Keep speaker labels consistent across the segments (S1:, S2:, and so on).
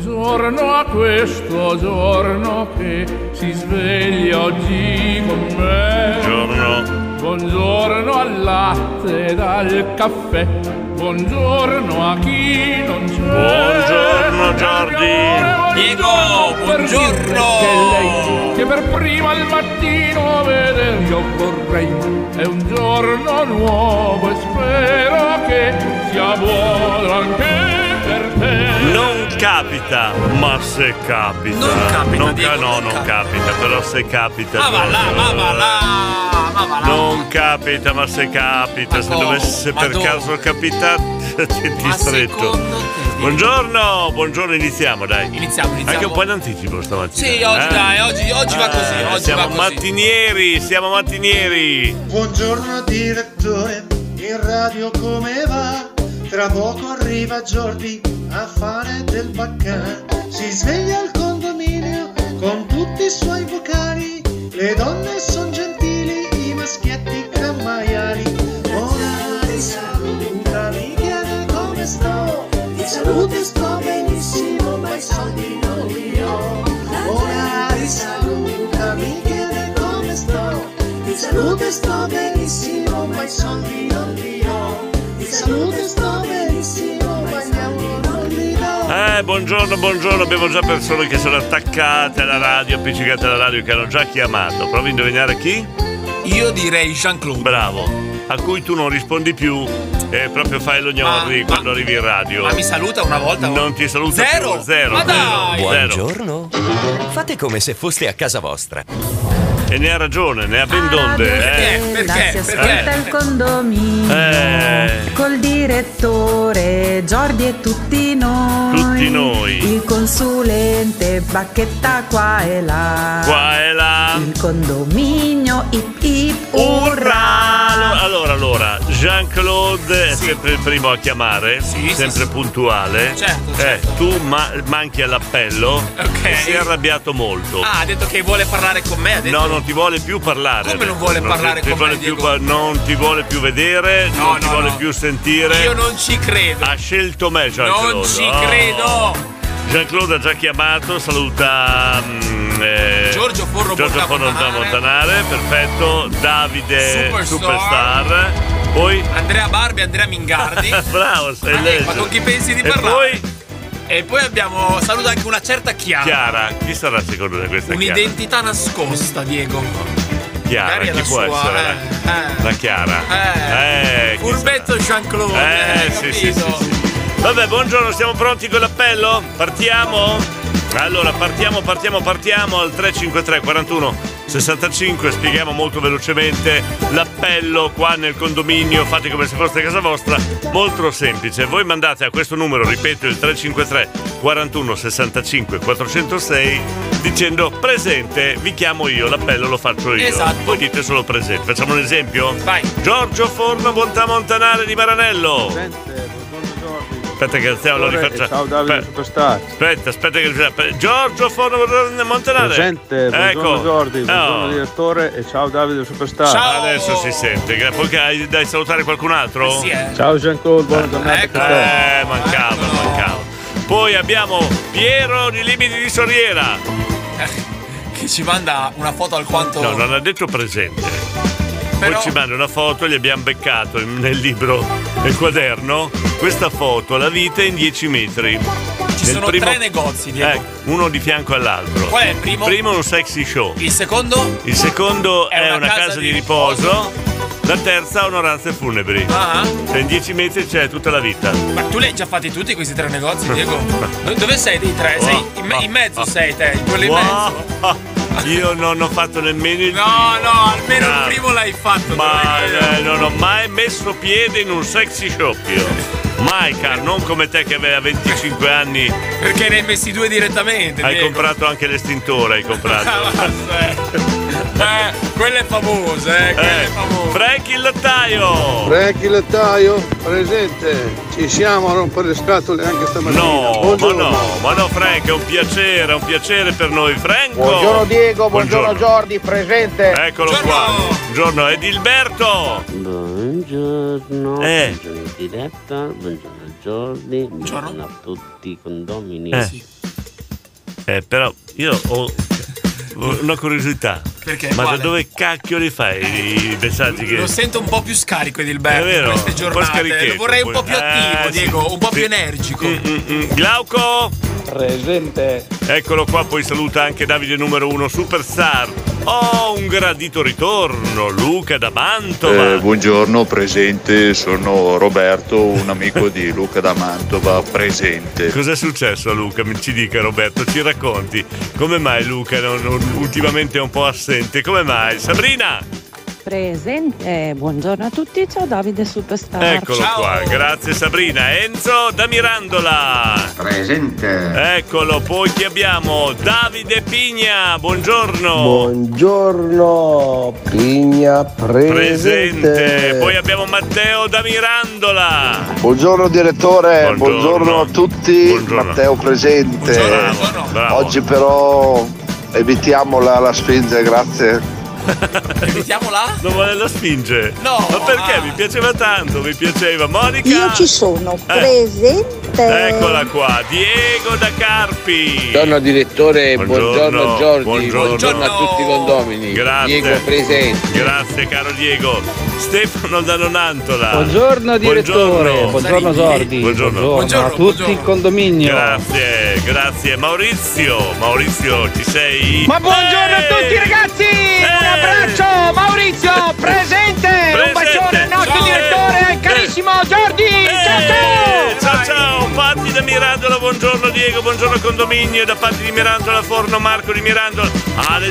S1: Buongiorno a questo giorno che si sveglia oggi con me.
S2: Buongiorno.
S1: Buongiorno al latte e al caffè. Buongiorno a chi non c'è.
S2: Buongiorno, Giordi.
S3: Diego,
S1: per dire
S3: buongiorno.
S1: Che lei che per prima al mattino veder io vorrei. È un giorno nuovo e spero che sia buono anche per te.
S2: Non capita, ma se capita.
S3: Non capita, Diego,
S2: ca- no,
S3: non
S2: non
S3: capita.
S2: capita, però se capita.
S3: Ma va là,
S2: Giorgio.
S3: ma va là, ma va là.
S2: Non capita, ma se capita.
S3: Ma
S2: se
S3: dove?
S2: dovesse
S3: Ma
S2: per
S3: dove?
S2: caso capitare, ti
S3: Ma
S2: distretto.
S3: secondo te, Diego?
S2: Buongiorno, buongiorno, iniziamo dai.
S3: Iniziamo, iniziamo.
S2: Anche un po' in anticipo stamattina.
S3: Sì, oggi
S2: eh?
S3: dai, oggi, oggi va così,
S2: Eh,
S3: oggi va
S2: siamo
S3: così.
S2: mattinieri, siamo mattinieri.
S4: Buongiorno direttore, in radio come va? Tra poco arriva Jordi a fare del baccà. Si sveglia al condominio con tutti i suoi vocali. Le donne son gentili, i maschietti cammaiali. Ora ti saluta, mi chiede come sto. Ti saluti sto benissimo, ma i soldi non li ho. Ora ti saluta, mi chiede come sto. Ti salute sto benissimo, ma i soldi non li ho. Ti salute sto benissimo, ma i soldi non li do.
S2: Eh, buongiorno, buongiorno. Abbiamo già persone che sono attaccate alla radio, appiccicate alla radio, che hanno già chiamato. Provi a indovinare chi?
S3: Io direi Jean-Claude.
S2: Bravo. A cui tu non rispondi più e proprio fai lo gnorri
S3: Ma-
S2: quando
S3: ma-
S2: arrivi in radio.
S3: Ma mi saluta una volta?
S2: Non ti saluto
S3: Zero?
S2: più. Zero.
S3: Ma dai!
S2: zero, zero.
S5: Buongiorno. Fate come se foste a casa vostra.
S2: E ne ha ragione, ne ha
S3: Ah,
S2: ben donde.
S3: Perché?
S2: Eh.
S3: Perché?
S6: Si ascolta
S3: Perché?
S6: il condominio
S2: Eh.
S6: col direttore Giordi e tutti noi.
S2: Tutti noi.
S6: Il consulente Bacchetta qua e là.
S2: Qua e là.
S6: Il condominio ip ip
S2: Urrà!
S6: urra.
S2: Allora, allora, Jean-Claude è
S3: Sì.
S2: sempre il primo a chiamare,
S3: Sì, sì,
S2: sempre
S3: sì.
S2: puntuale.
S3: Certo,
S2: Eh,
S3: certo.
S2: tu ma- manchi all'appello
S3: Ok.
S2: e si è arrabbiato molto.
S3: Ah, ha detto che vuole parlare con me, ha detto.
S2: No, non ti vuole più parlare.
S3: Come non vuole parlare
S2: ti, ti
S3: con me,
S2: vuole più
S3: Diego?
S2: par- Non ti vuole più vedere,
S3: No,
S2: non ti
S3: no,
S2: vuole
S3: no.
S2: più sentire.
S3: Io non ci credo.
S2: Ha scelto me Jean-Claude.
S3: non ci
S2: Oh.
S3: credo.
S2: Jean-Claude ha già chiamato, saluta mm, eh,
S3: Giorgio Porro
S2: Giorgio
S3: Porta
S2: Porro da Montanare,
S3: Montanare.
S2: perfetto, Davide Superstar,
S3: Superstar.
S2: poi
S3: Andrea Barbi, Andrea Mingardi.
S2: bravo, sei
S3: Ma lei,
S2: leggero.
S3: ma con chi pensi di
S2: e
S3: parlare?
S2: Poi
S3: e poi abbiamo saluta anche una certa Chiara.
S2: Chiara, chi sarà secondo te questa Chiara?
S3: Un'identità nascosta, Diego.
S2: Chiara,
S3: Magari è
S2: Ah, chi
S3: la
S2: può
S3: sua,
S2: essere?
S3: eh, eh.
S2: La Chiara.
S3: Eh,
S2: Eh, chi
S3: Urbetto Jean-Claude.
S2: sarà? Eh, sì, sì, sì,
S3: capito?
S2: sì. Vabbè, buongiorno, siamo pronti con l'appello? Partiamo? Allora, partiamo, partiamo, partiamo al 353 41 65, spieghiamo molto velocemente l'appello qua nel condominio, fate come se fosse casa vostra, molto semplice. Voi mandate a questo numero, ripeto, il 353 41 65 406 dicendo presente, vi chiamo io, l'appello lo faccio io.
S3: Esatto.
S2: Voi dite solo presente. Facciamo un esempio?
S3: Vai.
S2: Giorgio Forno Montamontanare di Maranello.
S7: Gente, buongiorno Giorgio.
S2: Aspetta che alziamo la rifaccia.
S7: Ciao Davide
S2: Aspetta,
S7: Superstar.
S2: aspetta, aspetta che aspetta. Giorgio Forno Montanare.
S7: Presente, buongiorno
S2: ecco.
S7: Giordi, buongiorno
S2: Oh.
S7: direttore e ciao Davide Superstar.
S8: Eh,
S3: Ciao.
S2: Adesso si sente. gra- Poi che- dai salutare qualcun altro?
S3: Sì, eh.
S7: Ciao Jean-Claude, buona giornata
S3: ecco.
S7: a te.
S2: Eh, mancava,
S3: Eccolo.
S2: mancava. Poi abbiamo Piero di Limiti di Soriera.
S3: Eh. Che ci manda una foto alquanto.
S2: No, non ha detto presente.
S3: però...
S2: Poi ci manda una foto, gli abbiamo beccato in- nel libro, nel quaderno, questa foto, la vita in 10 metri.
S3: Ci sono tre negozi, Diego.
S2: Ecco, uno di fianco all'altro.
S3: Qual è il primo?
S2: Primo è un sexy show.
S3: Il secondo?
S2: Il secondo è, una, casa, di, riposo. La terza onoranze funebri.
S3: Ah.
S2: Cioè, in 10 metri c'è tutta la vita.
S3: Ma tu li hai già fatti tutti questi tre negozi, Diego? Do- Dove sei dei tre? Sei in, me- in mezzo sei te, in quello in mezzo.
S2: Wow! Io non ho fatto nemmeno il
S3: No, no, almeno il
S2: Ah.
S3: primo l'hai fatto.
S2: Ma
S3: te lo
S2: eh,
S3: ricordo.
S2: non ho mai messo piede in un sexy shop io. Mai, Carl, non come te che a 25 anni
S3: Perché ne hai messi due direttamente,
S2: hai
S3: Diego.
S2: comprato anche l'estintore, hai comprato.
S3: eh, eh, quella è famosa, eh, quella
S2: Eh,
S3: è famosa.
S2: Frank il lattaio!
S9: Recchi Lettaio, presente, ci siamo a rompere le scatole anche stamattina.
S2: No, ma
S9: Buongiorno.
S2: no, ma no Frank, è un piacere, è un piacere per noi, Franco!
S10: Buongiorno Diego, buongiorno,
S2: Buongiorno. Eh.
S10: Jordi, presente.
S2: Eccolo qua!
S3: Buongiorno.
S2: Buongiorno, Edilberto!
S11: Buongiorno,
S2: Eh.
S11: buongiorno diretta, buongiorno Jordi, buongiorno a tutti i condomini.
S2: Eh. Eh, però io ho una curiosità.
S3: Perché?
S2: Ma
S3: Quale? Eh.
S2: da dove cacchio li fai i messaggi che.
S3: Lo sento un po' più scarico Edilberto
S2: È vero,
S3: in queste
S2: un po'
S3: giornate.
S2: scarichetto,
S3: Lo vorrei un po' più
S2: poi.
S3: attivo,
S2: Eh, sì.
S3: Diego, un po' più
S2: Sì. Mm,
S3: energico.
S2: Glauco! Presente. Eccolo qua, poi saluta anche Davide numero uno, superstar. Oh, un gradito ritorno, Luca da Mantova.
S8: Eh, buongiorno, presente, sono Roberto, un amico di Luca da Mantova, presente.
S2: Cos'è successo a Luca? Mi- Ci dica Roberto, ci racconti. Come mai Luca non- non- ultimamente è un po' assente? Come mai? Sabrina!
S6: Presente, Eh, buongiorno a tutti, ciao Davide Superstar.
S2: Eccolo qua, grazie Sabrina. Enzo da Mirandola. Presente. Eccolo, poi chi abbiamo? Davide Pigna, buongiorno.
S12: Buongiorno, Pigna presente.
S2: Presente. Poi abbiamo Matteo da Mirandola.
S12: Buongiorno direttore,
S2: buongiorno, a
S12: tutti, Matteo presente.
S2: Oggi
S12: però evitiamo la, la spinge, grazie.
S2: Evitiamola? Non vuole la spinge. No. Ma perché? Mi piaceva tanto, mi piaceva. Monica.
S13: Io ci sono,
S2: Eh.
S13: presente.
S2: Eccola qua, Diego da Carpi.
S14: Buongiorno direttore, buongiorno,
S2: Buongiorno,
S14: Giorgi,
S2: buongiorno.
S14: buongiorno. a tutti i condomini.
S2: Grazie.
S14: Diego presente.
S2: Grazie caro Diego. Stefano da Nonantola.
S11: Buongiorno direttore, buongiorno Sordi,
S2: Ah. Buongiorno.
S11: a tutti il condominio.
S2: Grazie, grazie. Maurizio, Maurizio, ci sei?
S15: Ma buongiorno a tutti ragazzi!
S2: Eh.
S15: Un abbraccio! Maurizio, presente! Un bacione al nostro direttore, carissimo Giordi!
S2: Eh,
S15: Ciao ciao!
S2: Ciao ciao, Patti da Mirandola, buongiorno Diego, buongiorno condominio, da Patti di Mirandola, Forno Marco di Mirandola,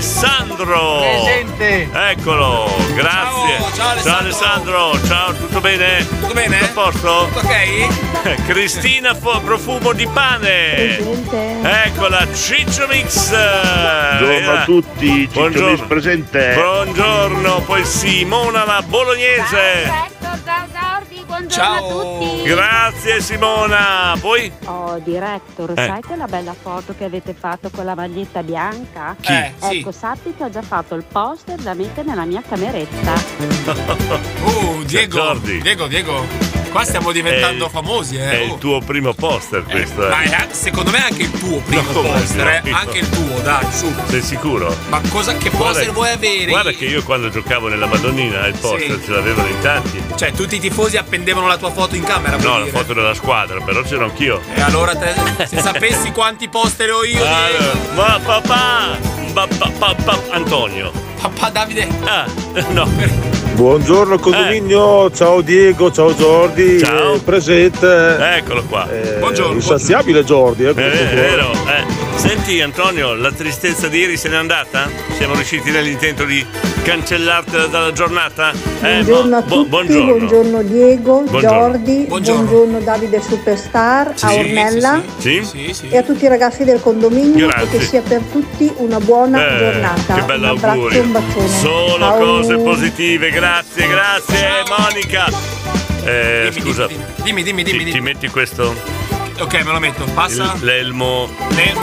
S2: Alessandro!
S15: Presente.
S2: Eccolo, grazie! Ciao, Alessandro. ciao, tutto bene? Tutto bene? a posto? Ok? Cristina Fo- Profumo di Pane! Eccola, Ciccio Mix!
S16: Buongiorno a tutti, Ciccio
S2: Eh, Buongiorno.
S16: Mix presente.
S2: Buongiorno, poi Simona la Bolognese!
S10: Buongiorno
S2: Ciao.
S10: a tutti.
S2: Grazie Simona! Poi?
S10: Oh, director,
S2: Eh.
S10: sai quella bella foto che avete fatto con la maglietta bianca?
S2: Chi? Eh, sì.
S10: Ecco, sappi che ho già fatto il poster da mettere nella mia cameretta.
S3: Oh, Diego, Diego, Diego, qua stiamo diventando famosi, eh.
S2: È
S3: oh.
S2: il tuo primo poster questo,
S3: Ma
S2: eh.
S3: è anche- secondo me è anche il tuo primo
S2: No,
S3: poster,
S2: no,
S3: eh.
S2: no.
S3: anche il tuo, dai, su.
S2: Sei sicuro?
S3: Ma cosa che poster vuoi avere?
S2: Guarda che io quando giocavo nella Madonnina il poster
S3: Sì.
S2: ce l'avevano in tanti.
S3: Cioè, tutti i tifosi appendevano la tua foto in camera,
S2: No,
S3: vuoi
S2: la
S3: dire?
S2: foto della squadra, però c'ero anch'io.
S3: E allora te, se sapessi quanti poster ho io,
S2: Allora, ma papà! ba- ba- ba- ba- Antonio.
S3: Papà Davide.
S2: Ah, no.
S17: Buongiorno condominio, ciao Diego, ciao Giordi,
S2: Eh. Ciao.
S17: eh, presente.
S2: Eccolo qua.
S17: Buongiorno. Insaziabile Giordi, eh,
S2: Eh,
S17: questo
S2: è
S17: qua.
S2: vero. eh. Senti Antonio, la tristezza di ieri se n'è andata? Siamo riusciti nell'intento di cancellartela dalla giornata? Eh,
S18: Buongiorno a
S2: bu-
S18: tutti, buongiorno,
S2: buongiorno.
S18: Diego,
S2: Buongiorno.
S18: Giordi,
S2: Buongiorno.
S18: buongiorno. Davide Superstar,
S2: Sì,
S18: a Ornella
S2: Sì?
S18: e a tutti i ragazzi del condominio
S2: Grazie.
S18: e che sia per tutti una buona
S2: Eh,
S18: giornata.
S2: Che bello
S18: un abbraccio e
S2: augurio.
S18: un bacione.
S2: Solo
S18: Ciao.
S2: cose positive, grazie, grazie Monica. Eh, scusa.
S3: Dimmi, dimmi,
S2: dimmi, Ti metti questo?
S3: Ok, me lo metto. Passa.
S2: Il- L'elmo,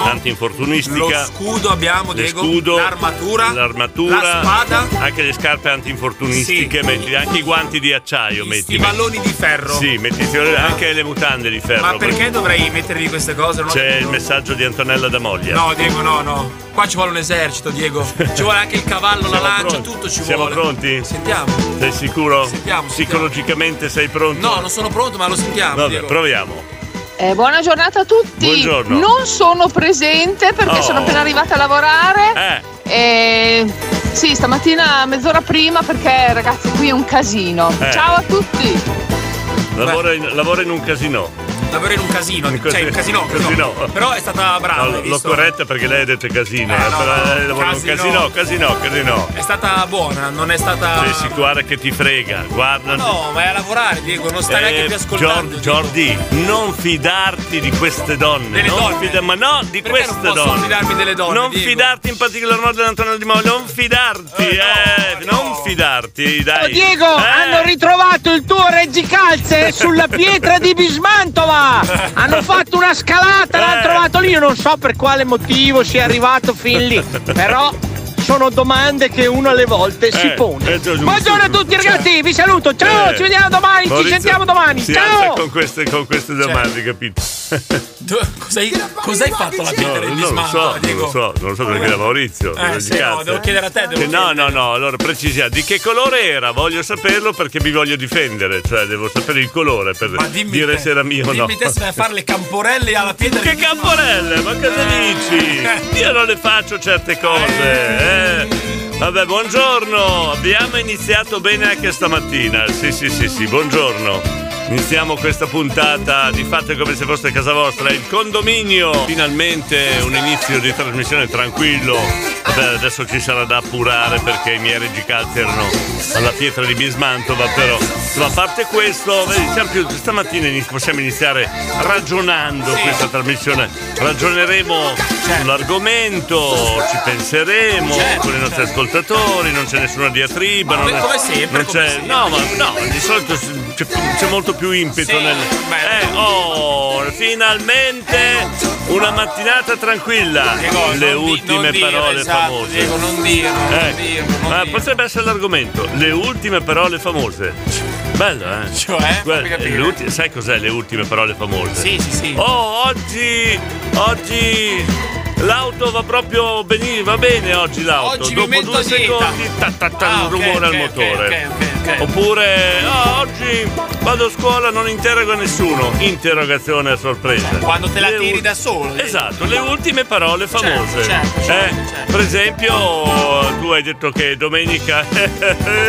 S2: antinfortunistica.
S3: Lo scudo abbiamo,
S2: Lo
S3: Diego.
S2: scudo,
S3: L'armatura.
S2: l'armatura,
S3: La spada.
S2: anche le scarpe antinfortunistiche, metti, anche i guanti di acciaio, metti.
S3: I palloni di ferro.
S2: Sì, metti anche le mutande di ferro.
S3: Ma perché dovrei mettergli queste cose? Non ho
S2: C'è il
S3: capito.
S2: messaggio di Antonella da Moglia.
S3: No, Diego, no, no. Qua ci vuole un esercito, Diego. Ci vuole anche il cavallo, la lancia, tutto ci
S2: Siamo
S3: vuole.
S2: pronti?
S3: Sentiamo.
S2: Sei sicuro?
S3: Sentiamo, sentiamo.
S2: Psicologicamente sei pronto?
S3: No, non sono pronto, ma lo sentiamo,
S2: Vabbè,
S3: Diego.
S2: proviamo.
S19: Eh, buona giornata a tutti.
S2: Buongiorno.
S19: Non sono presente perché
S2: Oh.
S19: sono appena arrivata a lavorare. Eh, sì, stamattina mezz'ora prima perché ragazzi qui è un casino.
S2: Eh.
S19: Ciao a tutti.
S2: Lavora in, lavora in un casino.
S3: Lavora in un casino, cioè un casino, un
S2: casino.
S3: Però è stata brava.
S2: No,
S3: hai
S2: l'ho
S3: visto?
S2: corretta perché lei ha detto casino. eh,
S3: no,
S2: però
S3: no,
S2: lei lavora in un
S3: casino.
S2: casino, casino, casino.
S3: È stata buona, non è stata.
S2: Sei sicura che ti frega? Guarda.
S3: No, vai a lavorare, Diego, non stai neanche
S2: Eh,
S3: più ascoltando.
S2: Gior- Giordi, non fidarti di queste donne.
S3: Delle
S2: non
S3: donne?
S2: fida- ma no, di
S3: Perché
S2: queste
S3: non posso
S2: donne.
S3: fidarmi delle donne,
S2: Non
S3: Diego?
S2: fidarti in particolar modo di Antonella Di Mauro, non fidarti, eh, non fidarti, dai.
S15: Oh, Diego,
S2: Eh.
S15: hanno ritrovato il tuo reggicalze sulla pietra di Bismantova! Hanno fatto una scalata,
S2: Eh.
S15: l'hanno trovato lì, io non so per quale motivo sia arrivato fin lì, però sono domande che uno alle volte si
S2: Eh,
S15: pone.
S2: eh, giusto,
S15: Buongiorno a tutti ragazzi, vi saluto, ciao,
S2: Eh,
S15: ci vediamo domani,
S2: Maurizio
S15: ci sentiamo domani,
S2: si
S15: ciao!
S3: Cioè.
S2: alza con queste, con queste domande, capito?
S3: Do- Cos'hai, cos'hai fatto la
S2: No,
S3: pietra
S2: non
S3: in
S2: lo
S3: dismanto?
S2: so, non lo so, non lo so perché era Maurizio.
S3: Eh, sì,
S2: cazzo.
S3: no, devo chiedere a te. Devo
S2: Che No, no, no, allora precisiamo. Di che colore era? Voglio saperlo perché mi voglio difendere, cioè devo sapere il colore per dire se era mio o no.
S3: Dimmi te se vai a fare le camporelle alla pietra.
S2: Che camporelle? Ma cosa dici? Eh, Io non le faccio certe cose, eh. Vabbè, buongiorno. Abbiamo iniziato bene anche stamattina. Sì, sì, sì, sì, buongiorno. Iniziamo questa puntata di Fate come se fosse casa vostra, il condominio. Finalmente un inizio di trasmissione tranquillo. Vabbè, adesso ci sarà da appurare perché i miei regicalzi erano alla pietra di Bismantova, però. insomma, a parte questo, beh, diciamo più, stamattina ini- possiamo iniziare ragionando questa trasmissione. Ragioneremo
S3: Certo.
S2: sull'argomento, ci penseremo con i nostri ascoltatori, non c'è nessuna diatriba.
S3: certo. Come-
S2: non è-
S3: come sempre,
S2: non
S3: come
S2: c'è-
S3: sempre.
S2: No, ma no, di solito s- c'è, c'è molto più impeto nel. Eh, oh, finalmente una mattinata tranquilla. le ultime parole famose.
S3: esatto, non dirlo, non
S2: Eh, ma potrebbe essere l'argomento. Le ultime parole famose. Bello, eh? Cioè, sai cos'è le ultime parole famose?
S3: Sì, sì, sì.
S2: Oh, oggi. Oggi. L'auto va proprio benissimo, va bene oggi l'auto.
S3: Oggi mi
S2: Dopo
S3: metto
S2: due
S3: a dieta.
S2: secondi, ta, ta, ta,
S3: Ah,
S2: un
S3: ok,
S2: rumore al
S3: ok,
S2: motore.
S3: ok, ok, ok.
S2: Oppure "Ah, oggi vado a scuola, non interrogo nessuno. Interrogazione a sorpresa.
S3: Cioè, Quando te la tiri da solo.
S2: Esatto, le ultime parole famose.
S3: certo, certo,
S2: Eh, Per esempio, tu hai detto che domenica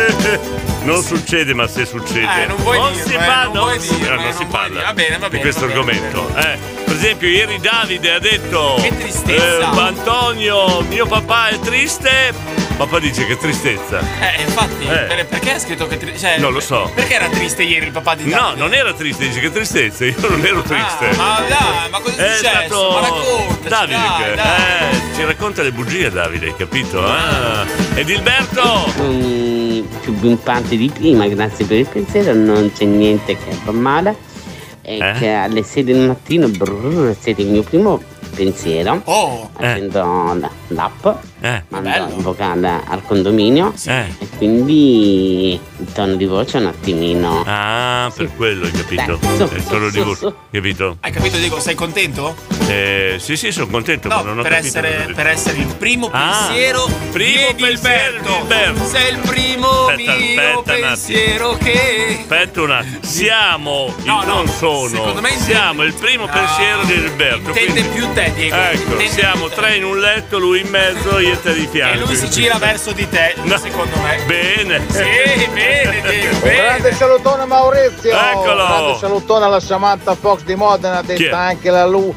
S2: non succede, ma se succede.
S3: Eh, non vuoi
S2: non
S3: dirlo,
S2: Oh, si
S3: eh,
S2: parla,
S3: non vuoi
S2: si,
S3: dirlo,
S2: non
S3: eh,
S2: si
S3: non vuoi
S2: parla
S3: dirlo. Va bene, va
S2: di
S3: bene,
S2: questo
S3: va bene,
S2: argomento. eh. Per esempio, ieri Davide ha detto: Che
S3: tristezza.
S2: Antonio, mio papà è triste. Papà dice che tristezza.
S3: Eh, infatti,
S2: Eh.
S3: per- perché ha scritto che. tri- cioè,
S2: Non lo so.
S3: Perché era triste ieri il papà di
S2: No,
S3: Davide? Ah,
S2: non era triste, dice che tristezza. Io non ero triste.
S3: Ma dai, ma cosa è
S2: È
S3: successo? Cioè, Ma
S2: stato
S3: raccontaci,
S2: Davide
S3: dai,
S2: che-
S3: dai.
S2: eh, ci racconta le bugie Davide, hai capito? Ah. Ed Ilberto!
S11: Mm, più pimpante di prima, grazie per il pensiero, non c'è niente che va male. È
S2: Eh?
S11: che alle 6 del mattino brrr, siete il mio primo pensiero. Accendo la- l'app,
S2: Eh.
S11: mando il vocale al condominio e quindi il tono di voce è un attimino.
S2: Ah, per quello hai capito.
S11: Dai, su,
S2: È solo
S11: su,
S2: di
S11: su,
S2: voi,
S11: su.
S2: capito?
S3: Hai capito, Diego? Sei contento?
S2: Eh, sì, sì, sono contento, ma non ho
S3: per
S2: capito. cosa ha
S3: essere,
S2: detto.
S3: per essere il primo
S2: Ah,
S3: pensiero
S2: primo
S3: di Alberto. Sei il primo
S2: Aspetta,
S3: mio
S2: aspetta un
S3: pensiero
S2: attimo.
S3: che.
S2: Aspetta un attimo. Siamo,
S3: No,
S2: il-
S3: no,
S2: non sono.
S3: secondo me-
S2: siamo il primo pensiero di Alberto.
S3: Intende
S2: quindi-
S3: più te, Diego.
S2: Ecco,
S3: Intende
S2: siamo
S3: più te.
S2: tre in un letto, lui in mezzo, io te di fianco.
S3: E lui si gira verso di te, secondo me.
S2: Bene.
S3: Sì, bene, Diego.
S9: Un grande salutone a Maurizio!
S2: Eccolo.
S9: Un grande salutone alla Samantha Fox di Modena,
S2: Chi è? Ah.
S9: detta anche la Lu.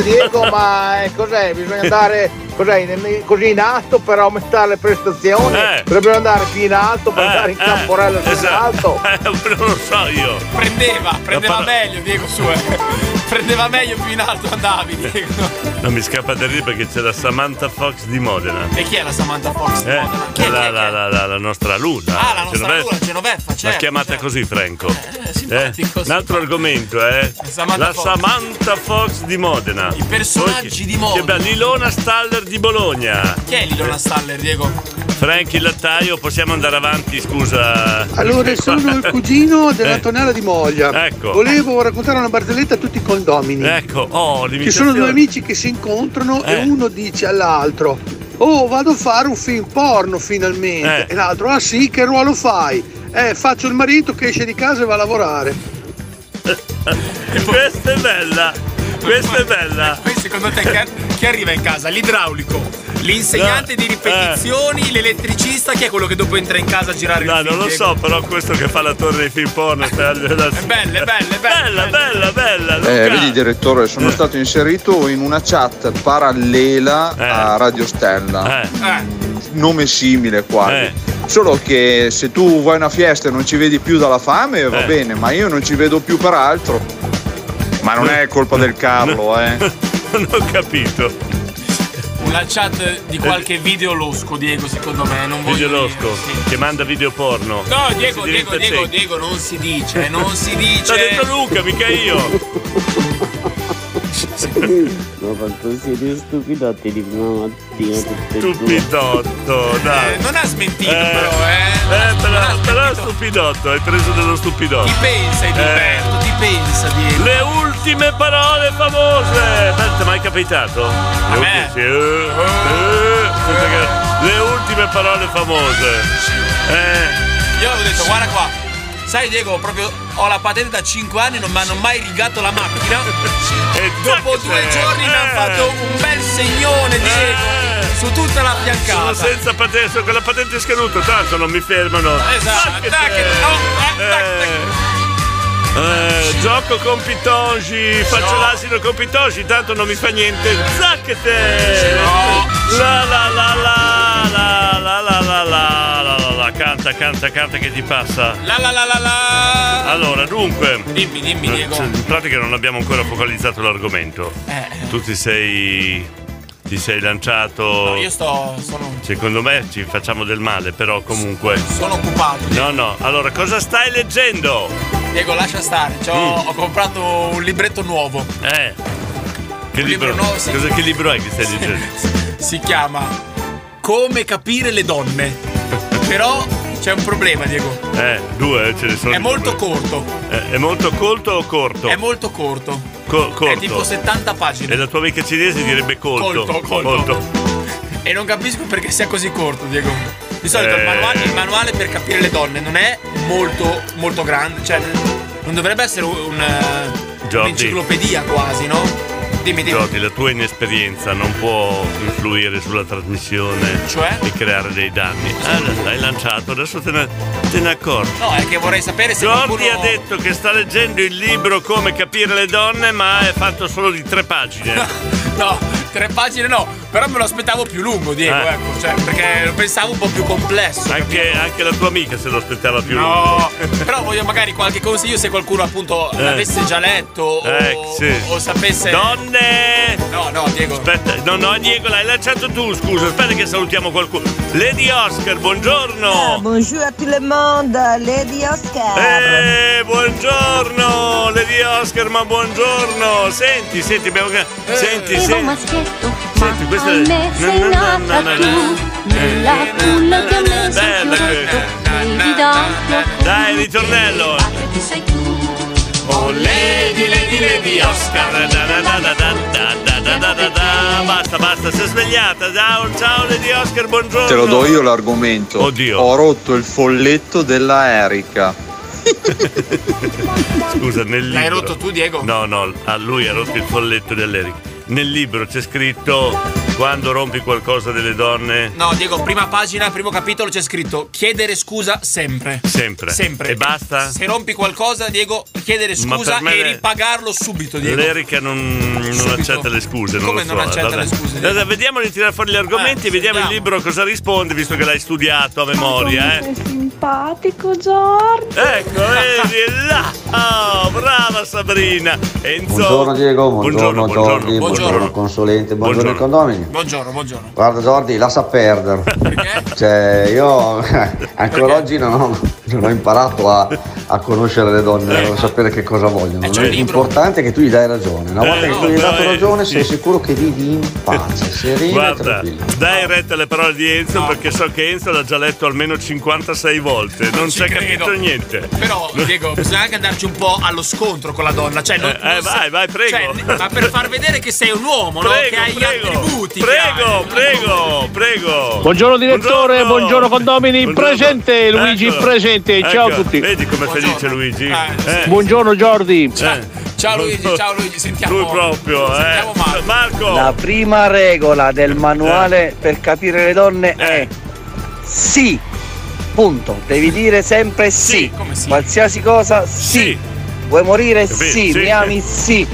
S9: Diego, ma eh, cos'è? Bisogna andare cos'è, in- così in alto per aumentare le prestazioni?
S2: Eh.
S9: Dobbiamo andare più in alto per andare in camporello più in alto?
S2: esatto. Eh, non lo so io.
S3: Prendeva, prendeva
S2: La par-
S3: meglio Diego su. eh. prendeva meglio più in alto andavi, Diego.
S2: Non mi scappa da lì perché c'è la Samantha Fox di Modena.
S3: E chi è la Samantha Fox?
S2: Eh, la, la, la, la- la nostra Luna.
S3: Ah, la nostra
S2: Genoveffa.
S3: Luna, Genoveffa,
S2: L'ha
S3: certo.
S2: chiamata così, Franco.
S3: simpatico,
S2: Eh, Un altro argomento, eh.
S3: Samantha
S2: la
S3: Fox.
S2: Samantha Fox di Modena. I
S3: personaggi di Modena.
S2: L'Ilona Staller di Bologna.
S3: Chi è Lilona Staller, Diego?
S2: Franchi il lattaio, possiamo andare avanti, scusa.
S9: Allora, sono il cugino dell'Antonella di Moglia.
S2: Eh. Ecco.
S9: Volevo raccontare una barzelletta a tutti i condomini.
S2: Ecco, oh,
S9: Ci
S2: l'imitazione.
S9: sono due amici che si incontrano
S2: Eh.
S9: e uno dice all'altro: Oh, vado a fare un film porno finalmente.
S2: Eh.
S9: E l'altro: Ah sì, che ruolo fai? Eh, faccio il marito che esce di casa e va a lavorare.
S2: Questa è bella. Questa è bella.
S3: Poi secondo te chi, chi arriva in casa? L'idraulico, l'insegnante di
S2: Eh.
S3: ripetizioni, l'elettricista, chi è quello che dopo entra in casa a girare il
S2: No,
S3: film,
S2: non lo
S3: Diego?
S2: so, però questo che fa la torre dei film porno. è bella,
S3: bella, bella,
S2: bella, bella, bella.
S12: Eh,
S2: Luca.
S12: vedi direttore, sono stato inserito in una chat parallela
S2: Eh.
S12: a Radio Stella. Eh. Nome simile quasi.
S2: Eh.
S12: Solo che se tu vai a una fiesta e non ci vedi più dalla fame va
S2: Eh.
S12: bene, ma io non ci vedo più per altro. Ma non è colpa del Carlo, eh.
S2: non ho capito.
S3: Una chat di qualche video losco, Diego, secondo me. Non voglio
S2: Video Losco che manda video porno.
S3: No, Diego,
S2: Si diventa
S3: Diego, Diego,
S2: ciechi.
S3: Diego, non si dice, non si dice.
S2: L'ha detto Luca, mica io.
S11: Ma quanto siete stupidotti di prima mattina tutte e due.
S2: Stupidotto, dai.
S3: Eh, Non ha smentito, però,
S2: eh. però, però è stupidotto, hai preso dello stupidotto.
S3: Ti pensa,
S2: Eh.
S3: Edilberto, ti pensa, Diego.
S2: Le ultime Ultime parole famose! Beh, Ti è mai capitato? Le ultime, sì, eh, eh, aspetta che- le ultime parole famose. Eh.
S3: Io avevo detto, guarda qua, sai Diego, proprio ho la patente da 5 anni, non mi hanno mai rigato la macchina.
S2: e Eh.
S3: dopo due giorni mi hanno fatto un bel segnone, Diego, su tutta la
S2: Sono
S3: fiancata.
S2: senza patente, sono con la patente scaduta, tanto non mi fermano.
S3: Esatto, tac, oh, eh, tac, tac.
S2: Eh, gioco con Pitongi, faccio l'asino con Pitongi, tanto non mi fa niente. Zacchete! La la la la la la la la la la la la canta, canta, canta che ti passa.
S3: La la la la la.
S2: Allora, dunque. eh, cioè,
S3: Dimmi, dimmi, Diego.
S2: In pratica non abbiamo ancora focalizzato l'argomento.
S3: Eh.
S2: Tu ti sei. Ti sei lanciato.
S3: Io sto, sono,
S2: Secondo me ci facciamo del male, però comunque.
S3: sono occupato.
S2: No, no, allora cosa stai leggendo? Mm.
S3: Diego, lascia stare, c'ho- ho comprato un libretto nuovo.
S2: Eh. Che libro,
S3: nuovo, sì.
S2: cosa, che libro è che stai leggendo?
S3: Si chiama Come capire le donne. Però c'è un problema, Diego.
S2: Eh, due eh, ce ne sono.
S3: È
S2: di
S3: molto
S2: problemi.
S3: corto.
S2: Eh, è molto colto o corto?
S3: È molto corto.
S2: Co- corto.
S3: È tipo 70 pagine.
S2: E la tua amica cinese direbbe colto.
S3: Colto, colto. E non capisco perché sia così corto, Diego. Di solito
S2: Eh.
S3: il, manuale, il manuale per capire le donne non è molto, molto grande. Cioè, non dovrebbe essere un, eh,
S2: Jordi.
S3: un'enciclopedia quasi, no? Dimmi, dimmi.
S2: Jody, la tua inesperienza non può influire sulla trasmissione
S3: Cioè?
S2: e creare dei danni. Ah, l'hai lanciato, adesso te ne, te ne accorgi.
S3: No, è che vorrei sapere se
S2: Jordi
S3: qualcuno...
S2: ha detto che sta leggendo il libro Come capire le donne, ma è fatto solo di tre pagine.
S3: No, tre pagine no, però me lo aspettavo più lungo, Diego,
S2: Eh.
S3: ecco, cioè, perché lo pensavo un po' più complesso.
S2: Anche, anche la tua amica se lo aspettava più
S3: No, però voglio magari qualche consiglio se qualcuno appunto
S2: Eh.
S3: l'avesse già letto o,
S2: Eh, sì.
S3: o sapesse.
S2: Donne!
S3: No, no, Diego.
S2: Aspetta, no, no, Diego, l'hai lanciato tu, scusa, aspetta che salutiamo qualcuno. Lady Oscar,
S20: Ah,
S1: Eh,
S2: buongiorno!
S18: Bonjour à tout le monde, Lady Oscar.
S2: Eh, buongiorno, Lady Oscar, ma buongiorno! Senti, senti, abbiamo... ca-
S3: Eh.
S2: Senti,
S1: Vivo un
S2: senti,
S1: maschietto,
S2: senti, questa
S1: a me sei
S2: Na, na, na, na,
S1: nata tu, nella culla che ho messo un
S2: Bella
S1: fioretto,
S2: che-
S1: vedi d'occhio
S2: Dai, ritornello!
S1: come ti sei tu.
S2: Oh, Lady, Lady, Lady Oscar! Da, da, da, da, da, da, da, da, da, da. Basta, basta, si è svegliata! Ciao, ciao, Lady Oscar, buongiorno!
S12: Te lo do io l'argomento. Oddio. Ho rotto il folletto della Erika.
S2: Scusa, nel libro.
S12: L'hai rotto
S3: tu, Diego?
S2: No, no, a lui ha rotto il folletto dell'Eric. Nel libro c'è scritto quando rompi qualcosa delle donne.
S3: No, Diego, prima pagina, primo capitolo c'è scritto chiedere scusa sempre.
S2: Sempre.
S3: Sempre.
S2: E basta?
S3: Se rompi qualcosa, Diego, chiedere
S2: Ma
S3: scusa
S2: per me
S3: e
S2: le-
S3: ripagarlo subito, Diego.
S2: L'Erica non, non accetta le scuse, non
S3: Come
S2: lo so.
S3: non accetta
S2: vabbè.
S3: le scuse, Ah,
S2: Allora, vediamo di tirare fuori gli argomenti e vediamo il libro cosa risponde, visto che l'hai studiato a memoria, eh.
S18: Sei simpatico, Giorgio.
S2: Ecco, vedi è là! Oh, brava Sabrina! Enzo!
S21: Buongiorno Diego, buongiorno,
S2: buongiorno,
S21: Jordi, buongiorno, consulente, buongiorno,
S2: Buongiorno.
S21: condomini.
S3: Buongiorno, buongiorno.
S21: Guarda Jordi, lascia perdere. Cioè, io ancora oggi non ho, non ho imparato a, a conoscere le donne, a sapere che cosa vogliono. L'importante è che tu gli dai ragione. Una
S2: Eh,
S21: volta che tu
S2: no,
S21: gli hai dato
S2: dai,
S21: ragione, sei sicuro che vivi in pace, sereno e
S2: Guarda,
S21: tranquillo.
S2: dai retta alle parole di Enzo perché so che Enzo l'ha già letto almeno 56 volte, non
S3: ci
S2: ci ha
S3: credo.
S2: capito niente.
S3: Però, Diego, bisogna anche andarci un po' allo scontro con la donna. Cioè, non, cioè,
S2: Eh, eh, vai, vai, prego.
S3: ma per far vedere che sei un uomo, no?
S2: Prego,
S3: Che hai gli attributi. che
S2: Prego, prego, prego.
S17: Buongiorno direttore, buongiorno, condomini,
S3: Eh,
S17: presente Luigi,
S2: Eccolo.
S17: presente, ciao a
S2: Ecco,
S17: tutti.
S2: Vedi com'è felice Luigi? Eh.
S17: Buongiorno Jordi.
S3: Ciao Luigi, ciao Luigi, sentiamo.
S2: Lui proprio, eh. Marco.
S22: La prima regola del manuale per capire le donne è sì. Punto. Devi dire sempre sì. Qualsiasi cosa sì. Vuoi morire?
S2: Capito?
S22: Sì.
S2: Sì.
S22: Mi ami? Sì.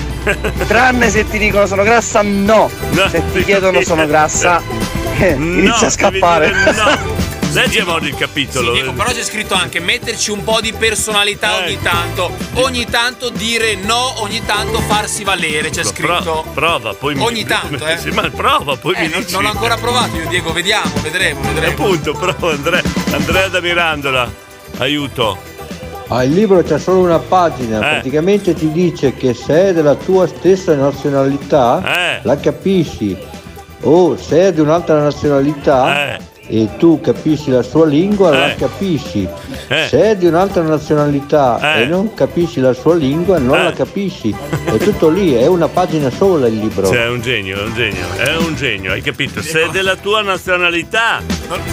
S22: Tranne se ti dicono sono grassa, no. se ti chiedono sono grassa,
S15: eh,
S22: inizia a scappare.
S2: Leggiamo il capitolo.
S3: Diego, però c'è scritto anche metterci un po' di personalità ogni
S2: Ecco.
S3: tanto, ogni tanto dire no, ogni tanto farsi valere, c'è
S2: Pro-
S3: scritto.
S2: prova, poi mi
S3: Ogni tanto, eh.
S2: Ecco, Sì, ma prova, poi
S3: Eh,
S2: mi
S3: non,
S2: dici.
S3: non l'ho ancora provato io, Diego, vediamo, vedremo,
S2: E
S3: vedremo.
S2: appunto, prova Andrea, Andrea da Mirandola. Aiuto.
S21: Ah,
S23: Al libro c'è solo una
S2: Eh.
S23: pagina, praticamente ti dice che se è della tua stessa
S2: Eh.
S23: nazionalità, la capisci, o se è di un'altra nazionalità,
S21: e tu capisci la sua lingua, la
S2: Eh.
S21: capisci.
S2: Eh.
S21: Se è di un'altra nazionalità e non capisci la sua lingua, non
S2: Eh.
S21: la capisci. È tutto lì, è una pagina sola il libro.
S2: Cioè, è un genio, è un genio, è un genio, hai capito? Se è
S3: Ecco.
S2: della tua nazionalità,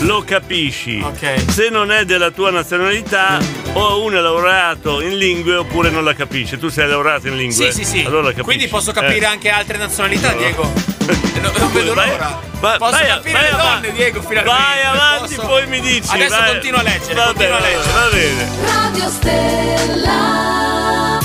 S2: lo capisci. Se non è della tua nazionalità,
S3: Mm.
S2: o uno è laureato in lingue oppure non la capisce. Tu sei laureato in lingue?
S3: Sì, sì, sì.
S2: Allora la capisci.
S3: Quindi posso capire
S2: Eh.
S3: anche altre nazionalità, Diego. Non, non vedo l'ora.
S2: ma-
S3: posso
S2: vai a-
S3: capire
S2: vai
S3: le
S2: avanti.
S3: donne, Diego, finalmente.
S2: Vai avanti,
S3: Posso-
S2: poi mi dici,
S3: Adesso
S2: vai.
S3: continuo a leggere.
S2: Va
S3: continuo
S2: bene,
S3: a leggere.
S2: va bene.
S4: Radio Stella.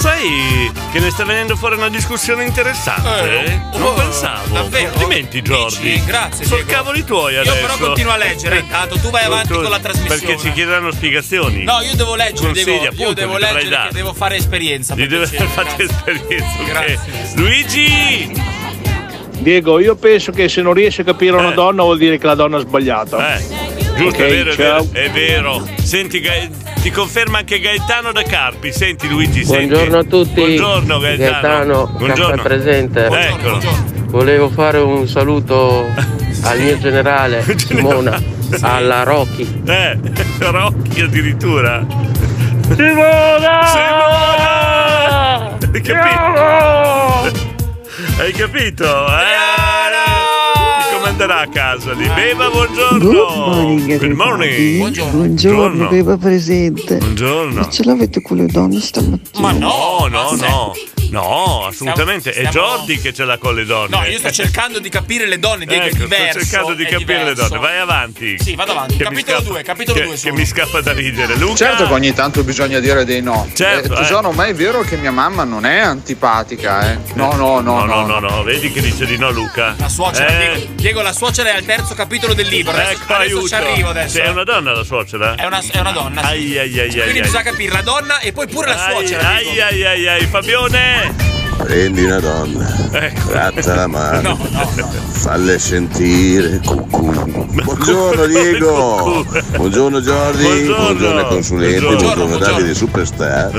S2: Sai che ne sta venendo fuori una discussione interessante?
S3: Eh,
S2: non
S3: oh,
S2: pensavo.
S3: davvero?
S2: Complimenti, Giordi.
S3: Grazie.
S2: Sono
S3: Diego.
S2: cavoli tuoi
S3: Io
S2: adesso. Eh,
S3: però continuo a leggere, intanto tu vai avanti con la trasmissione.
S2: Perché ci chiederanno spiegazioni.
S3: No, io devo leggere,
S2: Consigli,
S3: devo, io
S2: appunto,
S3: devo
S2: li dovrai
S3: leggere
S2: dare.
S3: che devo fare esperienza.
S2: Gli deve aver fatto esperienza. Grazie. Luigi!
S17: Diego, io penso che se non riesci a capire
S2: Eh.
S17: una donna vuol dire che la donna ha sbagliato.
S2: Giusto,
S17: Ok,
S2: è vero, è
S17: ciao.
S2: vero, è vero. Senti, Ga- ti conferma anche Gaetano da Carpi. Senti, Luigi, senti.
S24: Buongiorno a tutti.
S2: Buongiorno, Gaetano.
S24: Gaetano
S2: Buongiorno.
S24: presente.
S2: Eccolo.
S24: Volevo fare un saluto al mio generale Simona, alla Rocchi.
S2: Eh, Rocchi addirittura.
S4: Simona!
S2: Hai capito? Hai capito? Eh, ti comanderà a casa lì. Beva, buongiorno.
S23: Good morning,
S2: Good morning.
S23: Buongiorno. Buongiorno, beva presente.
S2: Buongiorno.
S23: Ma ce l'avete con le donne stamattina?
S2: Ma no, no, no. No, assolutamente. È Jordi che ce l'ha con le donne.
S3: No, io sto cercando di capire le donne, Diego,
S2: Ecco,
S3: è diverso.
S2: sto cercando di
S3: è
S2: capire le
S3: diverso.
S2: donne. Vai avanti.
S3: Sì, vado avanti.
S2: Che mi
S3: capitolo
S2: scappa-
S3: 2, capitolo
S2: che-
S3: 2.
S2: Che mi scappa da ridere. Luca.
S25: Certo che ogni tanto bisogna dire dei no.
S2: Certo,
S25: Eh, tesoro, ma è vero che mia mamma non è antipatica, eh? No, no, no,
S2: no,
S25: no.
S2: no, no, vedi che dice di no Luca.
S3: La suocera,
S2: Eh,
S3: Diego, Diego, la suocera è al terzo capitolo del libro. Adesso,
S2: ecco,
S3: adesso
S2: aiuto.
S3: ci arrivo adesso.
S2: Sì, È una donna la suocera?
S3: È una, è una donna. sì.
S2: Ai ai ai ai.
S3: Quindi
S2: ai.
S3: bisogna capire la donna e poi pure la
S2: Ai,
S3: suocera.
S2: ai,
S3: Diego.
S2: ai ai ai, Fabione!
S14: Prendi una donna,
S2: Ecco.
S14: gratta la mano, falle sentire. cucù. Buongiorno Diego, buongiorno Jordi, buongiorno, consulente, buongiorno, Davide Superstar.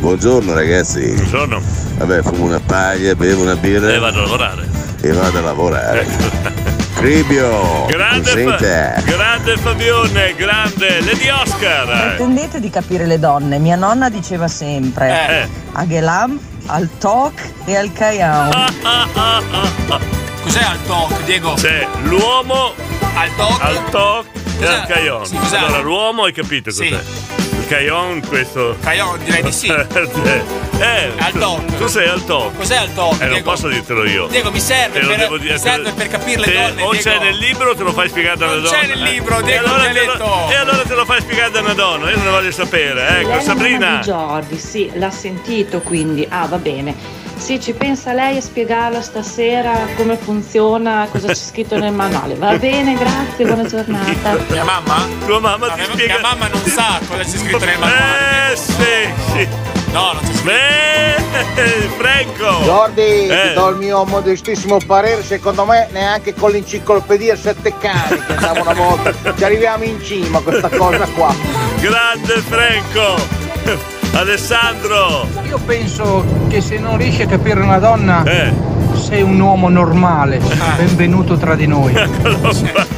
S14: Buongiorno. ragazzi.
S2: Buongiorno.
S14: Vabbè, fumo una paglia, bevo una birra
S2: E vado a lavorare. Ecco.
S14: e vado a lavorare. Cribio,
S2: Grande,
S14: presente.
S2: Fa- grande Fabione, grande Lady Oscar.
S26: Pretendete di capire le donne. Mia nonna diceva sempre
S2: Eh.
S26: a Ghelam, al Tok e al Kayao.
S2: Ah.
S3: Cos'è al toc, Diego?
S2: C'è l'uomo
S3: al toc,
S2: al toc e al caion.
S3: Sì, cos'è?
S2: allora, l'uomo hai capito cos'è? Il caion, questo.
S3: Caion, direi di sì.
S2: eh,
S3: Al toc.
S2: Tu sei al toc.
S3: Cos'è al toc,
S2: Eh, non
S3: Diego?
S2: posso dirtelo io.
S3: Diego, mi serve
S2: Te lo
S3: per-
S2: devo dire-
S3: mi serve per capire le
S2: te-
S3: donne,
S2: O
S3: Diego.
S2: c'è nel libro o te lo fai spiegare da una
S3: Non
S2: donna.
S3: c'è nel
S2: eh.
S3: libro, Diego,
S2: e, allora
S3: mi ha
S2: te lo,
S3: detto.
S2: e allora te lo fai spiegare da una donna. Io non lo voglio sapere. Ecco,
S6: Lei è la mamma
S2: Sabrina.
S6: di Jordi, sì, l'ha sentito quindi. Ah, va bene. Sì, ci pensa lei a spiegarlo stasera come funziona, cosa c'è scritto nel manuale. Va bene, grazie, buona giornata.
S3: Mia mamma?
S2: Tua mamma ti spiega.
S3: Mia mamma non sa cosa c'è scritto nel manuale.
S2: Eh, sì, sì.
S3: No, non c'è scritto.
S2: Eh, Franco.
S9: Jordi,
S2: Eh.
S9: ti do il mio modestissimo parere, secondo me neanche con l'enciclopedia sette cani che andava una volta, ci arriviamo in cima a questa cosa qua.
S2: Grande Franco. Alessandro.
S12: Io penso che se non riesci a capire una donna,
S2: Eh.
S12: sei un uomo normale.
S2: Ah.
S12: Benvenuto tra di
S2: Eh,
S12: noi.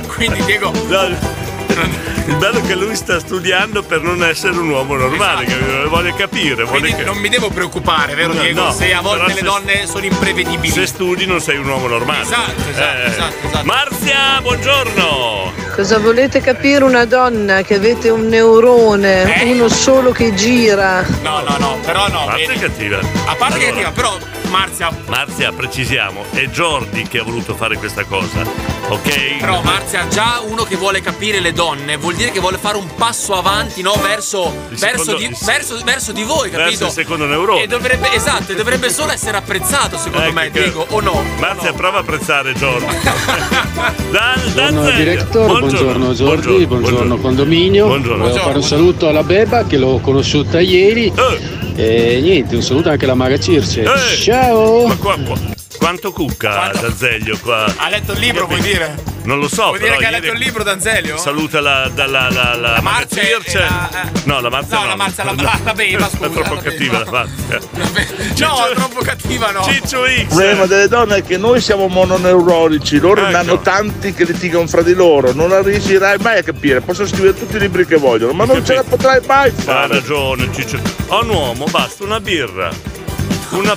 S3: Quindi Diego.
S2: Il bello è che lui sta studiando per non essere un uomo normale, capito? vuole capire. Vuole
S3: Esatto. Quindi
S2: che-
S3: non mi devo preoccupare, vero
S2: No,
S3: Diego?
S2: no,
S3: se a volte
S2: però
S3: le
S2: se-
S3: donne sono imprevedibili.
S2: Se studi non sei un uomo normale. Eh,
S3: Esatto, esatto, esatto,
S2: Marzia, buongiorno!
S20: Cosa volete capire una donna che avete un neurone,
S2: Eh?
S20: uno solo che gira?
S3: No, no, no, però no.
S2: Marzia è cattiva.
S3: A parte che cattiva, però Marzia.
S2: Marzia, precisiamo, è Jordi che ha voluto fare questa cosa, ok?
S3: Però Marzia, già uno che vuole capire le donne vuol dire che vuole fare un passo avanti, no? Verso,
S2: Il
S3: verso
S2: secondo-
S3: di,
S2: il-
S3: verso- verso di voi,
S2: Verso
S3: capito?
S2: il secondo neurone. Ecco
S3: E dovrebbe, esatto, e dovrebbe solo essere apprezzato, secondo me, Diego, o no?
S2: Marzia, prova a apprezzare Jordi. Dan-
S27: Buongiorno
S2: Danzelio.
S27: director, buongiorno Giordi, buongiorno, condominio. Volevo fare un saluto alla Beba che l'ho conosciuta ieri. E niente, un saluto anche alla Maga Circe.
S2: Eh,
S27: Ciao!
S3: Boh.
S2: Ma qua, qua- quanto cucca Danzeglio qua?
S3: Ha letto il libro, vuol dire?
S2: Non lo so.
S3: Vuol dire
S2: però
S3: che ha
S2: ieri-
S3: letto il libro d'Anzelio?
S2: Saluta la, da- la, la, la,
S3: Marce
S2: Maria Tirce.
S3: e la-
S2: No, la Marzia.
S3: No, la Marzia, la- la- la beva, scusa,
S2: È troppo
S3: la beva.
S2: cattiva la Marzia.
S3: No, è troppo cattiva, no.
S2: Ciccio
S17: Il problema delle donne è che noi siamo mononeurologici, loro
S2: Ecco.
S17: ne hanno tanti che litigano fra di loro, non la riuscirai mai a capire, possono scrivere tutti i libri che vogliono, ma non ce la potrai mai
S2: Ha
S17: fare.
S2: ragione, Ciccio. A un uomo basta una birra, una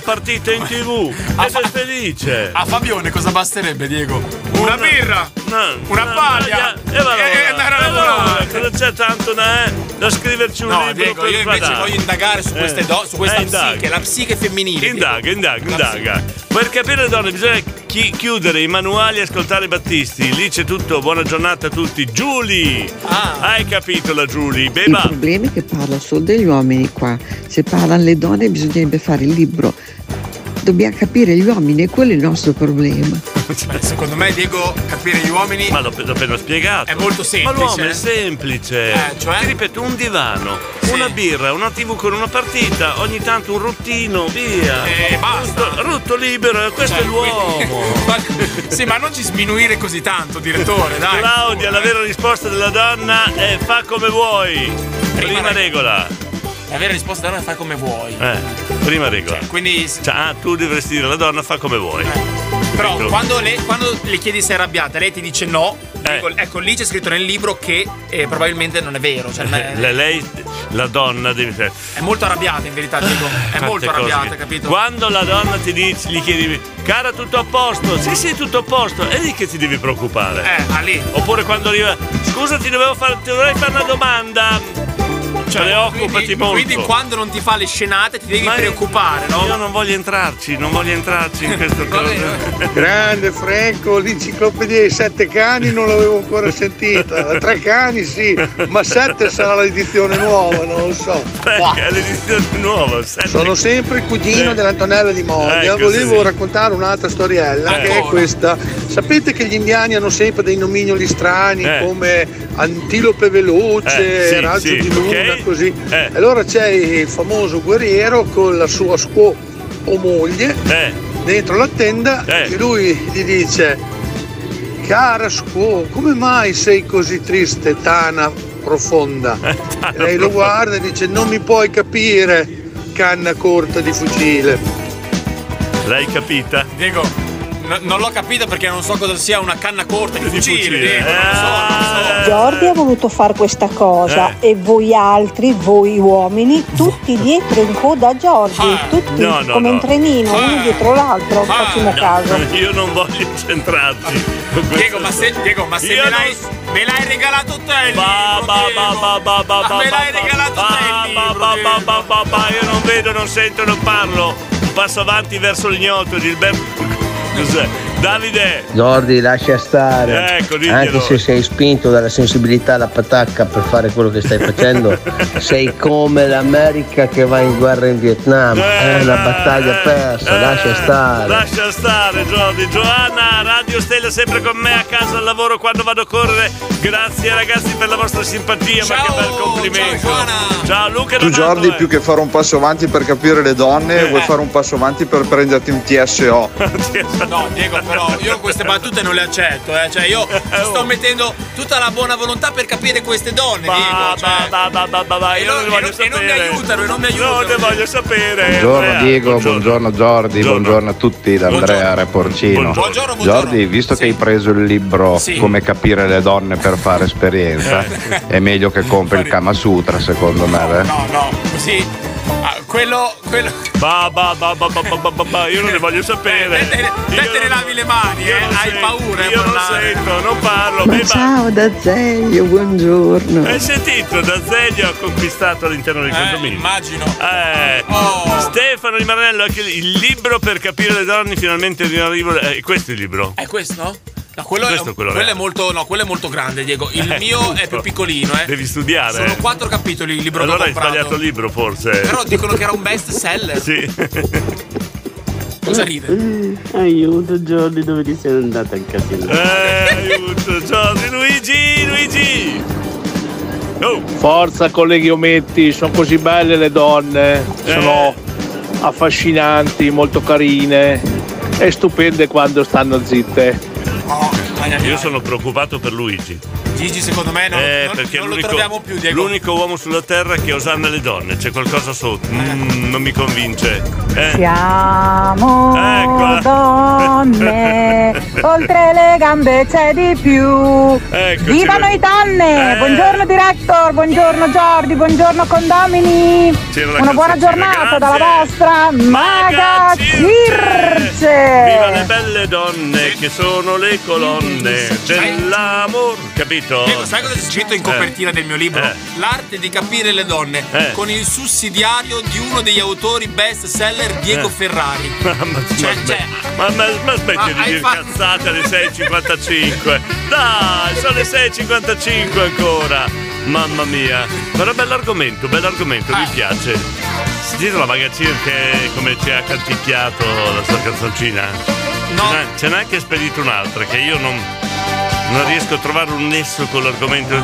S2: partita in tv ed è felice.
S3: A Fabione cosa basterebbe, Diego? Una birra, una
S2: no,
S3: paglia
S2: Eh, no, Eh, e va
S3: eh. e, e
S2: allora.
S3: Eh, andare a
S2: E allora,
S3: lavorare.
S2: cosa c'è tanto da, eh, da scriverci un
S3: No,
S2: libro
S3: Diego,
S2: per
S3: io invece
S2: sbadare?
S3: voglio indagare su queste do- su questa
S2: indaga.
S3: psiche, la psiche femminile,
S2: Indaga,
S3: Diego.
S2: indaga,
S3: La
S2: indaga. Per capire le donne bisogna chi- chiudere i manuali e ascoltare i Battisti. Lì c'è tutto, buona giornata a tutti. Giulie!
S3: Ah.
S2: Hai capito la Giulie?
S23: Il
S2: Beba!
S23: problema è che parla solo degli uomini qua. Se parlano le donne bisognerebbe fare il libro. Dobbiamo capire gli uomini, e quello è il nostro problema.
S3: Beh, secondo me, Diego, capire gli uomini.
S2: Ma l'ho l'ho appena spiegato.
S3: È molto semplice. eh. cioè?
S2: Ma l'uomo è semplice. Ti ripeto, un divano, una birra, una tv con una partita, ogni tanto un rottino, via.
S3: E Eh, basta.
S2: Rutto, rutto libero, eh, questo
S3: Cioè,
S2: è l'uomo.
S3: ma, sì, ma non ci sminuire così tanto, direttore, dai. eh.
S2: Claudia, la vera risposta della donna è fa come vuoi. Prima, regola.
S3: La vera risposta da noi è fai come vuoi.
S2: Eh, prima regola.
S3: quindi. Eh,
S2: Cioè, ah, tu dovresti dire alla donna fa come vuoi. Ecco.
S3: Però
S2: Capito?
S3: quando le, quando le chiedi se è arrabbiata, lei ti dice no.
S2: Eh.
S3: Ecco, ecco, lì c'è scritto nel libro che eh, probabilmente non è vero. Cioè, ma-
S2: Eh, le- lei, la donna deve essere
S3: è molto arrabbiata in verità, Diego. È molto arrabbiata, capito?
S2: Quando la donna ti dice, gli chiedi, cara tutto a posto, sì sì tutto a posto, è lì che ti devi preoccupare.
S3: Eh, ma lì.
S2: Oppure quando arriva, scusa ti dovevo fare, ti dovrei fare una domanda. Cioè, Preoccupati
S3: quindi,
S2: molto.
S3: quindi quando non ti fa le scenate ti devi preoccupare, no?
S2: Io non voglio entrarci, non voglio entrarci in questo caso.
S22: Grande Franco, l'enciclopedia dei sette cani non l'avevo ancora sentita. Tre cani sì, ma sette sarà l'edizione nuova, non lo so.
S2: Perché è l'edizione nuova, sette- Eh.
S22: Sono sempre il cugino dell'Antonella di Modia.
S2: Ecco,
S22: Volevo
S2: sì, sì.
S22: raccontare un'altra storiella
S2: Eh.
S22: che è questa. Sapete che gli indiani hanno sempre dei nomignoli strani
S28: Eh.
S22: come antilope veloce,
S28: Eh, sì,
S22: raggio
S28: sì,
S22: di luna,
S28: ok.
S22: così.
S2: Eh,
S22: Allora c'è il famoso guerriero con la sua scuo o moglie dentro la tenda e lui gli dice Cara Squo, come mai sei così triste, Tana profonda? E lei lo guarda e dice: Non mi puoi capire, canna corta di fucile.
S2: L'hai capita?
S3: Diego, no- non l'ho capita perché non so cosa sia una canna corta di fucile, Diego. Non lo so,
S2: eh?
S18: Jordi ha voluto fare questa cosa e voi altri, voi uomini, tutti dietro in coda a Jordi, tutti
S2: Ah, No, no, Ah,
S18: come
S2: no.
S18: un trenino, uno dietro l'altro, facciamo caso.
S2: Io non voglio
S22: Ah.
S2: centrarci.
S3: Diego, ma se, Diego, ma se
S2: Io
S3: me
S2: non
S3: l'hai, me l'hai regalato te il libro, Diego. Ma me l'hai regalato te il libro, Diego.
S2: Papà, io non vedo, non sento, non parlo. Un passo avanti verso l'ignoto, Gilberto. Cos'è? Davide!
S24: Jordi lascia stare
S2: Ecco, diglielo.
S24: anche se sei spinto dalla sensibilità alla patacca per fare quello che stai facendo sei come l'America che va in guerra in Vietnam è una battaglia persa lascia stare
S2: Lascia stare Jordi, Giovanna, Radio Stella sempre con me a casa al lavoro quando vado a correre. Grazie ragazzi per la vostra simpatia, ma che bel complimento. Ciao, Luca
S29: Tu Jordi più che fare un passo avanti per capire le donne,
S2: Eh.
S29: vuoi fare un passo avanti per prenderti un TSO.
S3: No, Diego, però io queste battute non le accetto, eh. Cioè, io ci
S2: oh.
S3: sto mettendo tutta la buona volontà per capire queste donne, Diego. Cioè. e,
S2: io
S3: non, e
S2: non voglio
S3: non- e non mi
S2: sapere.
S3: aiutano, e non mi aiutano.
S2: Non ne voglio sapere.
S12: Buongiorno
S2: Eh, Andrea.
S12: Diego, buongiorno, Jordi, buongiorno. a tutti da Andrea Reporcino.
S2: Buongiorno,
S12: Jordi, visto che hai preso il libro Come capire le donne per fare esperienza,
S2: Eh.
S12: è meglio che compri il Kama Sutra secondo me. eh.
S3: No, no, così. ah, quello, quello.
S2: Ba, ba, ba, ba, ba, ba, ba, ba, ba, io non ne voglio sapere. Te, te ne Eh, lavi
S3: le mani,
S2: eh. Hai paura. Io non sento, non parlo. Eh,
S23: Ma
S2: beh, ma-
S23: ciao da Zeglio, buongiorno.
S2: Hai sentito? D'Azeglio ha conquistato all'interno del condominio.
S3: Immagino.
S2: Eh, Stefano Di Maranello, anche lì, il libro per capire le donne finalmente è in arrivo. Eh, questo è il libro.
S3: È questo? No, quello,
S2: Questo
S3: è,
S2: è quello
S3: quello è
S2: reale.
S3: molto. No, quello è molto grande, Diego. Il
S2: Eh,
S3: mio è più piccolino, eh.
S2: Devi studiare.
S3: Sono quattro capitoli il libro
S2: allora
S3: che ho
S2: hai
S3: comprato.
S2: sbagliato il libro forse.
S3: Però dicono che era un best seller.
S2: Sì.
S3: Cosa ride?
S20: Eh,
S11: Aiuto Jordi dove ti sei andato a casino.
S2: Eh, aiuto, Jordi, Luigi, Luigi.
S17: Forza colleghi ometti, sono così belle le donne, sono
S2: Eh.
S17: affascinanti, molto carine e stupende quando stanno zitte.
S2: Io sono preoccupato per Luigi.
S3: Gigi secondo me non,
S2: Eh,
S3: non-
S2: perché
S3: non lo
S2: l'unico-
S3: troviamo più Diego.
S2: L'unico uomo sulla terra che osanna le donne, c'è qualcosa sotto.
S3: Eh.
S2: Mm, non mi convince. Eh.
S10: ah. Siamo donne, oltre le gambe c'è di più.
S2: Eccoci
S10: Viva
S2: noi.
S10: noi donne!
S2: Eh.
S10: Buongiorno director, buongiorno Giordi, buongiorno condomini.
S2: C'era la
S10: Una buona
S2: canzoncina,
S10: giornata dalla
S2: grazie.
S10: vostra Maga
S2: Viva le
S10: Circe.
S2: belle donne che sono le colonne dell'amor, capito?
S3: Diego, sai cosa c'è scritto in copertina del mio libro? L'arte di capire le donne
S2: Eh.
S3: con il sussidiario di uno degli autori best seller Diego
S2: Eh.
S3: Ferrari.
S2: Ma, ma,
S3: Cioè,
S2: ma-
S3: cioè-
S2: ma- ma- ma smetti
S3: Ma
S2: di
S3: hai
S2: dire
S3: fatto-
S2: cazzate alle 6.55 Dai, sono le 6.55 ancora Mamma mia Però bell'argomento, bell'argomento,
S3: Ah.
S2: mi piace Sentite la magazzina che come ci ha canticchiato la sua canzoncina? No Ce n'è anche spedito un'altra che io non, non riesco a trovare un nesso con l'argomento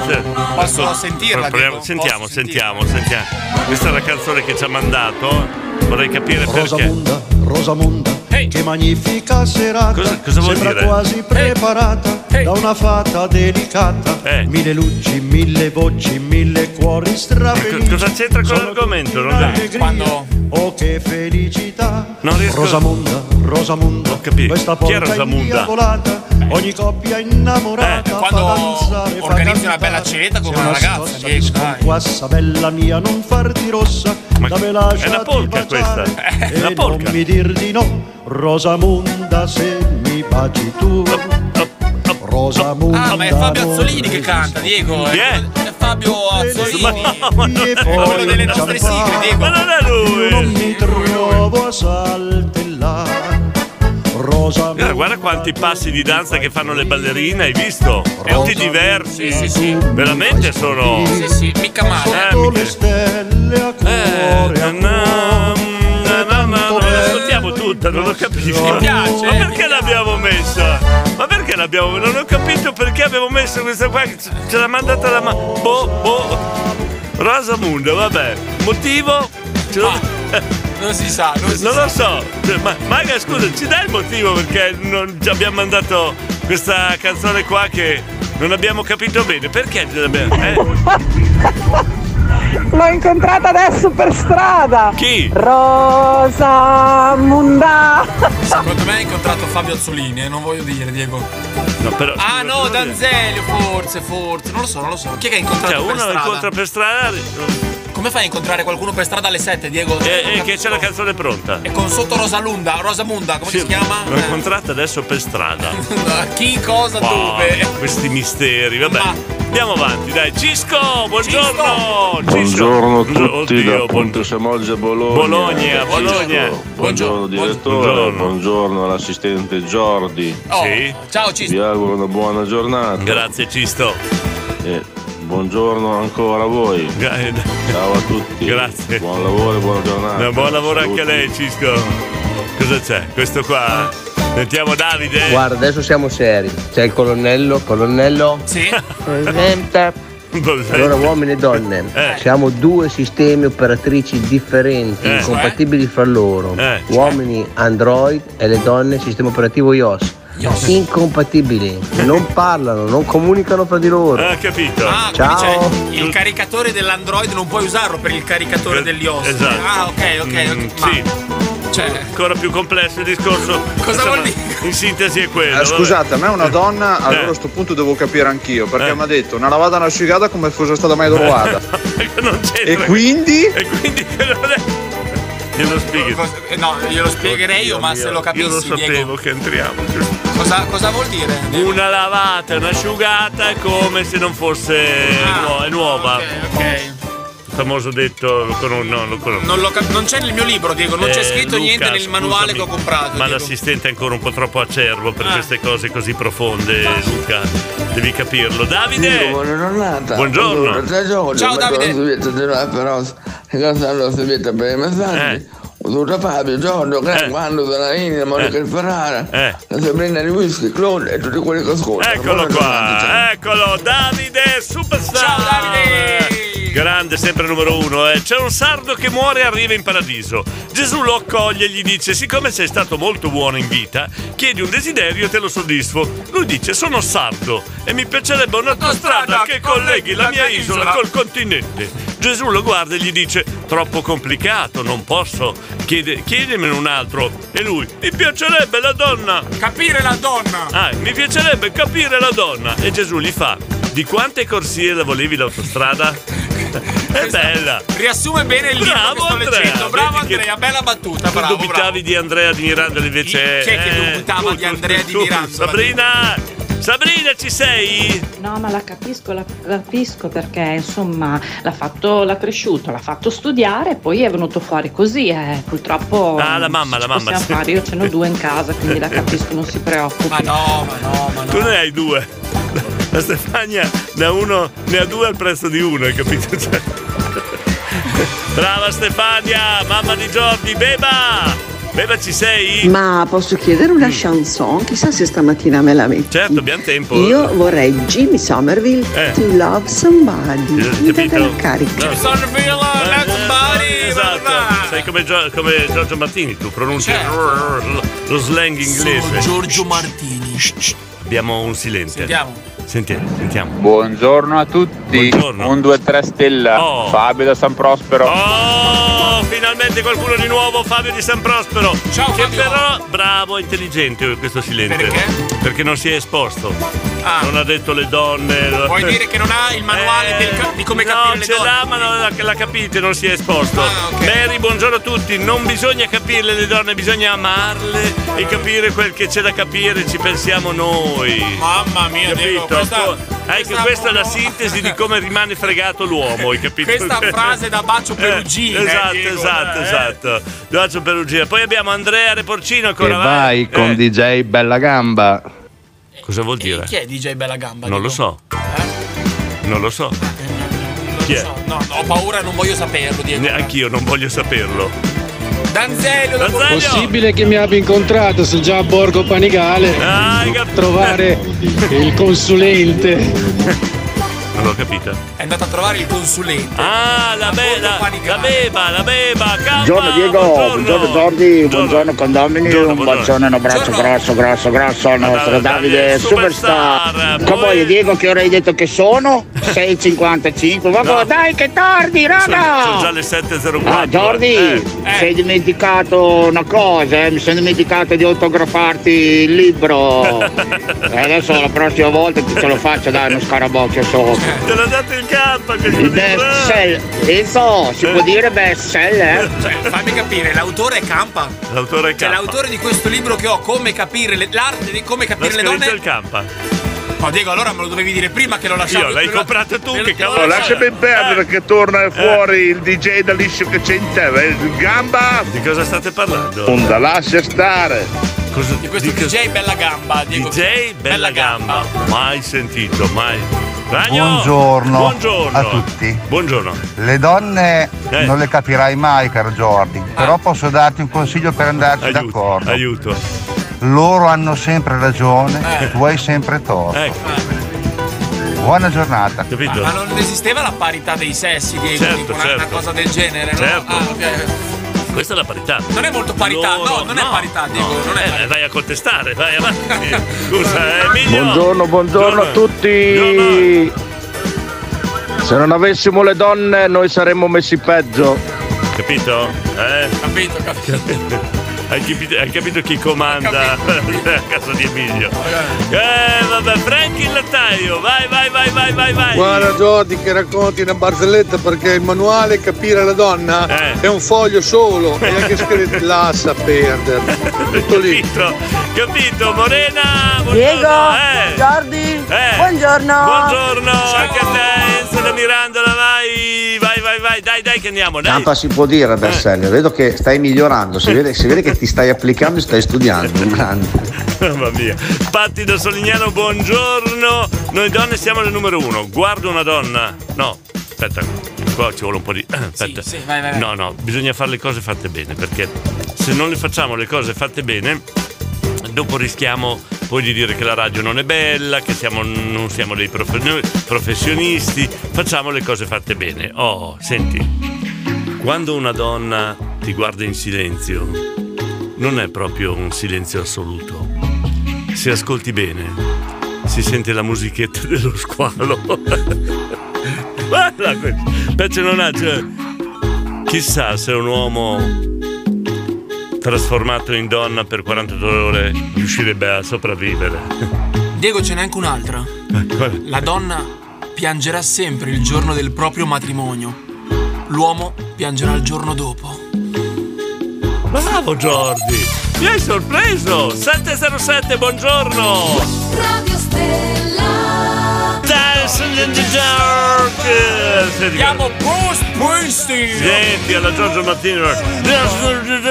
S3: Posso sentirla,
S2: Proviamo-
S3: Diego?
S2: Sentiamo, sentiamo, sentiamo Questa è la canzone che ci ha mandato Vorrei capire perché
S30: Rosamunda, Rosamunda, che magnifica serata,
S2: Cosa- cosa vuol
S30: sembra
S2: dire?
S30: quasi preparata da una fata delicata.
S2: Eh.
S30: Mille luci, mille voci, mille cuori strafelici.
S2: Ecco, Cosa c'entra con
S30: Sono
S2: l'argomento?
S30: tutti
S2: Non-
S30: allegria. Oh che felicità.
S2: Non riesco-
S30: Rosamunda, Rosamunda, questa
S2: Chi è
S30: porta
S2: Rosamunda?
S30: indiavolata, ogni coppia innamorata fa danzare, fa
S3: Eh, Organizzi una bella cena con una ragazza, Diego. dai.
S30: Quassa bella mia, non farti rossa, da me lasciati
S2: è una polca
S30: baciare.
S2: questa. È
S30: E
S2: una Eh, polca.
S30: non mi dir di no, Rosamunda, se mi baci tu. Rosamunda.
S3: Ah, ma è Fabio Azzolini che canta, Diego.
S30: Chi
S3: eh. È Fabio Azzolini.
S30: E
S3: È quello delle nostre sigle, Diego. Ma non è lui.
S30: Non mi trovo a saltellare. Rosamunda.
S2: Guarda, Eh, guarda quanti passi di danza che fanno le ballerine, hai visto? Tutti diversi. Sì, sì, sì. Veramente sono.
S3: Sì,
S2: Eh.
S3: sì, mica male. eh.
S30: Sotto le stelle a cuore a
S2: Non l'ascoltiamo tutta, non l'ho capito.
S30: Mi piace,
S2: Ma perché l'abbiamo messa? Ma perché l'abbiamo Non ho capito perché abbiamo messo questa qua. che Ce l'ha mandata la ma. Boh, boh. Rosamunda, vabbè. Motivo? Ce l'ho-
S3: Non si sa, non si
S2: Non lo so. Cioè, Ma Maga, scusa, ci dai il motivo perché non ci abbiamo mandato questa canzone qua che non abbiamo capito bene? Perché ce l'abbiamo. Eh?
S10: L'ho incontrata adesso per strada.
S2: Chi?
S10: Rosa Munda.
S3: Secondo me ha incontrato Fabio Azzolini, eh, non voglio dire, Diego.
S2: No, però,
S3: Ah no, Danzelio, forse, forse. Non lo so, non lo so. Chi è che ha incontrato
S2: Cioè,
S3: per
S2: uno lo
S3: strada?
S2: incontra per strada.
S3: Come fai a incontrare qualcuno per strada alle 7, Diego?
S2: E Eh, che c'è la canzone pronta.
S3: E con sotto Rosalunda, Rosamunda, come si chiama?
S2: L'ho incontrata adesso per strada.
S3: Chi, cosa,
S2: Wow,
S3: dove?
S2: questi misteri, vabbè. Andiamo avanti, dai. Cisco, buongiorno.
S14: Buongiorno a tutti
S2: Oddio,
S14: da Ponte Samoggia Bologna.
S2: Bologna, Bologna.
S14: Buongiorno direttore, buongiorno, all'assistente Jordi.
S2: Sì.
S3: Ciao
S14: Vi auguro una buona giornata.
S2: Oh, Grazie Cisto.
S14: E buongiorno ancora a voi. Ciao a tutti. Grazie. Buon lavoro e buona giornata.
S2: Eh, buon lavoro
S14: Saluti.
S2: anche a lei, Cisco. Cosa c'è? Questo qua. Sentiamo Davide.
S24: Guarda, adesso siamo seri. C'è il colonnello, colonnello.
S3: Sì.
S24: Allora, uomini e donne,
S2: Eh.
S24: siamo due sistemi operatrici differenti,
S2: Eh.
S24: incompatibili fra loro. Uomini Android e le donne sistema operativo iOS. Incompatibili, non parlano, non comunicano fra di loro.
S2: Ah, capito.
S3: Ah, quindi
S24: Ciao.
S3: c'è il caricatore dell'Android non puoi usarlo per il caricatore dell'iOS.
S2: esatto. Mm,
S3: Ah, ok, ok. ok. Ma cioè,
S2: Sì. Ancora più complesso il discorso. Cosa vuol dire? In sintesi è quello.
S12: Eh, scusate, a me una donna,
S2: Eh.
S12: allora a sto punto devo capire anch'io, perché mi ha detto una lavata una asciugata come fosse stata
S2: Eh.
S12: mai trovata.
S2: ecco,
S12: e quindi?
S2: Glielo spieghi.
S3: Eh, No, glielo spiegherei io,
S2: Oddio
S3: ma
S2: mio,
S3: se lo capissi,
S2: Io lo sapevo
S3: Diego.
S2: che entriamo.
S3: Cosa, cosa vuol dire?
S2: Una lavata, un'asciugata come se non fosse
S3: Ah,
S2: nuo- è nuova. Il famoso detto, lo conosco, no, lo conosco.
S3: Non, lo cap- non c'è nel mio libro, Diego, non c'è
S2: Eh,
S3: scritto
S2: Luca,
S3: niente nel manuale
S2: scusami,
S3: che ho comprato. Ah.
S2: Ma
S3: Diego.
S2: l'assistente è ancora un po' troppo acerbo per queste cose così profonde, Luca. Devi capirlo. Davide!
S27: Buona giornata.
S2: Buongiorno.
S27: Allora, tre giorni
S2: Ciao,
S27: ho
S2: Davide.
S27: mandato la Silvietta di Raffa Ross e grazie alla Silvietta per i
S2: Eh.
S27: messaggi. Un saluto a Fabio, Giorgio, Greg, Guando, Zanaini,
S2: Eh.
S27: Monica di Ferrara, la Sabrina di Whisky, Claude e tutti quelli che ascoltano.
S2: Eccolo qua, eccolo Davide Superstar. Ciao Davide. Grande, sempre numero uno. eh. C'è un sardo che muore e arriva in paradiso. Gesù lo accoglie e gli dice: Siccome sei stato molto buono in vita, chiedi un desiderio e te lo soddisfo. Lui dice: Sono sardo e mi piacerebbe un'autostrada che colleghi la mia isola col continente. Gesù lo guarda e gli dice: Troppo complicato, non posso. Chiede, chiedemene un altro. E lui: Mi piacerebbe la donna.
S3: Capire la donna.
S2: Ah, mi piacerebbe capire la donna. E Gesù gli fa: Di quante corsie la volevi l'autostrada? È bella.
S3: Riassume bene il libro
S2: Bravo
S3: che sto
S2: Andrea,
S3: leggendo. Bravo
S2: vedi che-
S3: Andrea, bella battuta,
S2: Tu
S3: bravo,
S2: dubitavi
S3: bravo.
S2: di Andrea di Mirandola invece.
S3: Chi è che dubitava
S2: tu,
S3: di
S2: tu,
S3: Andrea di
S2: tu,
S3: Mirandola?
S2: Sabrina! Sabrina, ci sei?
S6: No, ma la capisco, la capisco perché insomma l'ha fatto, l'ha cresciuto, l'ha fatto studiare e poi è venuto fuori così. eh. Purtroppo.
S2: Ah, la mamma, la
S6: ci
S2: mamma,
S6: possiamo
S2: sì.
S6: fare, io ce n'ho due in casa, quindi la capisco, non si preoccupi. Ma
S3: no, ma no, ma
S2: Tu ne hai due. La Stefania ne ha, uno, ne ha due al prezzo di uno, hai capito? Cioè- Brava Stefania, mamma di Jordi, Beba! Beba, ci sei?
S1: Ma posso chiedere una chanson? Chissà se stamattina me la metti.
S2: Certo, abbiamo tempo.
S1: Io vorrei Jimmy Somerville, To
S2: Eh.
S1: Love Somebody. Mi date la carica.
S2: No. Certo. Eh, Esatto, sei come, Gio- come Giorgio Martini, tu pronunci
S3: Certo.
S2: lo- lo slang inglese. Giorgio Martini. Abbiamo un silenzio. Sentiamo. Sentiamo, sentiamo.
S5: Buongiorno a tutti. Un 2 3 stella. Fabio da San Prospero.
S2: Oh, finalmente qualcuno di nuovo, Fabio di San Prospero. Ciao che però bravo e intelligente questo silenzio. Perché? Perché non si è esposto. Non ha detto le donne.
S3: Ah. Vuoi dire che non ha il manuale del ca- di come capire
S2: Eh, No,
S3: le
S2: ce
S3: donne?
S2: l'ha, ma non la, la capite, non si è esposto.
S3: Ah,
S2: Mary, buongiorno a tutti. Non bisogna capirle le donne, bisogna amarle e capire quel che c'è da capire, ci pensiamo noi.
S3: Mamma mia,
S2: capito?
S3: Diego, questa-
S2: Co- Anche questa è la sintesi di come rimane fregato l'uomo, hai capito?
S3: Questa frase da bacio Perugina,
S2: Eh, esatto,
S3: eh, Diego,
S2: esatto,
S3: eh.
S2: esatto. Bacio Perugina. Poi abbiamo Andrea Reporcino
S31: E
S2: ancora.
S31: vai con
S2: Eh,
S31: DJ Bella Gamba.
S2: Cosa vuol dire?
S3: Chi è DJ Bella Gamba?
S2: Non lo so. Non lo so. Chi è?
S3: No, no, ho paura, non voglio saperlo, Diego.
S2: Ne- Anch'io non voglio saperlo.
S3: Danzelio, da
S32: Possibile che mi abbia incontrato, sono già a Borgo Panigale.
S2: Ah.
S32: Trovare il consulente.
S2: Non l'ho capita.
S3: È andata a trovare il consulente.
S2: Ah, la beva, la beva, la beva.
S33: Buongiorno Diego, buongiorno Jordi, buongiorno condomini, un bacione, un abbraccio grosso, grosso, grosso al nostro Davide Superstar. Cowboy Diego che ora hai detto che sono? 6.55, vabbè
S2: No.
S33: dai che tardi raga!
S2: Sono, sono già le 7.04.
S33: Ah Jordi,
S2: eh.
S33: sei dimenticato una cosa, eh, mi sono dimenticato di autografarti il libro. E adesso la prossima volta ti ce lo faccio dai uno scarabocchio sopra.
S2: Te l'ho dato il campo. Che eh.
S33: Il best seller, Enzo, si può dire best seller?
S3: Cioè, fammi capire, l'autore è Campa.
S2: L'autore è
S3: Cioè,
S2: Campa.
S3: l'autore di questo libro che ho, Come capire le- l'arte di come
S2: L'ha
S3: capire le
S2: scritto
S3: donne.
S2: il campa.
S3: No, Diego, allora me lo dovevi dire prima che lo lasciavo.
S2: Io, l'hai comprato tu, che cavolo Eh.
S17: Oh, lascia ben perdere che torna fuori il DJ da liscio che c'è in te. eh, Gamba!
S2: Di cosa state parlando?
S17: Onda, lascia stare.
S3: Di questo DJ Bella Gamba, Diego.
S2: DJ Bella Gamba. Mai sentito, mai. Ragno!
S21: Buongiorno,
S2: Buongiorno.
S21: a tutti.
S2: Buongiorno.
S21: Le donne
S2: Eh.
S21: non le capirai mai, caro Jordi, però posso darti un consiglio per andarci d'accordo.
S2: Ah. Aiuto. Eh.
S21: Loro hanno sempre ragione e tu hai sempre torto.
S2: Ecco.
S21: Buona giornata.
S3: Ma non esisteva la parità dei sessi, Diego,
S21: Certo,
S3: tipo una,
S21: certo.
S3: una cosa del genere, no?
S2: Certo.
S3: Ah, ok.
S2: Questa è la parità.
S3: Non è molto parità, no, non è parità, Diego. non è
S2: Eh, vai a contestare, vai avanti. Scusa, eh, Emilio.
S21: Buongiorno, buongiorno a tutti. Se non avessimo le donne noi saremmo messi peggio.
S2: Capito? Eh?
S3: Capito, capito.
S2: Hai capito, hai capito chi comanda a casa di Emilio? Eh, vabbè, Frank il lattaio, vai, vai, vai, vai, vai, vai.
S22: Guarda Jordi che racconti una barzelletta perché il manuale capire la donna è un foglio solo e anche scritto là sa perdere. Tutto lì.
S2: Capito, Morena?
S33: Diego,
S2: eh.
S33: Jordi,
S2: Eh.
S33: buongiorno.
S2: Buongiorno, anche a te, Enzo da Mirandola, vai, vai, vai, vai, dai, dai che andiamo, dai.
S24: Campa si può dire best
S2: Eh.
S24: seller, vedo che stai migliorando, si vede, si vede che ti stai applicando e stai studiando, un grande.
S2: Mamma mia. Patti da Solignano, buongiorno. Noi donne siamo le numero uno. Guarda una donna. No, aspetta, qua ci vuole un po' di. Aspetta.
S3: vai, vai, vai.
S2: No, no, bisogna fare le cose fatte bene, perché se non le facciamo le cose fatte bene. dopo rischiamo poi di dire che la radio non è bella, che siamo- non siamo dei prof- noi professionisti, facciamo le cose fatte bene. Oh, senti, quando una donna ti guarda in silenzio, non è proprio un silenzio assoluto. Se ascolti bene, si sente la musichetta dello squalo. Guarda questo, pezzo non ha, cioè, chissà se un uomo trasformato in donna per 42 ore riuscirebbe a sopravvivere.
S3: Diego ce n'è anche un'altra. La donna piangerà sempre il giorno del proprio matrimonio. L'uomo piangerà il giorno dopo.
S2: Bravo Jordi! Mi hai sorpreso! 707, buongiorno!
S7: Radio Stella.
S2: Dance in the dark! Senti,
S3: Siamo post Springsteen!
S2: Senti, alla Giorgio Mattino! Dance in the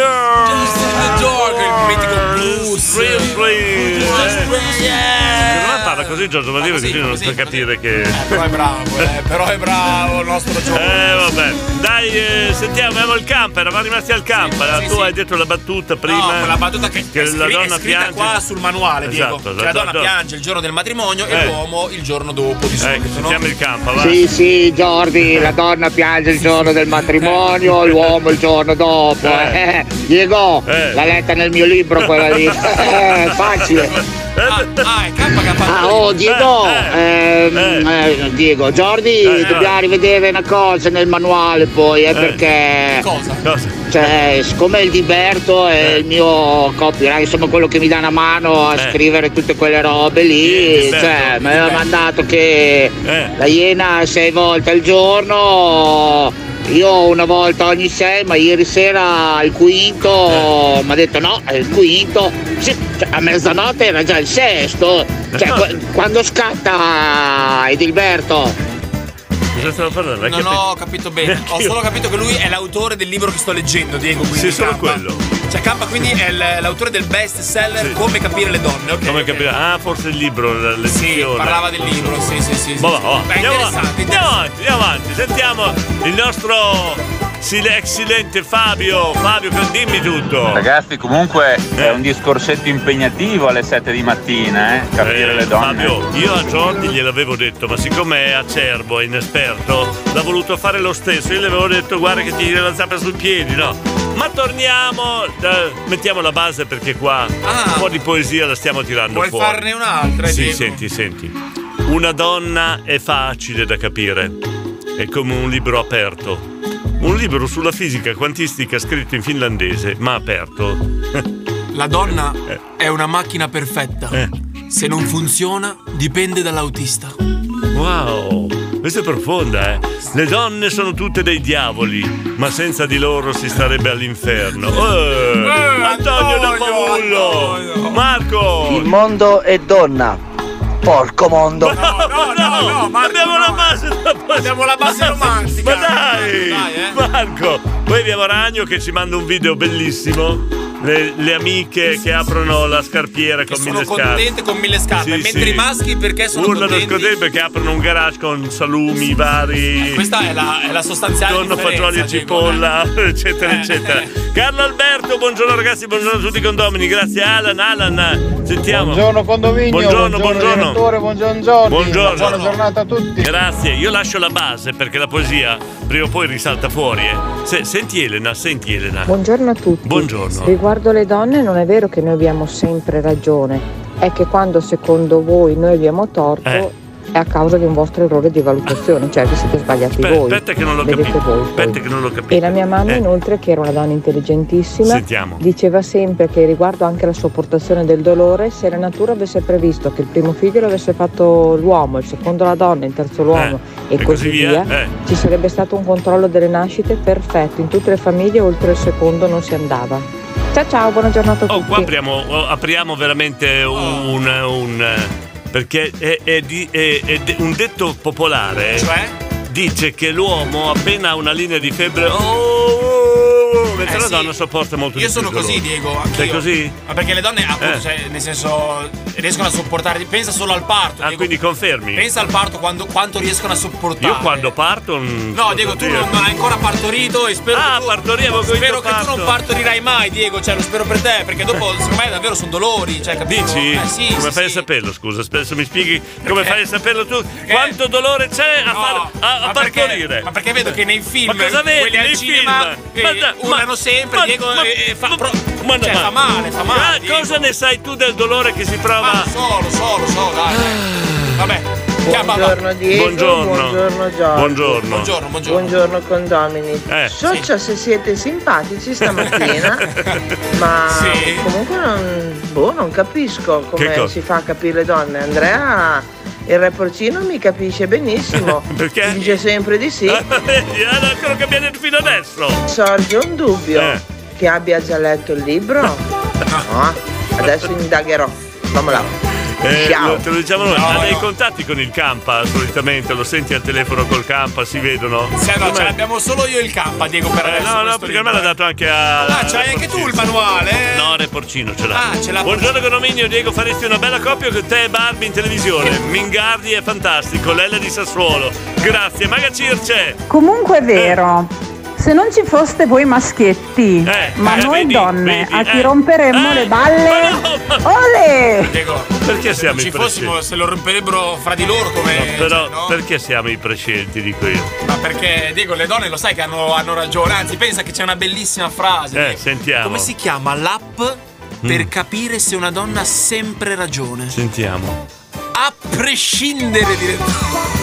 S2: Non la parla così Giorgio Mattino così non si fa capire che...
S3: Però è bravo, eh, però è bravo il nostro Giorgio.
S2: Eh vabbè, dai, eh, sentiamo, abbiamo il camp, eravamo rimasti al camp,
S3: sì,
S2: tu
S3: sì.
S2: hai detto la battuta prima.
S3: No, la battuta che, è, scri-
S2: la
S3: è
S2: donna
S3: scritta
S2: piange.
S3: qua sul manuale, Diego.
S2: Esatto,
S3: che la
S2: esatto,
S3: donna
S2: esatto.
S3: piange il giorno del matrimonio
S2: Eh.
S3: e l'uomo il giorno dopo di solito. no?
S2: sentiamo il campo, va.
S33: Sì, sì, Jordi, la donna piange il giorno del matrimonio, l'uomo il giorno dopo.
S2: Eh.
S33: eh. Diego,
S2: Eh.
S33: l'ha letta nel mio libro quella lì. Eh, facile.
S3: Ah, ah, è campo che ha fatto
S33: Ah, oh, Diego, ehm, eh, Diego, Jordi, dobbiamo rivedere una cosa nel manuale poi, eh, perché...
S3: Cosa?
S33: Cioè, siccome il Diberto è il mio copyright, insomma quello che mi dà una mano a
S24: Eh.
S33: scrivere tutte quelle robe lì,
S24: Dilberto,
S33: cioè, mi aveva
S24: Dilberto.
S33: mandato che
S2: Eh.
S33: la iena sei volte al giorno. Io una volta ogni sei, ma ieri sera il
S2: Eh.
S33: quinto mi ha detto no, è il quinto, Sì, cioè, a mezzanotte era già il
S2: Eh.
S33: sesto. Cioè, qu- quando scatta Edilberto?
S2: Cosa stavo parlando? Hai
S3: Non
S2: capito?
S3: ho capito bene, ho
S2: Anch'io.
S3: solo capito che lui è l'autore del libro che sto leggendo, Diego. Quindi
S2: Sì, solo
S3: K.
S2: quello.
S3: Cioè, K quindi è l- l'autore del best seller Come capire le donne, ok?
S2: Come capire? Ah, forse il libro, la lezione.
S3: Sì, parlava del libro, sì, sì, sì. sì.
S2: Ma va, va.
S3: Beh,
S2: Andiamo,
S3: interessante,
S2: andiamo avanti, andiamo avanti. Sentiamo il nostro sil- ex silente Fabio. Fabio, che- dimmi tutto.
S5: Ragazzi, comunque è un discorsetto impegnativo alle 7 di mattina, eh? Capire le donne.
S2: Fabio, io a Jordi gliel'avevo detto, ma siccome è acerbo e inesperto, l'ha voluto fare lo stesso. Io gli avevo detto, guarda che ti tira la zappa sui piedi, no? Ma torniamo, eh, mettiamo la base perché qua un po' di poesia la stiamo tirando
S3: Ah. Vuoi
S2: fuori.
S3: farne un'altra,
S2: Sì,
S3: Diego?
S2: senti, senti. Una donna è facile da capire, è come un libro aperto. Un libro sulla fisica quantistica scritto in finlandese, ma aperto. Eh.
S3: La donna è una macchina perfetta. Se non funziona, dipende dall'autista.
S2: Wow, questa è profonda, eh? Le donne sono tutte dei diavoli, ma senza di loro si starebbe all'inferno. Eh, Antonio da Pavullo! Marco!
S24: Il mondo è donna. Porco mondo.
S2: no, no, no, abbiamo la base abbiamo
S3: la base romantica eh.
S2: Ma dai, Marco poi abbiamo Ragno che ci manda un video bellissimo le, le amiche che aprono la scarpiera con
S3: Sono
S2: mille scarpe
S3: contente con mille scarpe,
S2: Sì,
S3: mentre
S2: sì.
S3: i maschi perché sono
S2: urlano
S3: contenti?
S2: scontenti perché aprono un garage con salumi vari
S3: Eh, Questa è la, è la sostanziale
S2: tonno,
S3: differenza, eh.
S2: fagioli e
S3: Diego,
S2: cipolla eccetera
S3: eh,
S2: eccetera Carlo Alberto buongiorno ragazzi buongiorno a tutti i condomini grazie Alan Alan sentiamo
S9: Buongiorno condominio,
S2: buongiorno buongiorno,
S9: direttore, buongiorno Jordi,
S2: Buongiorno.
S9: buona giornata a tutti.
S2: Grazie, io lascio la base perché la poesia prima o poi risalta fuori. eh. Se- senti Elena, senti Elena.
S26: Buongiorno a tutti.
S2: Buongiorno.
S26: Riguardo le donne non è vero che noi abbiamo sempre ragione, è che quando secondo voi noi abbiamo torto
S2: Eh.
S26: è a causa di un vostro errore di valutazione, cioè vi siete sbagliati
S2: Aspe-
S26: voi.
S2: aspetta che non l'ho
S26: Vedete
S2: capito.
S26: voi.
S2: Aspetta che non l'ho capito.
S26: E la mia mamma
S2: Eh.
S26: inoltre, che era una donna intelligentissima,
S2: Sentiamo.
S26: diceva sempre che riguardo anche alla sopportazione del dolore, se la natura avesse previsto che il primo figlio l'avesse fatto l'uomo, il secondo la donna, il terzo l'uomo
S2: e,
S26: così,
S2: così via,
S26: via,
S2: eh.
S26: ci sarebbe stato un controllo delle nascite perfetto, in tutte le famiglie oltre il secondo non si andava. Ciao ciao, buona giornata a tutti.
S2: Qua apriamo, oh, apriamo veramente un. un, eh, perché è, è di- è- è de- un detto popolare. eh.
S3: Cioè?
S2: Dice che l'uomo appena ha una linea di febbre. Oh, oh, oh, mentre
S3: Eh,
S2: la
S3: sì.
S2: donna sopporta molto
S3: Io
S2: di più.
S3: sono
S2: il
S3: così,
S2: dolore.
S3: Diego, anch'io.
S2: Sei così?
S3: Ma perché le donne, appunto,
S2: Eh.
S3: cioè, nel senso, riescono a sopportare. Pensa solo al parto.
S2: Ah, quindi confermi?
S3: Pensa al parto quando- quanto riescono a sopportare.
S2: Io Mm, quando parto.
S3: No, Diego, tu non hai ancora partorito e spero
S2: Ah,
S3: che tu, spero che tu non partorirai mai, Diego, cioè lo spero per te, perché dopo secondo me davvero sono dolori, cioè capito?
S2: Eh. Dici?
S3: Eh, sì,
S2: come
S3: sì,
S2: fai
S3: sì.
S2: a saperlo? Scusa, spesso mi spieghi come fai a saperlo tu? Quanto dolore c'è a, far- a- a
S3: ma perché-
S2: partorire?
S3: ma perché vedo che nei film
S2: Ma cosa vedi
S3: quelli al
S2: nei
S3: cinema
S2: film?
S3: eh,
S2: Ma da- ma-
S3: urlano sempre,
S2: ma-
S3: Diego
S2: ma-
S3: eh, fa, pro-
S2: Ma no,
S3: cioè,
S2: ma-
S3: fa male, fa
S2: Ah,
S3: male. Diego.
S2: cosa ne sai tu del dolore che si prova?
S3: Ma lo so, lo so, lo so, dai. Vabbè. Chiama-
S26: Buongiorno Diego,
S2: Buongiorno.
S26: buongiorno Giorgio.
S2: Buongiorno. Buongiorno,
S26: buongiorno. condomini.
S2: Eh,
S26: Socia se siete simpatici stamattina, ma comunque non, boh, non capisco
S2: Che
S26: come
S2: cosa?
S26: si fa a capire le donne. Andrea, il re porcino mi capisce benissimo.
S2: Perché?
S26: Dice sempre di sì.
S2: Vedi, ah, no, quello che viene fino adesso.
S26: Sorge un dubbio
S2: Eh.
S26: che abbia già letto il libro. No. eh. Adesso indagherò. Vamola.
S2: Eh,
S26: Ciao.
S2: lo- te lo diciamo noi,
S26: No,
S2: ha dei
S26: no.
S2: contatti con il Campa solitamente, lo senti al telefono col Campa, si vedono.
S3: Cioè, no,
S2: Com'è?
S3: ce l'abbiamo solo io e il K, Diego, per
S2: Eh,
S3: adesso.
S2: no, no,
S3: questo
S2: perché me
S3: libro.
S2: l'ha dato anche a.
S3: Ah, c'hai anche tu il manuale?
S2: No, Re Porcino ce l'ha.
S3: Ah, ce l'ha
S2: Buongiorno Conominio, Diego, faresti una bella coppia con te e Barbie in
S3: Eh.
S2: televisione. Mingardi è fantastico, Lella di Sassuolo. Grazie, Maga Circe.
S10: Comunque è vero. Se non ci foste voi maschietti, ma
S2: eh,
S10: noi
S2: vedi,
S10: donne,
S2: vedi,
S10: a chi
S2: eh,
S10: romperemmo le balle?
S3: Oh.
S10: Ole!
S3: Diego,
S2: perché siamo
S3: se
S2: i
S3: ci fossimo,
S2: prescelti?
S3: se lo romperebbero fra di loro come.
S2: Però perché siamo i prescelti, dico io?
S3: Ma perché, Diego, le donne lo sai che hanno, hanno ragione. Anzi, pensa che c'è una bellissima frase.
S2: Eh,
S3: Diego.
S2: sentiamo. Mm.
S3: Come si chiama l'app per capire se una donna ha sempre ragione?
S2: Sentiamo.
S3: A prescindere direttamente.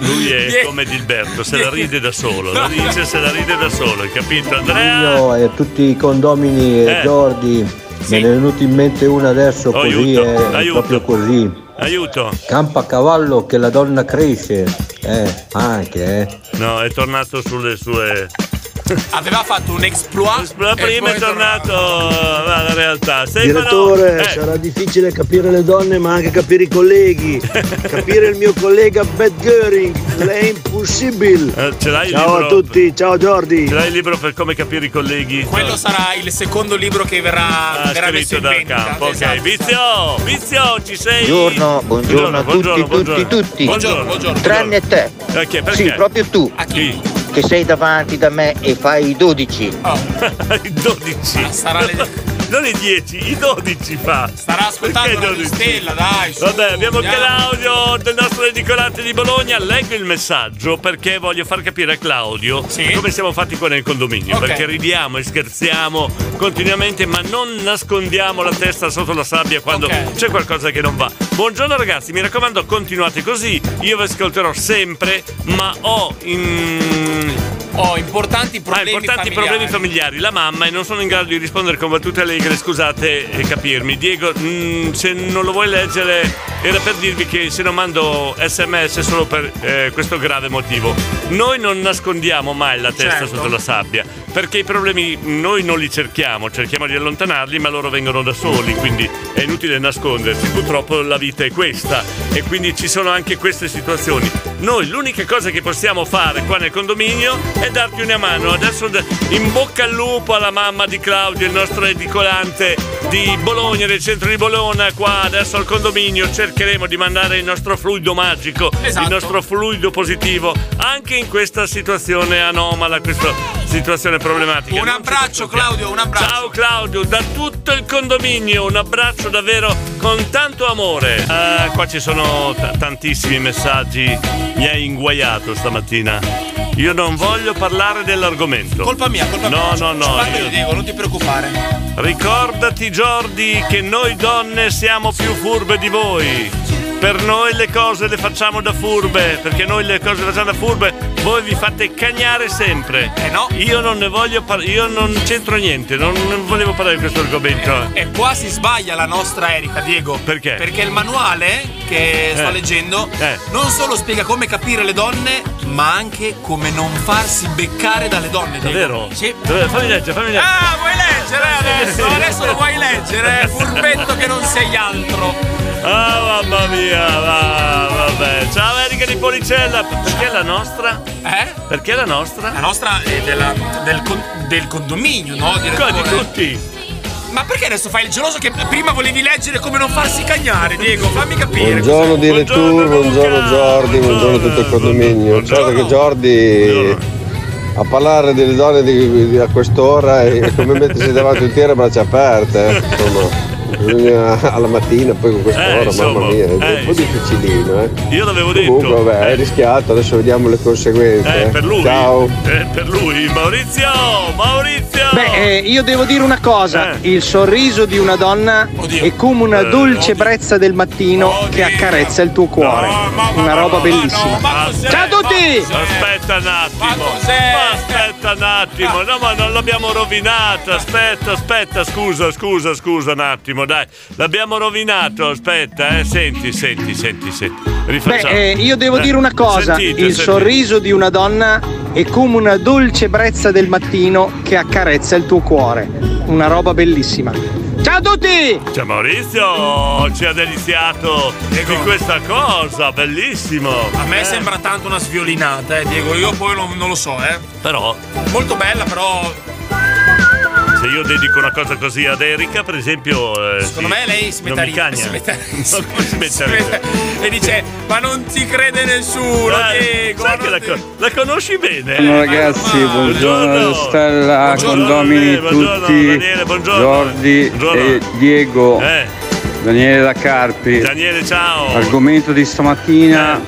S2: Lui è come Dilberto, se la ride da solo, la dice se la ride da solo, hai capito Andrea?
S24: Io e tutti i condomini e
S2: Eh. Oh,
S24: Giordi, me ne è venuta in mente una adesso così,
S2: Aiuto,
S24: è
S2: aiuto.
S24: proprio così.
S2: Aiuto!
S24: Campa a cavallo che la donna cresce, eh, anche, eh.
S2: No, è tornato sulle sue.
S3: Aveva fatto un exploit.
S2: La prima è tornato alla realtà. Stefano!
S4: Direttore,
S2: Eh,
S4: sarà difficile capire le donne ma anche capire i colleghi. capire il mio collega Bad Göring è impossibile.
S2: Eh, ce l'hai il
S4: ciao a
S2: libro?
S4: tutti, ciao Jordi.
S2: ce l'hai il libro per come capire i colleghi?
S3: Quello sarà il secondo libro che verrà,
S2: Ah,
S3: verrà messo
S2: scritto
S3: in
S2: dal
S3: vendita.
S2: campo. Ok,
S3: Esatto,
S2: vizio! Vizio, ci sei?
S4: Buongiorno,
S24: buongiorno a tutti,
S4: tutti, tutti.
S2: Buongiorno, buongiorno.
S4: Tranne
S24: te.
S2: Perché? Perché?
S4: Sì, proprio tu.
S24: Che sei davanti da me e fai i 12.
S2: Oh, I 12.
S3: Ah,
S2: Non i 10, i 12 fa.
S3: Starà ascoltando la stella, dai. su,
S2: Vabbè, abbiamo anche
S3: andiamo.
S2: l'audio del nostro edicolante di Bologna. Leggo il messaggio perché voglio far capire a Claudio come siamo fatti qua nel condominio.
S4: Ok.
S2: Perché ridiamo e scherziamo continuamente, ma non nascondiamo la testa sotto la sabbia quando c'è qualcosa che non va. Buongiorno ragazzi, mi raccomando, continuate così. Io vi ascolterò sempre, ma ho in.
S3: Ho importanti problemi
S2: ah, importanti
S3: familiari.
S2: problemi familiari. La mamma e non sono in grado di rispondere con battute allegre. Scusate e capirmi. Diego, mm, se non lo vuoi leggere, era per dirvi che se non mando sms solo per eh, questo grave motivo. Noi non nascondiamo mai la testa
S4: Certo.
S2: sotto la sabbia perché i problemi noi non li cerchiamo, cerchiamo di allontanarli, ma loro vengono da soli. Quindi è inutile nascondersi. Purtroppo la vita è questa e quindi ci sono anche queste situazioni. Noi l'unica cosa che possiamo fare qua nel condominio è darti una mano. Adesso d- in bocca al lupo alla mamma di Claudio, il nostro edicolante di Bologna, del centro di Bologna, qua adesso al condominio cercheremo di mandare il nostro fluido magico,
S3: Esatto.
S2: il nostro fluido positivo anche in questa situazione anomala, questa situazione problematica.
S3: Un abbraccio, Claudio, un abbraccio.
S2: Ciao Claudio, da tutto il condominio un abbraccio davvero con tanto amore. Ah, qua ci sono t- tantissimi messaggi, mi hai inguaiato stamattina. Io non voglio parlare dell'argomento.
S3: Colpa mia, colpa
S2: no,
S3: mia.
S2: No, no,
S3: Ci parlo
S2: io-
S3: io, Diego, non ti preoccupare.
S2: Ricordati Jordi che noi donne siamo più furbe di voi. Per noi le cose le facciamo da furbe, perché noi le cose le facciamo da furbe, voi vi fate cagnare sempre. Eh no. Io non ne voglio parlare, io non c'entro niente, non, non volevo parlare di questo argomento.
S3: E qua si sbaglia la nostra Erika, Diego.
S2: Perché?
S3: Perché il manuale che sto
S2: Eh.
S3: leggendo
S2: Eh.
S3: non solo spiega come capire le donne, ma anche come non farsi beccare dalle donne. Diego.
S2: Davvero?
S3: Sì.
S2: Dove- Fammi leggere, fammi leggere.
S3: Ah, vuoi leggere adesso? Adesso lo vuoi leggere, eh? furbetto che non sei altro.
S2: Ah, mamma mia, va- vabbè. Ciao Erika di Policella, perché la nostra?
S3: Eh?
S2: Perché la nostra?
S3: La nostra è della- del, con- del condominio, no?
S2: Qua di tutti.
S3: Ma perché adesso fai il geloso che prima volevi leggere come non farsi cagnare, Diego? Fammi capire.
S12: Buongiorno direttore, buongiorno Giordi, buongiorno tutto il condominio. Certo che Giordi a parlare delle donne di- di- a quest'ora è come mettersi davanti un tiro a braccia aperte. eh. Insomma, bisogna alla mattina, poi con quest'ora,
S2: Eh, insomma,
S12: mamma mia, è
S2: eh,
S12: un po' difficilino. Eh.
S2: Io l'avevo
S12: Comunque,
S2: detto.
S12: vabbè, è rischiato, adesso vediamo le conseguenze.
S2: Eh, per lui.
S12: Ciao.
S2: Eh, per lui, Maurizio! Maurizio! Eh.
S15: Beh, eh, io devo dire una cosa: il sorriso di una donna è come una dolce brezza del mattino che accarezza il tuo cuore. una roba bellissima.
S2: Ciao a tutti! Aspetta un attimo! Ma aspetta un attimo! No, ma non l'abbiamo rovinata! Aspetta, aspetta, scusa, scusa, scusa un attimo, dai! L'abbiamo rovinato, aspetta, eh! Senti, senti, senti, senti!
S15: Beh,
S2: Rifacciamo.
S15: eh, io devo
S2: Eh,
S15: dire una cosa:
S2: sentite,
S15: il
S2: sentite.
S15: sorriso di una donna è come una dolce brezza del mattino che accarezza il tuo cuore. Una roba bellissima. Ciao a tutti!
S2: Cioè Maurizio ci ha deliziato di questa cosa, bellissimo!
S3: A me sembra tanto una sviolinata, eh, Diego. Io poi non, non lo so, eh.
S2: Però
S3: Molto bella, però.
S2: se io dedico una cosa così ad Erika, per esempio... eh,
S3: Secondo
S2: sì,
S3: me lei si
S2: non mi
S3: mette a
S2: cagna.
S3: ridere, si mette
S2: No, come si mette a ridere?
S3: e dice: Ma non ti crede nessuno,
S2: Eh,
S3: Diego. Eh,
S2: sai che la, co- la conosci bene?
S34: Buongiorno ragazzi, buongiorno Stella, condomini tutti, Jordi e Diego, Daniele da Carpi.
S2: Eh. Daniele, ciao.
S34: Argomento di stamattina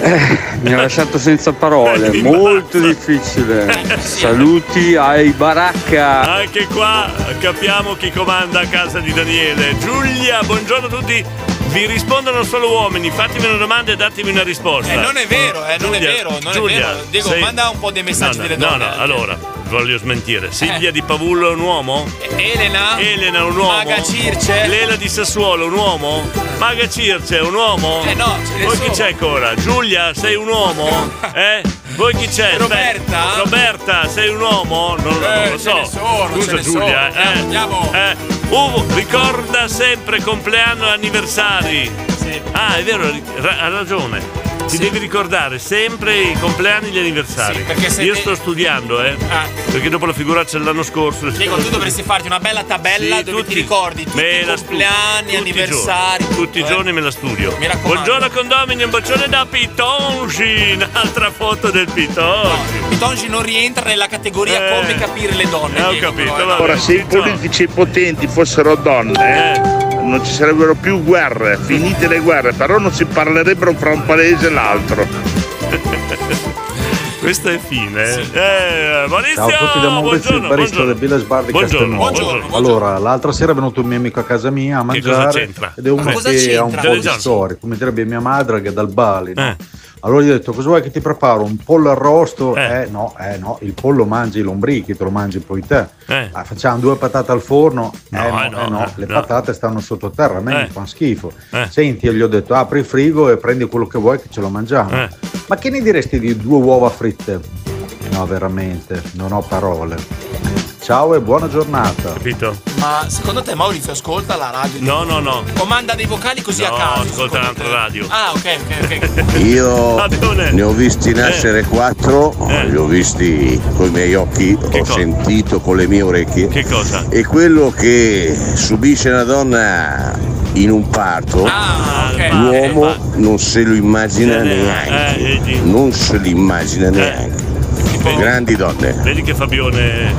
S34: eh, mi ha lasciato senza parole, molto difficile. Saluti ai Baracca.
S2: Anche qua capiamo chi comanda a casa di Daniele. Giulia, buongiorno a tutti. Vi rispondono solo uomini, fatemi una domanda e datemi una risposta.
S3: Eh, non è vero, eh, non è
S2: Giulia,
S3: vero, non è
S2: Giulia,
S3: vero. Diego,
S2: sei-
S3: manda un po' dei messaggi
S2: no, no,
S3: delle
S2: no,
S3: donne. eh.
S2: No, allora, voglio smentire. Silvia di Pavullo è un uomo?
S3: Elena?
S2: Elena è un uomo?
S3: Maga Circe?
S2: Lela di Sassuolo è un uomo? Maga Circe è un uomo?
S3: Eh no, ce ne
S2: Poi
S3: sono.
S2: chi c'è ancora? Giulia, sei un uomo? Eh? Voi chi c'è? Roberta? Roberta, sei un uomo? Non, non lo
S3: Eh, ce
S2: so.
S3: ne sono,
S2: Scusa
S3: ce ne
S2: Giulia,
S3: sono.
S2: eh. Eh, Ugo, ricorda sempre compleanno e anniversari. Ah, è vero, ri- ra- ha ragione. Ti devi ricordare sempre i compleanni e gli anniversari.
S3: Sì, perché se
S2: Io
S3: te- Ah.
S2: sto studiando, eh. Perché dopo la figuraccia dell'anno scorso.
S3: Diego, tu dovresti farti una bella tabella
S2: Sì,
S3: dove
S2: tutti.
S3: ti ricordi tutti
S2: Me
S3: i
S2: la stu-
S3: compleanni,
S2: tutti i
S3: anniversari.
S2: giorni. tutti i
S3: tutto, eh.
S2: giorni me la studio.
S3: Mi raccomando.
S2: Buongiorno condomini, un bacione da Pitongi. Un'altra foto del Pitongi.
S3: Pitongi non rientra nella categoria come capire le donne.
S2: eh, ho
S3: Diego,
S2: capito,
S3: però, eh.
S17: Ora, se i politici e i potenti fossero
S2: Eh.
S17: donne, non ci sarebbero più guerre, finite le guerre, però non si parlerebbero fra un paese e l'altro.
S2: Questo è fine. Eh, Maurizio,
S30: Ciao a tutti da Maurizio, il
S2: buongiorno.
S30: barista del Village Bar di
S2: Buongiorno,
S30: Castelnuovo.
S2: buongiorno,
S30: Allora, l'altra sera è venuto un mio amico a casa mia a
S2: cosa
S30: mangiare
S2: c'entra?
S30: ed è uno
S2: Ma cosa
S30: che ha un
S2: c'entra?
S30: po' di
S2: Johnson.
S30: storia, come direbbe mia madre che è dal Bali.
S2: Eh.
S30: no? Allora gli ho detto, cosa vuoi che ti preparo? Un pollo arrosto? Eh, no, eh no, il pollo mangi i lombrichi, te lo mangi poi te.
S2: Eh.
S30: Ah, facciamo due patate al forno? eh no,
S34: eh no,
S30: eh no,
S34: eh
S30: le
S34: no.
S30: patate stanno sottoterra, a me
S34: Eh.
S30: mi fanno schifo. Senti, io gli ho detto, apri il frigo e prendi quello che vuoi che ce lo mangiamo.
S34: Eh.
S30: Ma che ne diresti di due uova fritte? No, veramente, non ho parole. Ciao e buona giornata.
S2: Capito?
S3: Ma secondo te Maurizio ascolta la radio?
S2: No, no, no.
S3: O manda dei vocali così a caso?
S2: Ascolta un'altra radio.
S3: Ah, ok, ok, ok.
S14: Io ne ho
S2: Eh.
S14: visti nascere quattro, li ho visti con i miei occhi, ho sentito con le mie orecchie.
S2: Che cosa?
S14: E quello che subisce una donna in un parto,
S2: Ah,
S14: l'uomo non se lo immagina neanche.
S2: Eh, vedi, Eh.
S14: Non se lo immagina neanche. Grandi donne.
S2: vedi che Fabione è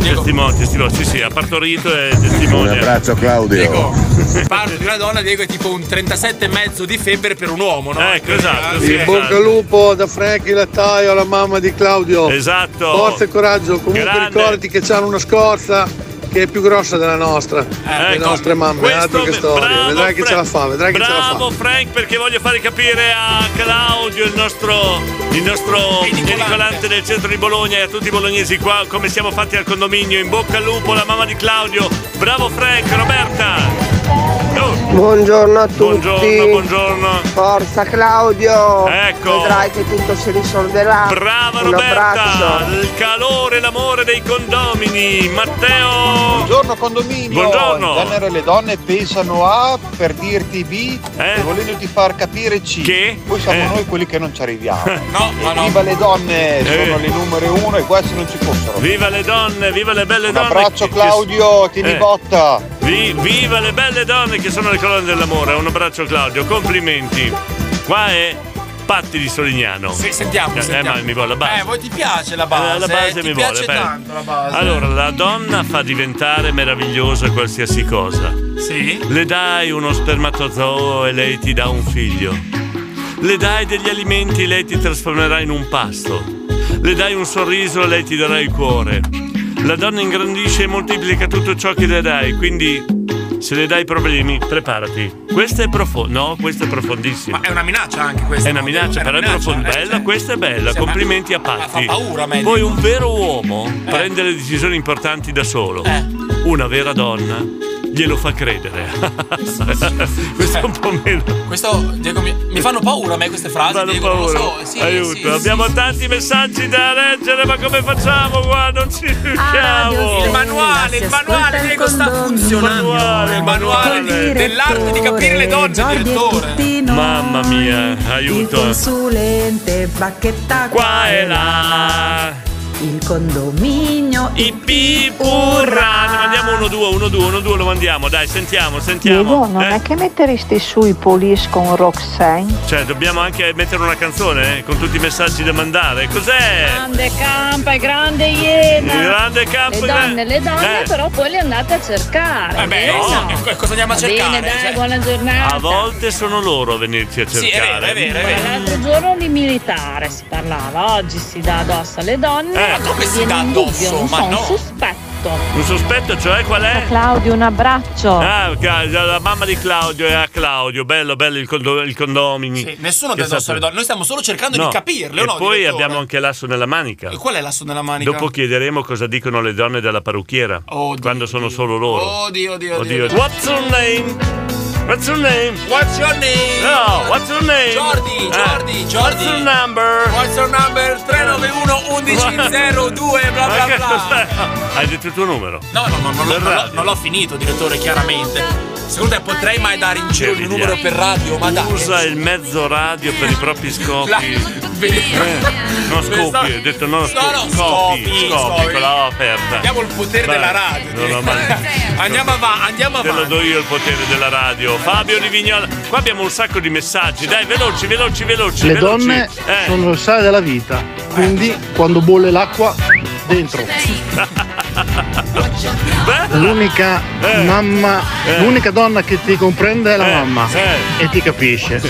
S2: testimone, testimone. Sì, sì, ha partorito e è
S14: Un
S2: testimone.
S14: abbraccio Claudio.
S3: Se parlo di una donna, Diego è tipo un 37 e mezzo di febbre per un uomo, no? Ecco,
S2: esatto.
S22: In bocca al lupo da Frankie Lattaio alla mamma di Claudio.
S2: Esatto.
S22: Forza e coraggio. Comunque
S2: Grande.
S22: ricordati che c'hanno una scorza che è più grossa della nostra. le
S2: ecco,
S22: nostre mamme,
S2: questo
S22: altro che storie. vedrai che ce la fa, vedrai che ce la fa.
S2: Bravo Frank perché voglio fare capire a Claudio, il nostro, il nostro edicolante del centro di Bologna e a tutti i bolognesi qua come siamo fatti al condominio. In bocca al lupo, la mamma di Claudio. Bravo Frank, Roberta. Oh.
S1: Buongiorno a tutti.
S2: Buongiorno, buongiorno.
S1: Forza Claudio.
S2: Ecco.
S1: Vedrai che tutto si risolverà.
S2: Brava
S1: Un
S2: Roberta,
S1: abbraccio.
S2: il calore e l'amore dei condomini. Matteo.
S6: Buongiorno condominio.
S2: Buongiorno.
S6: In genere le donne pensano A per dirti B e volendoti far capire C.
S2: Eh? Che? Eh.
S6: Poi siamo noi quelli che non ci arriviamo.
S3: no,
S6: ma no. Viva le donne, sono le numero uno e qua se non ci fossero.
S2: Eh. Viva le donne, viva le belle
S6: Un
S2: donne.
S6: abbraccio,
S2: che- Eh. che-
S6: Claudio, tieni botta.
S2: Vi- viva le belle donne che sono le colonne dell'amore. Un abbraccio Claudio, complimenti. Qua è Patti di Solignano.
S3: Sì, sentiamo,
S2: Eh,
S3: sentiamo.
S2: ma mi vuole la base.
S3: Eh, voi ti piace la base?
S2: Eh, la base
S3: eh? Ti
S2: mi
S3: piace
S2: vuole, bene.
S3: tanto la base.
S2: Allora, la donna fa diventare meravigliosa qualsiasi cosa.
S3: Sì.
S2: Le dai uno spermatozoo e lei ti dà un figlio. Le dai degli alimenti e lei ti trasformerà in un pasto. Le dai un sorriso e lei ti darà il cuore. La donna ingrandisce e moltiplica tutto ciò che le dai, quindi se le dai problemi, preparati. Questa è profonda. No, questa è profondissima.
S3: È una minaccia anche questa.
S2: È una minaccia, però è profonda. Bella, questa è bella.
S3: Eh, Sì, ma-
S2: Complimenti a Patti.
S3: ma Ah, fa paura, meglio. Eh.
S2: Poi un vero uomo prende le decisioni importanti da solo. Una vera donna glielo fa credere. questo è un po' meno.
S3: Eh. Questo, Diego, mi, mi fanno paura a me queste frasi.
S2: Fanno
S3: Diego, non
S2: paura.
S3: lo so. Sì,
S2: Aiuto,
S3: sì,
S2: abbiamo tanti messaggi da leggere, ma come facciamo qua? Non ci
S22: Ah,
S2: riusciamo.
S3: Il manuale, il manuale, Diego, sta funzionando. Il manuale dell'arte di capire le donne, direttore.
S2: Mamma mia, aiuto.
S12: Consulente, bacchetta
S2: Qua e là.
S12: Il condominio
S2: IP Urra, ne mandiamo uno, due, uno, due, uno, due, lo mandiamo, dai, sentiamo, sentiamo.
S14: Diego, non è che metteresti su i police con Roxanne?
S2: Cioè, dobbiamo anche mettere una canzone eh, con tutti i messaggi da mandare. Cos'è?
S27: Grande campa e grande iena.
S2: Il grande campo
S27: Le
S2: e grande-
S27: donne, le donne
S2: Eh.
S27: però poi le andate a cercare.
S3: Eh
S2: beh, no, e co- cosa andiamo a
S27: Va
S2: cercare,
S27: Bene, dai,
S2: cioè?
S27: buona giornata.
S2: A volte sono loro a venirci a cercare.
S27: è vero,
S3: è vero, è vero.
S27: L'altro giorno di militare si parlava, oggi si dà addosso alle donne.
S2: Eh, ma come si
S27: Viene
S2: dà
S27: un
S2: addosso?
S27: dubbio, non
S2: Ma
S27: so, un
S2: no.
S27: sospetto.
S2: Un sospetto, cioè, qual è?
S14: Claudio, un abbraccio.
S2: Ah, ca- la mamma di Claudio è a Claudio, bello, bello il, condo- il condomini.
S3: Nessuno
S2: Che
S3: dà addosso
S2: stato-
S3: alle donne, noi stiamo solo cercando
S2: No.
S3: di capirle, o
S2: E
S3: no?
S2: poi
S3: direttore?
S2: abbiamo anche l'asso nella manica.
S3: E qual è l'asso nella manica?
S2: Dopo chiederemo cosa dicono le donne della parrucchiera
S3: Oh,
S2: quando sono solo loro.
S3: Oddio, oddio,
S2: Oddio.
S3: oddio.
S2: What's your name? What's your name?
S3: What's your name?
S2: No, what's your name? Eh.
S3: Jordi, Jordi, Jordi.
S2: What's your number?
S3: What's your number? 391 1102 bla bla bla.
S2: Hai detto il tuo numero?
S3: No, no, no, non, l'ho- non l'ho- non l'ho finito, direttore, chiaramente. Secondo te potrei mai dare in giro il numero per radio? Ma dai.
S2: Usa il mezzo radio per i propri scopi.
S3: La- Eh,
S2: No, scopi, ho detto no, scopi.
S3: no,
S2: scopi,
S3: scopi,
S2: scopi,
S3: scopi.
S2: con la O aperta.
S3: Abbiamo il potere
S2: Vai.
S3: della radio.
S2: Non ho mai-
S3: Andiamo avanti, andiamo
S2: Te lo
S3: avanti.
S2: do io il potere della radio. Fabio di Vignola. Qua abbiamo un sacco di messaggi. Dai, veloci, veloci, veloci.
S27: Le
S2: veloci.
S27: donne
S2: Eh.
S27: sono il sale della vita, quindi quando bolle l'acqua dentro. L'unica
S2: Eh.
S27: mamma, l'unica donna che ti comprende è la mamma e ti capisce.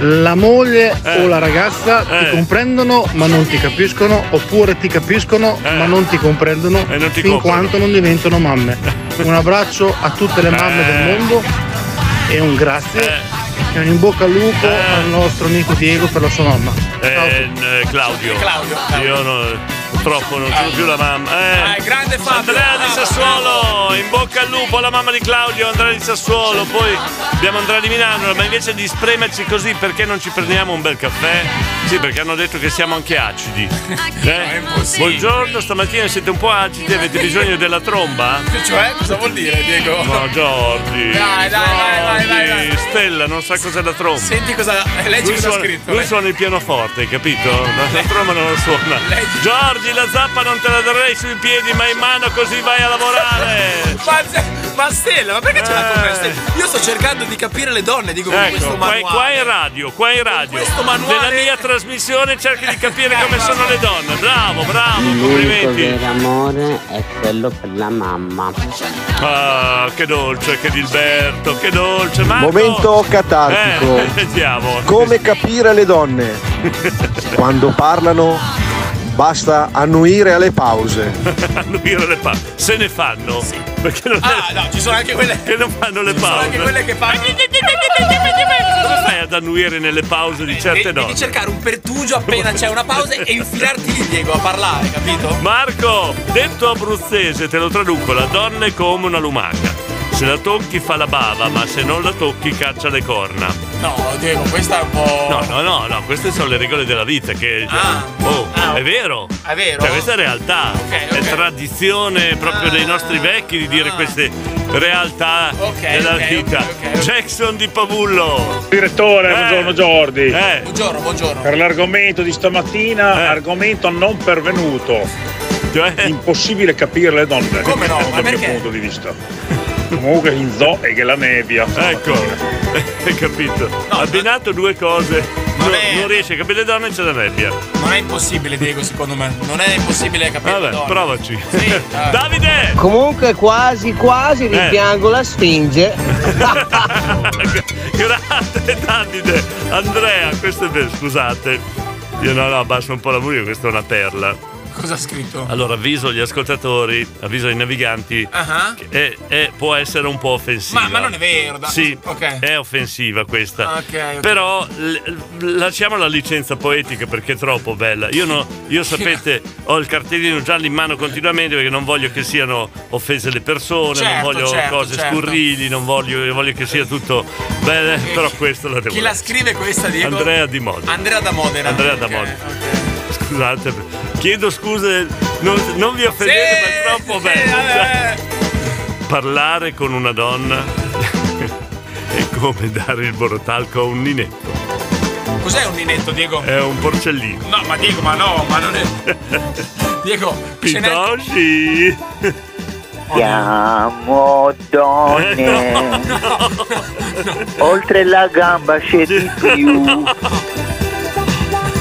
S27: La moglie
S2: Eh.
S27: o la ragazza ti comprendono ma non ti capiscono oppure ti capiscono ma non ti comprendono
S2: Eh. non ti
S27: fin
S2: comprano.
S27: quanto non diventano mamme. Un abbraccio a tutte le mamme
S2: Eh.
S27: del mondo e un grazie e un in bocca al lupo al nostro amico Diego per la sua mamma.
S2: Eh, eh, Claudio.
S27: Claudio,
S2: Io no, purtroppo non sono più la mamma. Eh.
S3: grande Fabio.
S2: Andrea di Sassuolo, in bocca al lupo alla mamma di Claudio, Andrea di Sassuolo, poi abbiamo Andrea di Milano, ma invece di spremerci così perché non ci prendiamo un bel caffè? Sì, perché hanno detto che siamo anche acidi. Eh? Buongiorno, stamattina siete un po' acidi, avete bisogno della tromba?
S3: Cioè, cosa vuol dire, Diego?
S2: No, Giorgi.
S3: Dai, dai, dai, dai, dai, dai.
S2: Giorgi, Stella non sa cos'è la tromba.
S3: Senti cosa. eh, Leggi
S2: lui
S3: cosa ha
S2: suona,
S3: scritto.
S2: Lui
S3: eh.
S2: suona il pianoforte, capito? La la tromba non la suona. Giorgi, la zappa non te la darei sui piedi, ma in mano così vai a lavorare. Eh.
S3: Ma, ma Stella, ma perché ce l'ha con me? Stella? Io sto cercando di capire le donne, dico con
S2: Ecco,
S3: questo
S2: qua,
S3: manuale.
S2: qua in radio, qua in radio.
S3: questo manuale- Eh,
S2: Nella mia trasmissione cerchi di capire come sono le donne. Bravo, bravo,
S20: L'unico
S2: Ah, complimenti.
S20: vero amore è quello per la mamma.
S2: Ah, che dolce, che Dilberto, che dolce. Marco.
S34: Eh,
S21: Momento catartico.
S2: Eh, vediamo.
S21: Come capire le donne? Quando parlano basta annuire alle pause.
S2: Annuire le pa- Se ne fanno. Perché non
S3: ah, no, ci sono anche quelle.
S2: Che non fanno le pause.
S3: Sono anche quelle che
S2: Eh,
S3: fanno.
S2: Come fai ad annuire nelle pause di certe
S3: Devi
S2: donne?
S3: Eh, cercare un pertugio appena c'è una pausa e infilarti lì, Diego, a parlare, capito?
S2: Marco, detto abruzzese, te lo traduco, la donna è come una lumaca. Se la tocchi fa la bava, ma se non la tocchi caccia le corna.
S3: No, Diego, questa è un po'.
S2: No, no, no, no, queste sono le regole della vita che. oh, è vero!
S3: Ah. È vero?
S2: Cioè, questa è realtà. È tradizione proprio
S3: Ah.
S2: dei nostri vecchi di dire queste realtà della vita. Jackson di Pavullo!
S17: Direttore,
S2: Eh.
S17: buongiorno Jordi.
S3: Buongiorno, buongiorno.
S17: Per l'argomento di stamattina,
S2: Eh.
S17: argomento non pervenuto.
S2: Cioè?
S17: Impossibile capire le donne.
S3: Come no? Ma
S17: Dal mio
S3: perché?
S17: punto di vista. Comunque in zoo e che la nebbia.
S2: Ecco, hai capito. Ha abbinato due cose. No, non riesce a capire le donne c'è la nebbia.
S3: Non è impossibile, Diego, secondo me. Non è impossibile capire.
S2: Vabbè,
S3: Madonna.
S2: provaci.
S3: ah, Davide!
S24: Comunque quasi quasi rimpiango la Sfinge.
S2: Grazie Davide. Andrea, questo è vero, scusate. Io no, no, abbasso un po' la musica, questa è una perla.
S3: Cosa ha scritto?
S2: Allora avviso gli ascoltatori, avviso i naviganti,
S3: Ah.
S2: che è- è- può essere un po' offensiva.
S3: Ma, ma non è vero, dai.
S2: Sì,
S3: Ok.
S2: è offensiva questa.
S3: Ah, ok, ok.
S2: Però l- l- lasciamo la licenza poetica perché è troppo bella. Io, no- io sapete, ho il cartellino giallo in mano continuamente perché non voglio che siano offese le persone,
S3: Certo,
S2: non voglio
S3: certo,
S2: cose
S3: certo.
S2: scurrili, non voglio, io voglio che sia tutto bene, però questo la devo
S3: Chi la
S2: leggere.
S3: scrive questa, Diego?
S2: Andrea Di Modena.
S3: Andrea da Modena.
S2: Andrea da Modena. Scusate, chiedo scuse, non, non vi offendete, ma è troppo bello. Cioè, Parlare con una donna è come dare il borotalco a un ninetto.
S3: Cos'è un ninetto, Diego?
S2: È un porcellino.
S3: No, ma Diego, ma no, ma non è. Diego, ce n'è-
S2: Pitoshi! Eh,
S5: Siamo donne. Oltre la gamba c'è di più.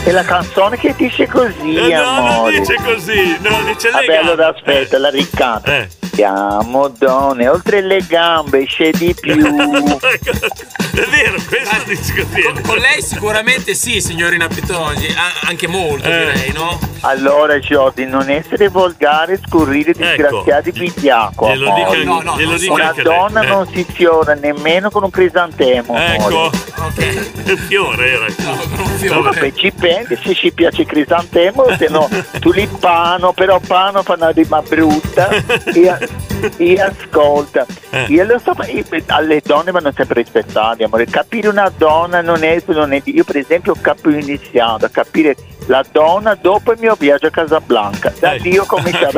S5: E la canzone che dice così,
S2: Eh, no, non
S5: amore.
S2: dice così, no, dice
S5: Vabbè,
S2: le Eh.
S5: allora aspetta, la ricanta. Siamo donne, oltre le gambe c'è di più.
S2: È vero, questo dice così.
S3: Con, con lei sicuramente sì, signorina Pitosi, a- anche molto
S2: Eh.
S3: direi, no?
S5: Allora Jordi, non essere volgare, scurrile, disgraziati, picchiacqua.
S3: Glielo dica-
S5: amore.
S3: no, no, glielo dica
S5: Una
S2: Ecco. anche lei,
S5: donna
S2: eh.
S5: non si fiora nemmeno con un crisantemo.
S2: Ecco,
S5: amore.
S2: ok. Fiore era. Eh,
S5: Vabbè, ci pensi se ci piace il crisantemo, se no tulipano, però pano fa una rima brutta e, a- e ascolta.
S2: Eh.
S5: Io lo so, ma io- alle donne vanno sempre rispettate, amore. Capire una donna non è, non è- io per esempio ho cap- iniziato a capire la donna dopo il mio viaggio a Casablanca.
S2: Eh.
S5: Da lì ho cominciato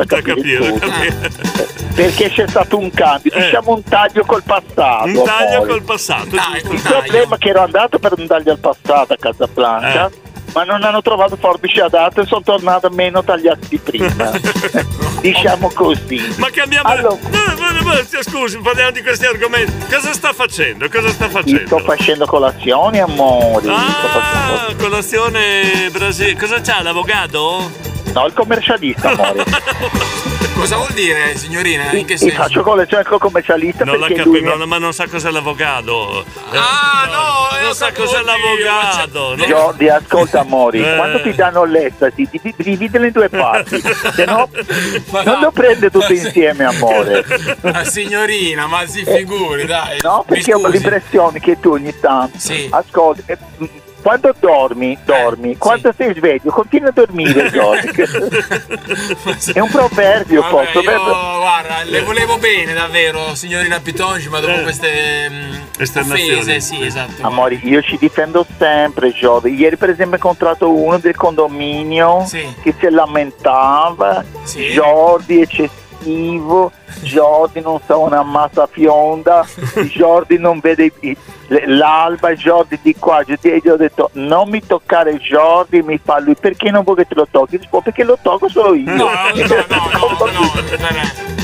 S5: a capire, tutto. Perché c'è stato un cambio, diciamo un taglio col passato.
S2: Eh. Un taglio
S5: amore.
S2: col passato.
S5: Il problema è che ero andato per un taglio al passato a Casablanca, ma non hanno trovato forbici adatte e sono tornato meno tagliati di prima. diciamo così.
S2: Ma cambiamo. No, ma- ma- ma- scusi, parliamo di questi argomenti. Cosa sta facendo? Cosa sta
S5: Io
S2: facendo?
S5: sto facendo colazione, amore. Sto facendo-
S2: Ah, colazione brasile. Cosa c'ha l'avvocato?
S5: No, il commercialista, amore.
S3: Cosa vuol dire, signorina? In che
S5: Io
S3: senso?
S5: faccio colazione col commercialista
S2: Non la
S5: perché lui...
S2: capivo, ma non sa cos'è l'avvocato.
S3: Ah, no,
S2: non sa cos'è l'avvocato. no?
S5: Jordi, ascolta amore,
S2: Eh.
S5: quando ti danno l'estasi ti di- dividilo in due parti, se no non lo prende tutto insieme amore.
S3: Ma Ah, signorina, ma si figuri, dai.
S5: No,
S3: Mi
S5: perché ho
S3: scusi.
S5: l'impressione che tu ogni tanto ascolti. eh, mh, Quando
S3: Eh,
S5: dormi, dormi. Quando sei sveglio, continua a dormire, Jordi. È un proverbio,
S3: Vabbè,
S5: forse.
S3: io, guarda, le volevo bene davvero, signorina Pitongi, ma
S2: Eh.
S3: dopo queste mm,
S5: Esternazioni.
S3: offese, sì, esatto.
S5: Amore, io ci difendo sempre, Jordi. Ieri, per esempio, ho incontrato uno del condominio che si lamentava. Jordi eccessivo, Jordi non sa una massa fionda, Jordi non vede i- le- l'alba, Jordi di qua. Jordi- E gli ho detto, non mi toccare Jordi, mi fa lui, perché non vuoi che te lo tocchi? Dice, "Oh, perché lo tocco solo io.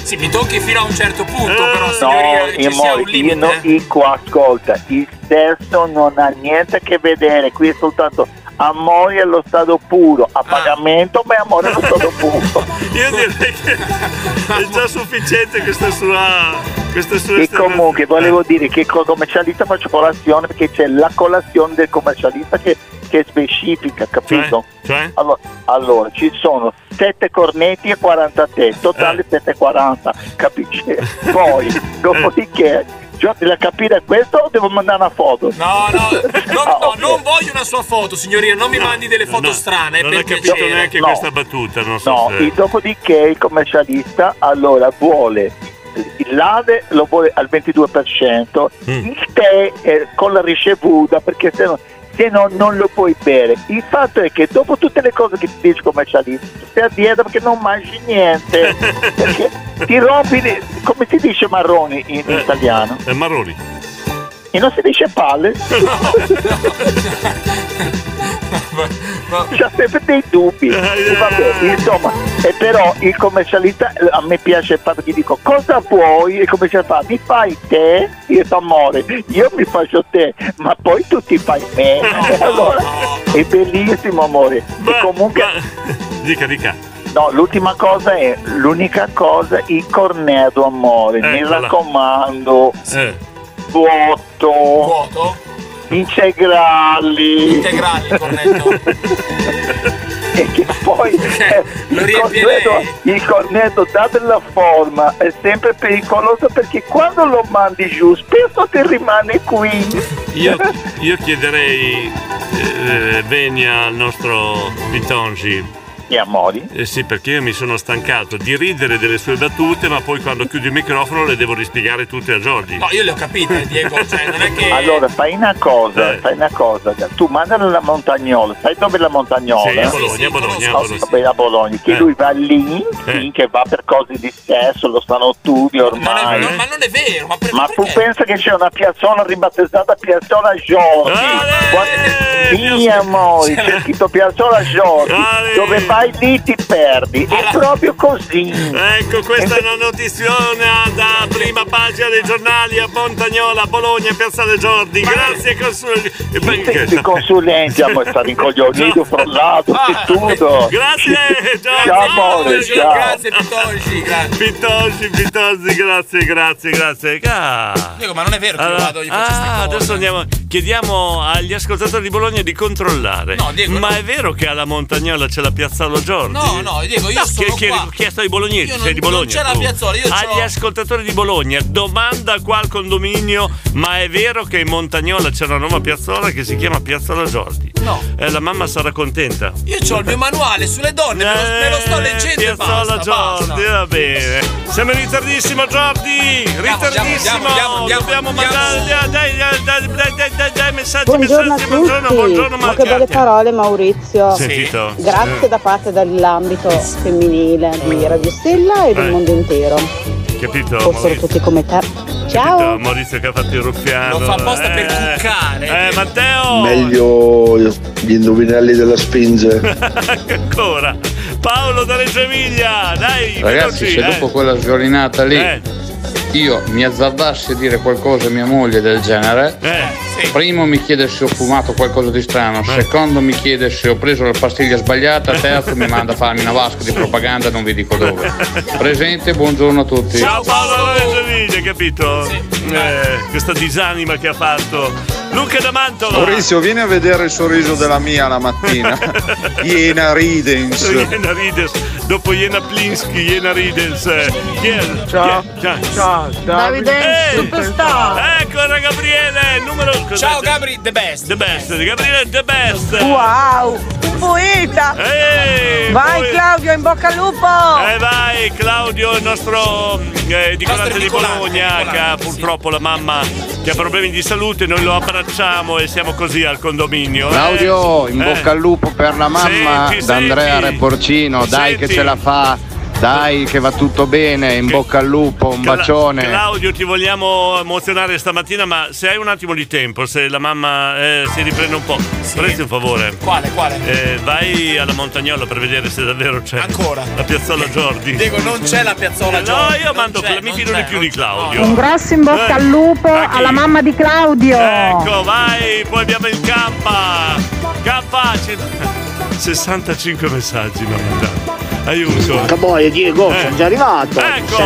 S3: Sì, mi tocchi fino a un certo punto,
S2: Eh,
S3: però
S5: No,
S3: signorina, ci sia un eh.
S5: amore, io non dico, ascolta, il sesso non ha niente a che vedere, qui è soltanto amore allo stato puro, a pagamento ma è amore allo stato puro.
S2: Io direi che è già sufficiente questa sua. Questa sua
S5: E comunque volevo dire che col commercialista faccio colazione perché c'è la colazione del commercialista che, che è specifica, capito?
S2: Cioè?
S5: Allora, allora, ci sono 7 cornetti e 40 te, totale 740, capisci? Poi, dopodiché, Gio, devi capire questo o devo mandare una foto?
S3: No, no,
S2: Ah,
S3: no, no, non voglio una sua foto, signorina, non mi mandi delle foto strane.
S2: Non
S3: per
S2: ha capito
S3: piacere.
S2: neanche questa battuta, non so
S5: No,
S2: se.
S5: e dopodiché il commercialista allora vuole il lade lo vuole al 22%, il tè eh, con la ricevuta perché se no, se no non lo puoi bere. Il fatto è che dopo tutte le cose che ti dici commercialista, stai a dieta perché non mangi niente, perché ti rompi, le- come si dice marroni in italiano?
S2: Eh, Marroni.
S5: E non si dice palle? C'ha sempre dei dubbi.
S2: Eh,
S5: E vabbè, insomma, e però il commercialista eh, a me piace il fatto che dico cosa vuoi? E il commercialista fa, mi fai te? Io ti amore, io mi faccio te, ma poi tu ti fai me. E allora è bellissimo amore. e comunque.
S2: Dica, dica.
S5: No, l'ultima cosa è, l'unica cosa, il corneto amore, mi
S2: Eccola.
S5: raccomando,
S2: Eh.
S5: vuoto, integrali, integrali e che poi
S3: Cioè,
S5: eh, il, cornetto, il cornetto dato la forma è sempre pericoloso perché quando lo mandi giù spesso ti rimane qui
S2: Io, io chiederei eh, venia al nostro Pitongi.
S5: E amori?
S2: Eh sì, perché io mi sono stancato di ridere delle sue battute, ma poi quando chiudo il microfono le devo rispiegare tutte a Giorgi.
S3: No, io le ho capite, Diego, cioè non è che...
S5: Allora fai una
S2: eh.
S5: cosa, fai una cosa, cioè, tu mandalo alla montagnola, sai dove è la montagnola?
S2: Sì, a Bologna, a Bologna, a
S5: No,
S2: Bologna.
S5: vabbè, a Bologna, che
S2: Eh.
S5: lui va lì, lì, che va per cose di sesso, lo sanno tutti ormai.
S3: Ma non è vero, ma
S5: Ma tu pensa che c'è una piazzola ribattezzata Piazzola Giorgi?
S2: eh,
S5: Guarda- Sì, amore, c'è scritto Piazzola Giorgi. Dove vai lì ti perdi. È proprio così.
S2: Ecco, questa è una notiziona da prima pagina dei giornali a Montagnola, Bologna, Piazza dei Giordi. Grazie, consul- eh, perché-
S5: I consulenti ah, hanno stato incoglionito, frollato, tutto.
S2: Ah, Grazie, Giorgi.
S5: Ciao, amore, ciao.
S3: Grazie Pitongi, grazie.
S2: Pitongi, Pitongi, grazie, grazie, grazie. Ah.
S3: Diego, ma non è vero che io
S2: Allora,
S3: vado, gli faccio queste
S2: ah,
S3: cose.
S2: adesso andiamo, chiediamo agli ascoltatori di Bologna di controllare. ma è vero che alla Montagnola c'è la piazzola Giordi?
S3: No, no, Diego, io
S2: No,
S3: sono
S2: chi- chi-
S3: qua.
S2: chi ha chiesto ai bolognesi,
S3: Io non-
S2: sei di
S3: non
S2: Bologna.
S3: c'è la
S2: tu.
S3: piazzola, io c'ho-
S2: Agli ascoltatori di Bologna, domanda qua al condominio, ma è vero che in Montagnola c'è una nuova piazzola che si chiama Piazzola Giordi?
S3: No.
S2: Eh, la mamma sarà contenta.
S3: Io ho il mio manuale sulle donne, me lo, me lo sto leggendo e
S2: Eh, Piazzola
S3: basta,
S2: Giordi,
S3: basta.
S2: va bene. Siamo in ritardissimo, Giordi! Ritardissimo!
S3: andiamo, andiamo, andiamo,
S2: Dobbiamo
S3: andiamo.
S2: mandare. Dai, dai, dai, dai, dai, dai, dai, messaggi,
S7: Buongiorno a
S2: messaggi,
S7: tutti.
S2: buongiorno, buongiorno,
S7: Ma che belle
S2: Marcati.
S7: parole Maurizio.
S2: Sì. Sentito.
S7: Grazie
S2: Eh.
S7: da parte dell'ambito femminile di Radio Stella e del
S2: Eh.
S7: mondo intero.
S2: Capito?
S7: Fossero
S2: Maurizio?
S7: tutti come te.
S2: Capito,
S7: Ciao.
S2: Maurizio che ha fatto il ruffiano.
S7: Lo fa apposta per
S2: cuccare. Eh, Matteo!
S9: Meglio gli indovinelli della spinge.
S2: Ancora. Paolo da Reggio Emilia, dai,
S26: Ragazzi,
S2: veloci,
S26: se
S2: eh.
S26: dopo quella sviolinata lì
S2: Eh.
S26: io mi azzardassi a dire qualcosa a mia moglie del genere,
S2: Eh,
S26: primo mi chiede se ho fumato qualcosa di strano, secondo mi chiede se ho preso la pastiglia sbagliata, terzo mi manda a farmi una vasca di propaganda, non vi dico dove. Presente, buongiorno a tutti.
S2: Ciao Paolo da Reggio Emilia, capito? Eh, questa disanima che ha fatto. Luca da Mantova.
S33: Maurizio, vieni a vedere il sorriso della mia la mattina. Iena Ridens.
S2: Iena Ridens, dopo Iena Plinsky, Iena Ridens. eh. Chi è? Ciao. Ciao. Ciao.
S7: Davide, superstar.
S2: Ancora Gabriele, numero... Ciao Gabri,
S3: the best.
S2: The best, Gabriele the best.
S7: Wow, un poeta. Vai
S2: Eh, poeta.
S7: Claudio, in bocca al lupo.
S2: Eh vai Claudio, il nostro eh, edicolante di Bologna, che ha purtroppo la mamma che ha problemi di salute, noi lo abbracciamo e siamo così al condominio. eh.
S26: Claudio, in
S2: Eh.
S26: bocca al lupo per la mamma
S2: Senti,
S26: da Andrea
S2: senti.
S26: Reporcino, dai
S2: Senti.
S26: che ce la fa, dai che va tutto bene, in bocca al lupo, un
S2: Cla-
S26: bacione.
S2: Claudio, ti vogliamo emozionare stamattina, ma se hai un attimo di tempo, se la mamma eh, si riprende un po', presti un favore.
S3: Quale, quale?
S2: Eh, vai alla Montagnola per vedere se davvero c'è
S3: Ancora?
S2: la piazzola Giordi.
S3: Diego, non c'è la piazzola
S2: No,
S3: Giordi,
S2: io mando, mi fido di più di Claudio. Eh.
S10: Un grosso in bocca al lupo alla mamma di Claudio.
S2: Ecco, vai, poi abbiamo il K. K. ci- 65 messaggi mi ha mandato. Aiuto.
S33: Porca boia Diego,
S2: Cioè. Eh.
S33: sono già arrivato.
S2: Ecco.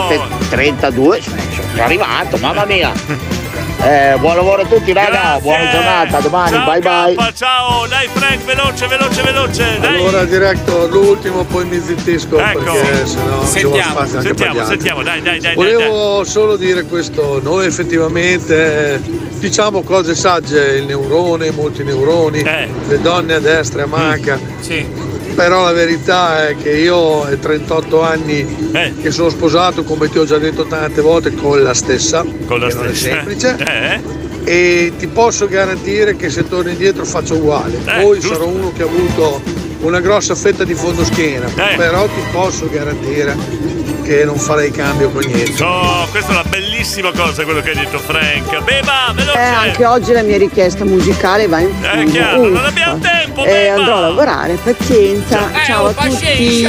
S33: 7.32, sono già arrivato, mamma mia. Eh, buon lavoro a tutti raga, buona giornata, domani,
S2: Ciao,
S33: bye bye.
S2: K, ciao, dai Frank, veloce, veloce, veloce. Dai. Ecco.
S22: Allora diretto l'ultimo poi mi zittisco perché sennò ci vuole
S2: sentiamo,
S22: spazio anche per
S2: sentiamo,
S22: gli altri.
S2: sentiamo, dai, dai, dai. dai, dai.
S22: Volevo solo dire questo, noi effettivamente eh, diciamo cose
S2: Eh. Mm.
S22: sagge, il neurone, molti neuroni, le donne a destra e a manca. Però la verità è che io ai 38 anni
S2: Eh.
S22: che sono sposato, come ti ho già detto tante volte, con la stessa.
S2: Con la
S22: che non è
S2: stessa.
S22: semplice.
S2: Eh.
S22: E ti posso garantire che se torno indietro faccio uguale.
S2: Eh,
S22: Poi
S2: giusto.
S22: sarò uno che ha avuto una grossa fetta di fondoschiena,
S2: Eh.
S22: però ti posso garantire che non farei cambio con niente.
S2: Oh, questa è una bellissima cosa quello che hai detto Frank. Beva, veloce!
S4: Eh, anche oggi la mia richiesta musicale va in
S2: Eh,
S4: fondo.
S2: chiaro, non
S4: Uffa.
S2: abbiamo tempo,
S4: Eh,
S2: Beba.
S4: andrò a lavorare, pazienza.
S23: Eh,
S4: Ciao a tutti.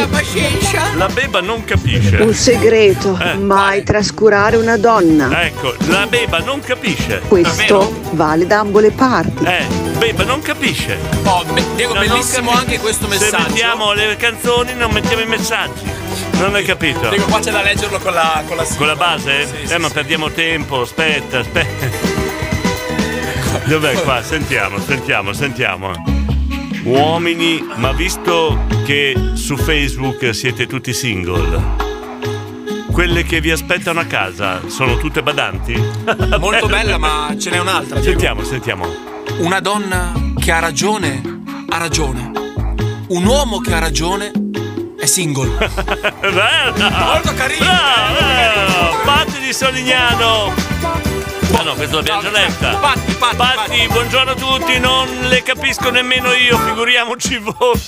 S2: La beba non capisce.
S4: Un
S2: Eh,
S4: segreto, mai trascurare una donna.
S2: Ecco, la beba non capisce.
S4: Questo vale da ambo le parti.
S2: Eh, beba non capisce.
S3: Oh, be- Diego,
S2: No, non
S3: bellissimo
S2: capisce.
S3: anche questo
S2: Se
S3: messaggio.
S2: mettiamo le canzoni non mettiamo i messaggi. Non hai capito?
S3: Diego, qua c'è da leggerlo con la, con la
S2: Con la base? eh, ma perdiamo tempo, aspetta, aspetta. Dov'è qua? Sentiamo, sentiamo, sentiamo. Uomini, ma visto che su Facebook siete tutti single, quelle che vi aspettano a casa sono tutte badanti?
S3: Molto bella, ma ce n'è un'altra. Diego.
S2: Sentiamo, sentiamo.
S3: Una donna che ha ragione, ha ragione. Un uomo che ha ragione è single.
S2: Molto carino! Patti di Solignano! Ah no, questo l'abbiamo già letta. Patti, buongiorno a tutti, non le capisco nemmeno io, figuriamoci voi.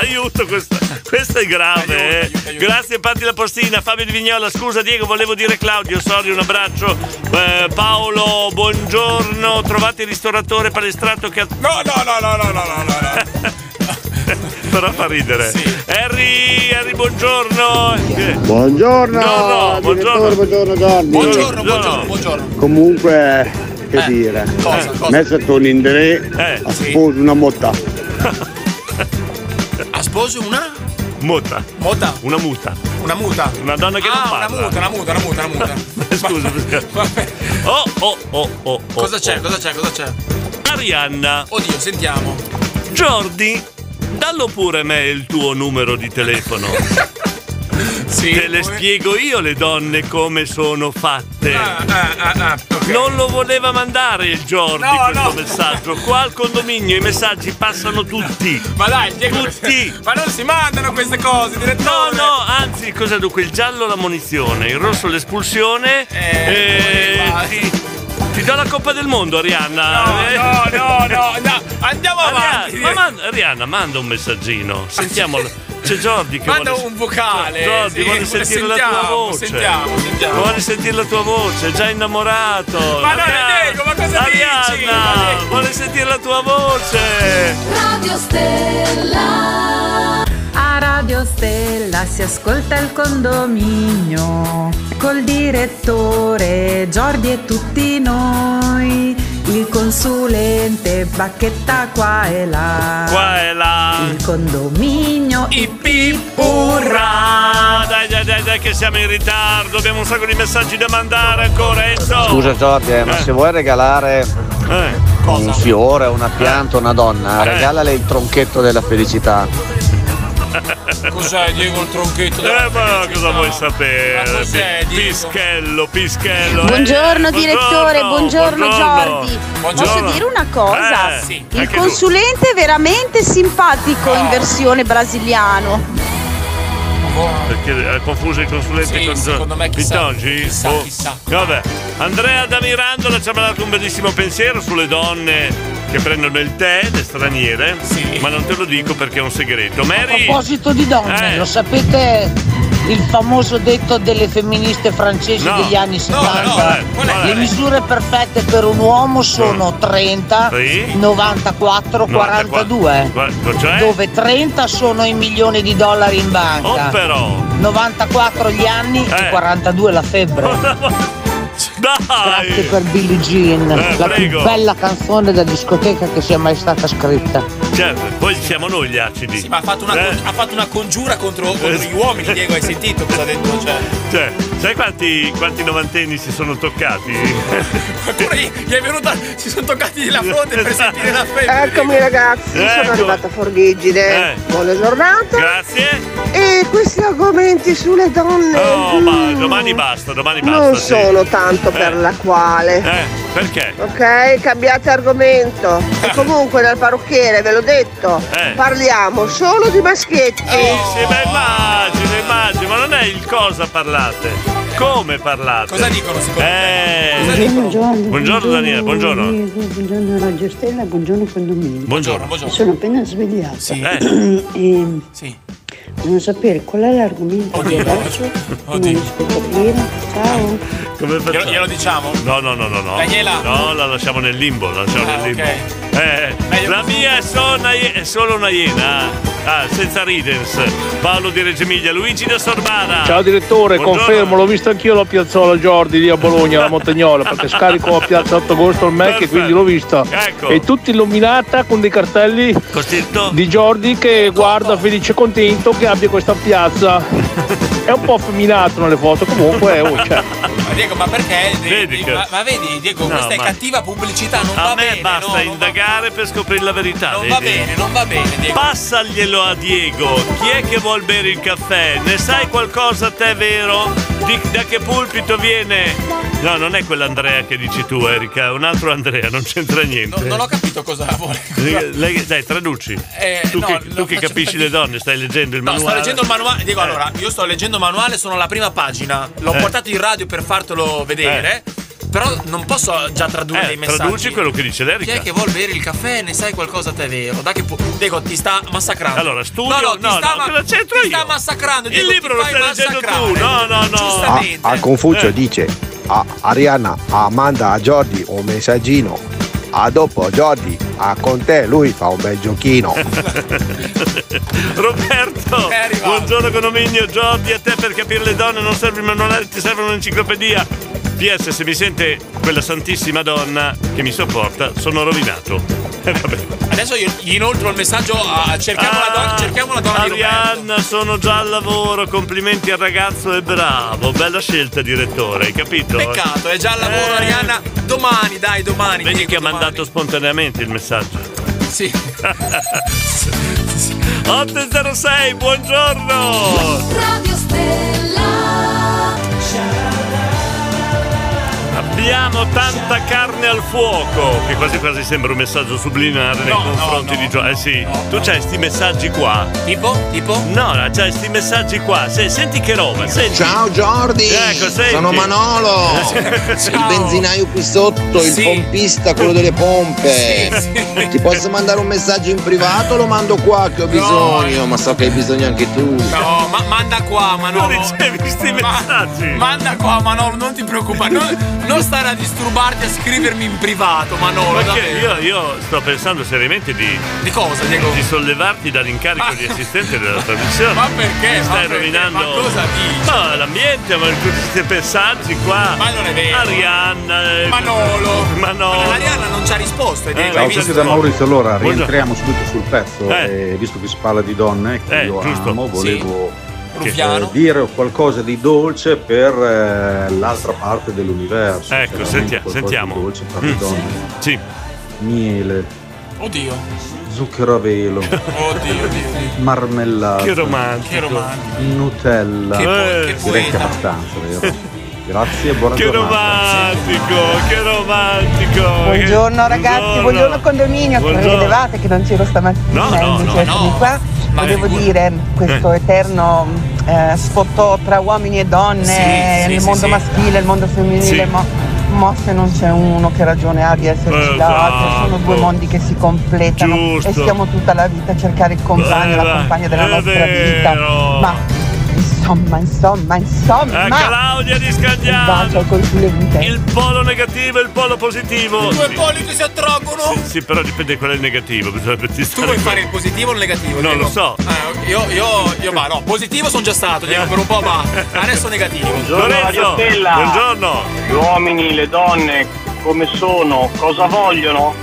S2: Aiuto, questa, questa è grave. eh. Grazie Patti la Postina, Fabio Di Vignola, scusa Diego, volevo dire Claudio, sorry, un abbraccio. Eh, Paolo, buongiorno, trovate il ristoratore palestrato che ha... No, no, no, no, no, no, no, Però fa ridere. Harry, Harry, buongiorno. Eh,
S11: Buongiorno,
S2: No, no,
S11: direttore, buongiorno Donny.
S2: Buongiorno, buongiorno,
S11: Comunque, Eh, che dire,
S2: Eh,
S11: Eh,
S2: cosa, cosa?
S11: messo con Indre,
S2: Eh,
S11: a
S2: sì.
S11: sposo una motta.
S3: Ha sposo una?
S2: Muta.
S3: Muta?
S2: Una muta.
S3: Una muta?
S2: Una donna che
S3: ah,
S2: non parla.
S3: una muta, una muta, una muta, una muta.
S2: Scusa, perché- Oh, oh, oh, oh, oh.
S3: Cosa c'è?
S2: oh.
S3: Cosa c'è? Cosa c'è?
S2: Arianna.
S3: Oddio, sentiamo.
S2: Jordi, dallo pure a me il tuo numero di telefono. Te le spiego io le donne come sono fatte.
S3: Ah,
S2: Non lo voleva mandare il Jordi
S3: No,
S2: questo
S3: no.
S2: messaggio. Qua al condominio i messaggi passano tutti.
S3: Ma dai, Diego,
S2: Tutti.
S3: Ma non si mandano queste cose, direttore.
S2: No, no, anzi, cos'è dunque? Il giallo la munizione, il rosso l'espulsione.
S3: Eh,
S2: e ti, ti do la Coppa del Mondo, Arianna. Eh.
S3: No, no, no, no. Andiamo avanti. Ah,
S2: Arianna, ma manda- Arianna, manda un messaggino. Sentiamolo. C'è Jordi che
S3: Manda
S2: vuole
S3: un vocale.
S2: Jordi
S3: sì,
S2: vuole sentire la tua
S3: sentiamo,
S2: voce.
S3: Sentiamo, sentiamo.
S2: Vuole sentire la tua voce, è già innamorato.
S3: Ma no, Diego, ma cosa dici? Ma
S2: Arianna, vuole sentire la tua voce.
S12: Radio Stella. A Radio Stella si ascolta il condominio col direttore Giordi e tutti noi. Il consulente bacchetta qua e là.
S2: Qua e là.
S12: Il condominio
S2: Urra! Dai, dai, dai, dai, che siamo in ritardo. Abbiamo un sacco di messaggi da mandare ancora, Enzo.
S15: Scusa Giorgio, eh, ma se vuoi regalare un fiore, una pianta, una donna,
S2: Eh.
S15: regalale il tronchetto della felicità.
S3: Cos'è Diego il tronchetto?
S2: Eh, ma cosa vuoi sapere? Pi- Pischello, pischello. eh.
S18: Buongiorno direttore, buongiorno, Giordi.
S2: Buongiorno.
S18: Posso dire una cosa?
S2: Eh, sì,
S18: Il
S2: anche
S18: consulente è veramente simpatico in versione brasiliano.
S2: Perché ha confuso i consulenti con secondo me Pitongi? Boh. Vabbè. Andrea da Mirandola ci ha mandato un bellissimo pensiero sulle donne che prendono il tè, le straniere. Ma non te lo dico perché è un segreto.
S31: A
S2: Mary!
S31: proposito di donne,
S2: Eh.
S31: lo sapete il famoso detto delle femministe francesi
S2: No.
S31: degli anni
S2: No,
S31: 70?
S2: no, eh, qual è? Mm.
S31: Le misure perfette per un uomo sono 30,
S2: Sì.
S31: 94, 42.
S2: Guarda, Cioè?
S31: Dove 30 sono i milioni di dollari in banca.
S2: Oh, però. Eh.
S31: 94 gli anni e 42 la febbre. Grazie per Billie Jean,
S2: Eh,
S31: la
S2: prego.
S31: più bella canzone da discoteca che sia mai stata scritta.
S2: Certo, poi siamo noi gli acidi.
S3: Ma ha fatto una,
S2: Eh.
S3: ha fatto una congiura contro, contro gli uomini, Diego, hai sentito cosa ha detto? Cioè,
S2: Cioè, sai quanti, quanti novantenni si sono toccati?
S3: Ancora gli, gli è venuta. Si sono toccati la fronte per
S2: Esatto.
S3: sentire la febbre.
S1: Eccomi ragazzi,
S3: Ecco.
S1: sono arrivata a Forghigine.
S2: Eh.
S1: Buona giornata.
S2: Grazie.
S1: E questi argomenti sulle donne
S2: Oh, ma
S1: mm,
S2: domani basta, domani basta.
S1: non
S2: sì.
S1: sono tanto per la quale.
S2: Eh, perché?
S1: Ok, cambiate argomento. E comunque dal parrucchiere, ve l'ho detto,
S2: Eh.
S1: parliamo solo di maschietti.
S2: Sì, ma immagino, immagino, ma non è il cosa parlate. Come parlate? Cosa dicono secondo eh,
S6: Buongiorno,
S2: Buongiorno Daniele, buongiorno.
S6: Diego, buongiorno Radio Stella, buongiorno condominio.
S2: Buongiorno,
S6: Sono appena svegliata.
S2: Eh.
S6: E Voglio sapere qual è l'argomento di adesso. Non riesco a capire. Ciao.
S2: Come facciamo? Glielo diciamo? No, no, no, no, no.
S6: Daniela?
S2: No, la lasciamo nel limbo, la lasciamo
S3: Ah,
S2: nel limbo.
S3: ok.
S2: Eh, la mia è solo, una, ie- è solo una iena. Ah, senza ridens. Paolo di Reggio Emilia, Luigi da Sorbara.
S21: Ciao direttore,
S2: Buongiorno.
S21: confermo, l'ho visto anch'io la piazzola Giordi lì a Bologna, la Montagnola, perché scarico a piazza 8 agosto il Mac e quindi l'ho vista.
S2: Ecco.
S21: E tutta illuminata con dei cartelli di Giordi che
S2: Ecco.
S21: guarda felice e contento che abbia questa piazza. È un po' femminato nelle foto, comunque oh, cioè.
S3: Ma Diego, ma perché? Ma, ma vedi, Diego,
S2: No,
S3: questa
S2: ma- Ah.
S3: è cattiva pubblicità, non
S2: A
S3: va
S2: me
S3: bene.
S2: basta
S3: no, non va-
S2: indagare per scoprire la verità.
S3: Non va bene, non va bene, Diego.
S2: Passaglielo a Diego. Chi è che vuol bere il caffè? Ne sai qualcosa te, vero? Di- da che pulpito viene? No, non è quell'Andrea che dici tu, Erika, è un altro Andrea, non c'entra niente.
S3: Non ho capito cosa vuole.
S2: Lei- lei- dai, traduci.
S3: Eh,
S2: tu
S3: no,
S2: che,
S3: lo
S2: tu che
S3: faccio
S2: capisci le donne, stai leggendo il
S3: No, sto
S2: manuale.
S3: leggendo il manuale. Diego,
S2: Eh.
S3: allora, io sto leggendo il manuale, sono alla prima pagina. L'ho
S2: Eh.
S3: portato in radio per fartelo vedere. Però non posso già tradurre
S2: Eh,
S3: dei messaggi.
S2: traduci quello che dice
S3: Chi
S2: l'Erika.
S3: è che vuol bere il caffè? Ne sai qualcosa te è vero? Da che pu- Diego ti sta massacrando.
S2: Allora, studio-
S3: No, no, ti
S2: no,
S3: sta,
S2: no,
S3: ma-
S2: cosa c'entro
S3: ti sta
S2: io?
S3: massacrando.
S2: Il
S3: Diego, ti
S2: libro lo
S3: fai
S2: stai leggendo tu,
S3: massacrare.
S2: no, no, no.
S3: Giustamente.
S30: a Confucio dice a Arianna, a Amanda, a Jordi un messaggino. A dopo Jordi, a con te lui fa un bel giochino.
S2: Roberto, buongiorno condominio, Giordi, a te per capire le donne non serve il manuale, ti serve un'enciclopedia. PS, se mi sente quella santissima donna che mi sopporta, sono rovinato. E vabbè.
S3: Adesso io gli inoltro il messaggio a cerchiamo la
S2: Ah,
S3: donna, cerchiamo la donna di Roberto.
S2: Arianna, sono già al lavoro, complimenti al ragazzo e bravo, bella scelta direttore, hai capito? Eh.
S3: Peccato, è già al lavoro Arianna. Domani, dai, domani.
S2: Vedi
S3: Diego,
S2: che ha
S3: domani.
S2: mandato spontaneamente il messaggio.
S3: Sì.
S2: 806, buongiorno!
S14: Radio
S2: Abbiamo tanta carne al fuoco, che quasi quasi sembra un messaggio sublinare nei confronti di Gio. Eh sì, tu c'hai sti messaggi qua.
S3: Tipo? Tipo?
S2: No, no, c'hai sti messaggi qua. Se- senti che roba, senti.
S30: Ciao Jordi,
S2: Ecco, senti.
S30: sono Manolo, il benzinaio qui sotto,
S2: Sì.
S30: il pompista, quello delle pompe. Ti posso mandare un messaggio in privato o lo mando qua che ho bisogno? Ma so che hai bisogno anche tu.
S3: No, ma manda qua, Manolo. Non ricevi
S2: sti messaggi.
S3: manda qua, Manolo, non ti preoccupare. Non, non stare a disturbarti a scrivermi in privato, Manolo.
S2: Perché
S3: davvero.
S2: io, io sto pensando seriamente di.
S3: Di cosa, Diego? Ah.
S2: Di sollevarti dall'incarico di assistente della trasmissione.
S3: Ma perché?
S2: Mi
S3: Ma
S2: stai
S3: perché?
S2: rovinando.
S3: Ma cosa dici?
S2: Ma l'ambiente, ma tutti questi messaggi qua.
S3: Ma non è vero.
S2: Arianna. eh,
S3: Manolo.
S2: Manolo.
S3: Ma Arianna non ci ha risposto, eh, Diego.
S27: Ciao,
S3: hai
S27: sono
S3: visto?
S27: da Maurizio. Allora,
S2: Buongiorno.
S27: rientriamo subito sul pezzo,
S2: Eh.
S27: eh, visto che si parla di donne, che
S2: Eh,
S27: io
S2: giusto.
S27: amo,
S2: Sì.
S27: volevo
S2: Ruffiano.
S27: eh, dire qualcosa di dolce per eh, l'altra parte dell'universo.
S2: Ecco,
S27: Chiaramente
S2: sentia-
S27: qualcosa
S2: sentiamo.
S27: di dolce per
S2: Mm.
S27: le donne.
S2: Sì.
S27: Miele,
S3: Oddio.
S27: zucchero a velo,
S3: Oddio, oddio, oddio.
S27: marmellata,
S2: Che romantico.
S3: Che romantico.
S27: Nutella. eh,
S2: Che po- che
S27: Direi che
S2: poeta.
S27: è abbastanza, vero? Grazie e buona
S2: Che
S27: giornata.
S2: romantico, che romantico.
S23: Buongiorno
S2: Che-
S23: ragazzi,
S2: buongiorno.
S23: buongiorno condominio, come
S2: Buongiorno.
S23: vedevate che non c'ero stamattina,
S2: No, no,
S23: invece
S2: no,
S23: sono
S2: no.
S23: qua. Volevo dire questo eterno eh, sfottò tra uomini e donne,
S32: Sì, sì,
S23: il
S32: sì,
S23: mondo
S32: sì.
S23: maschile, il mondo femminile,
S32: Sì.
S23: ma, ma se non c'è uno che ragione ha di esserci l'altro, sono due mondi che si completano e
S32: Giusto.
S23: stiamo tutta la vita a cercare il compagno,
S32: Eh,
S23: la
S32: va-
S23: compagna della
S32: è
S23: nostra
S32: vero.
S23: vita. Ma insomma, insomma, insomma.
S2: Eh, Claudia di Scandiano. Il polo negativo e il polo positivo.
S3: I due poli che si attraggono.
S2: Sì, però dipende qual è il negativo. Bisogna
S3: Tu vuoi fare il positivo o il negativo?
S2: Non
S3: Diego?
S2: lo so.
S3: Ah, ok, io, io, io va, no, positivo sono già stato, Diego, per un po' va. Adesso negativo.
S23: Radio Stella. Gli uomini, le donne, come sono, cosa vogliono?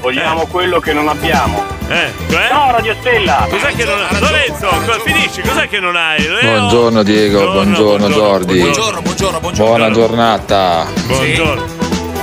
S23: Vogliamo quello che non abbiamo.
S2: Eh, cioè?
S23: No, Radio Stella.
S2: Cos'è che non hai? Lorenzo, co- finisci, cos'è che non hai? Eh, oh.
S35: Buongiorno Diego, buongiorno, Jordi.
S2: buongiorno,
S35: Buona giornata.
S2: Buongiorno.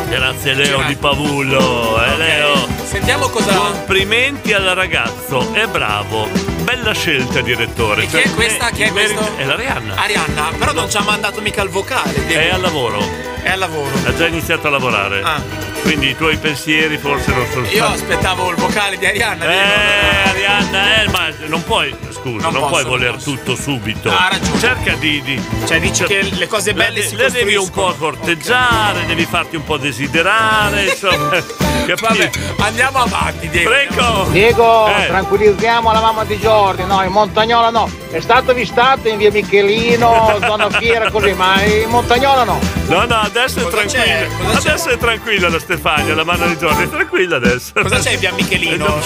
S2: Grazie Leo di Pavullo, eh Leo.
S3: sentiamo cosa.
S2: Complimenti al ragazzo, è bravo. Bella scelta, direttore. Cioè, eh,
S3: E chi è questa? Chi è questo?
S2: È la Rihanna.
S3: Arianna, però non ci ha mandato mica il vocale.
S2: È
S3: Diego.
S2: al lavoro.
S3: È al lavoro.
S2: Ha già iniziato a lavorare. Quindi i tuoi pensieri forse non sono
S3: Ah. Io aspettavo il vocale di Arianna.
S2: Eh, Arianna, eh, ma non puoi. Scusa, non,
S3: Non
S2: puoi
S3: posso,
S2: voler tutto subito.
S3: Ha ragione.
S2: Cerca di. di
S3: Cioè, dici che le cose belle
S2: le,
S3: si
S2: le devi un
S3: costruiscono.
S2: po' corteggiare, devi farti un po' desiderare. Insomma, Vabbè,
S3: andiamo avanti, Diego.
S2: Prego!
S36: Diego,
S2: Eh.
S36: tranquillizziamo la mamma di Giordi, no, in Montagnola no, è stato vistato in via Michelino, zona fiera così, ma in Montagnola no.
S2: No, no, adesso è tranquilla. adesso è tranquilla la Stefania, la mano di Giorgio. È tranquilla adesso.
S3: Cosa c'è in via Michelino?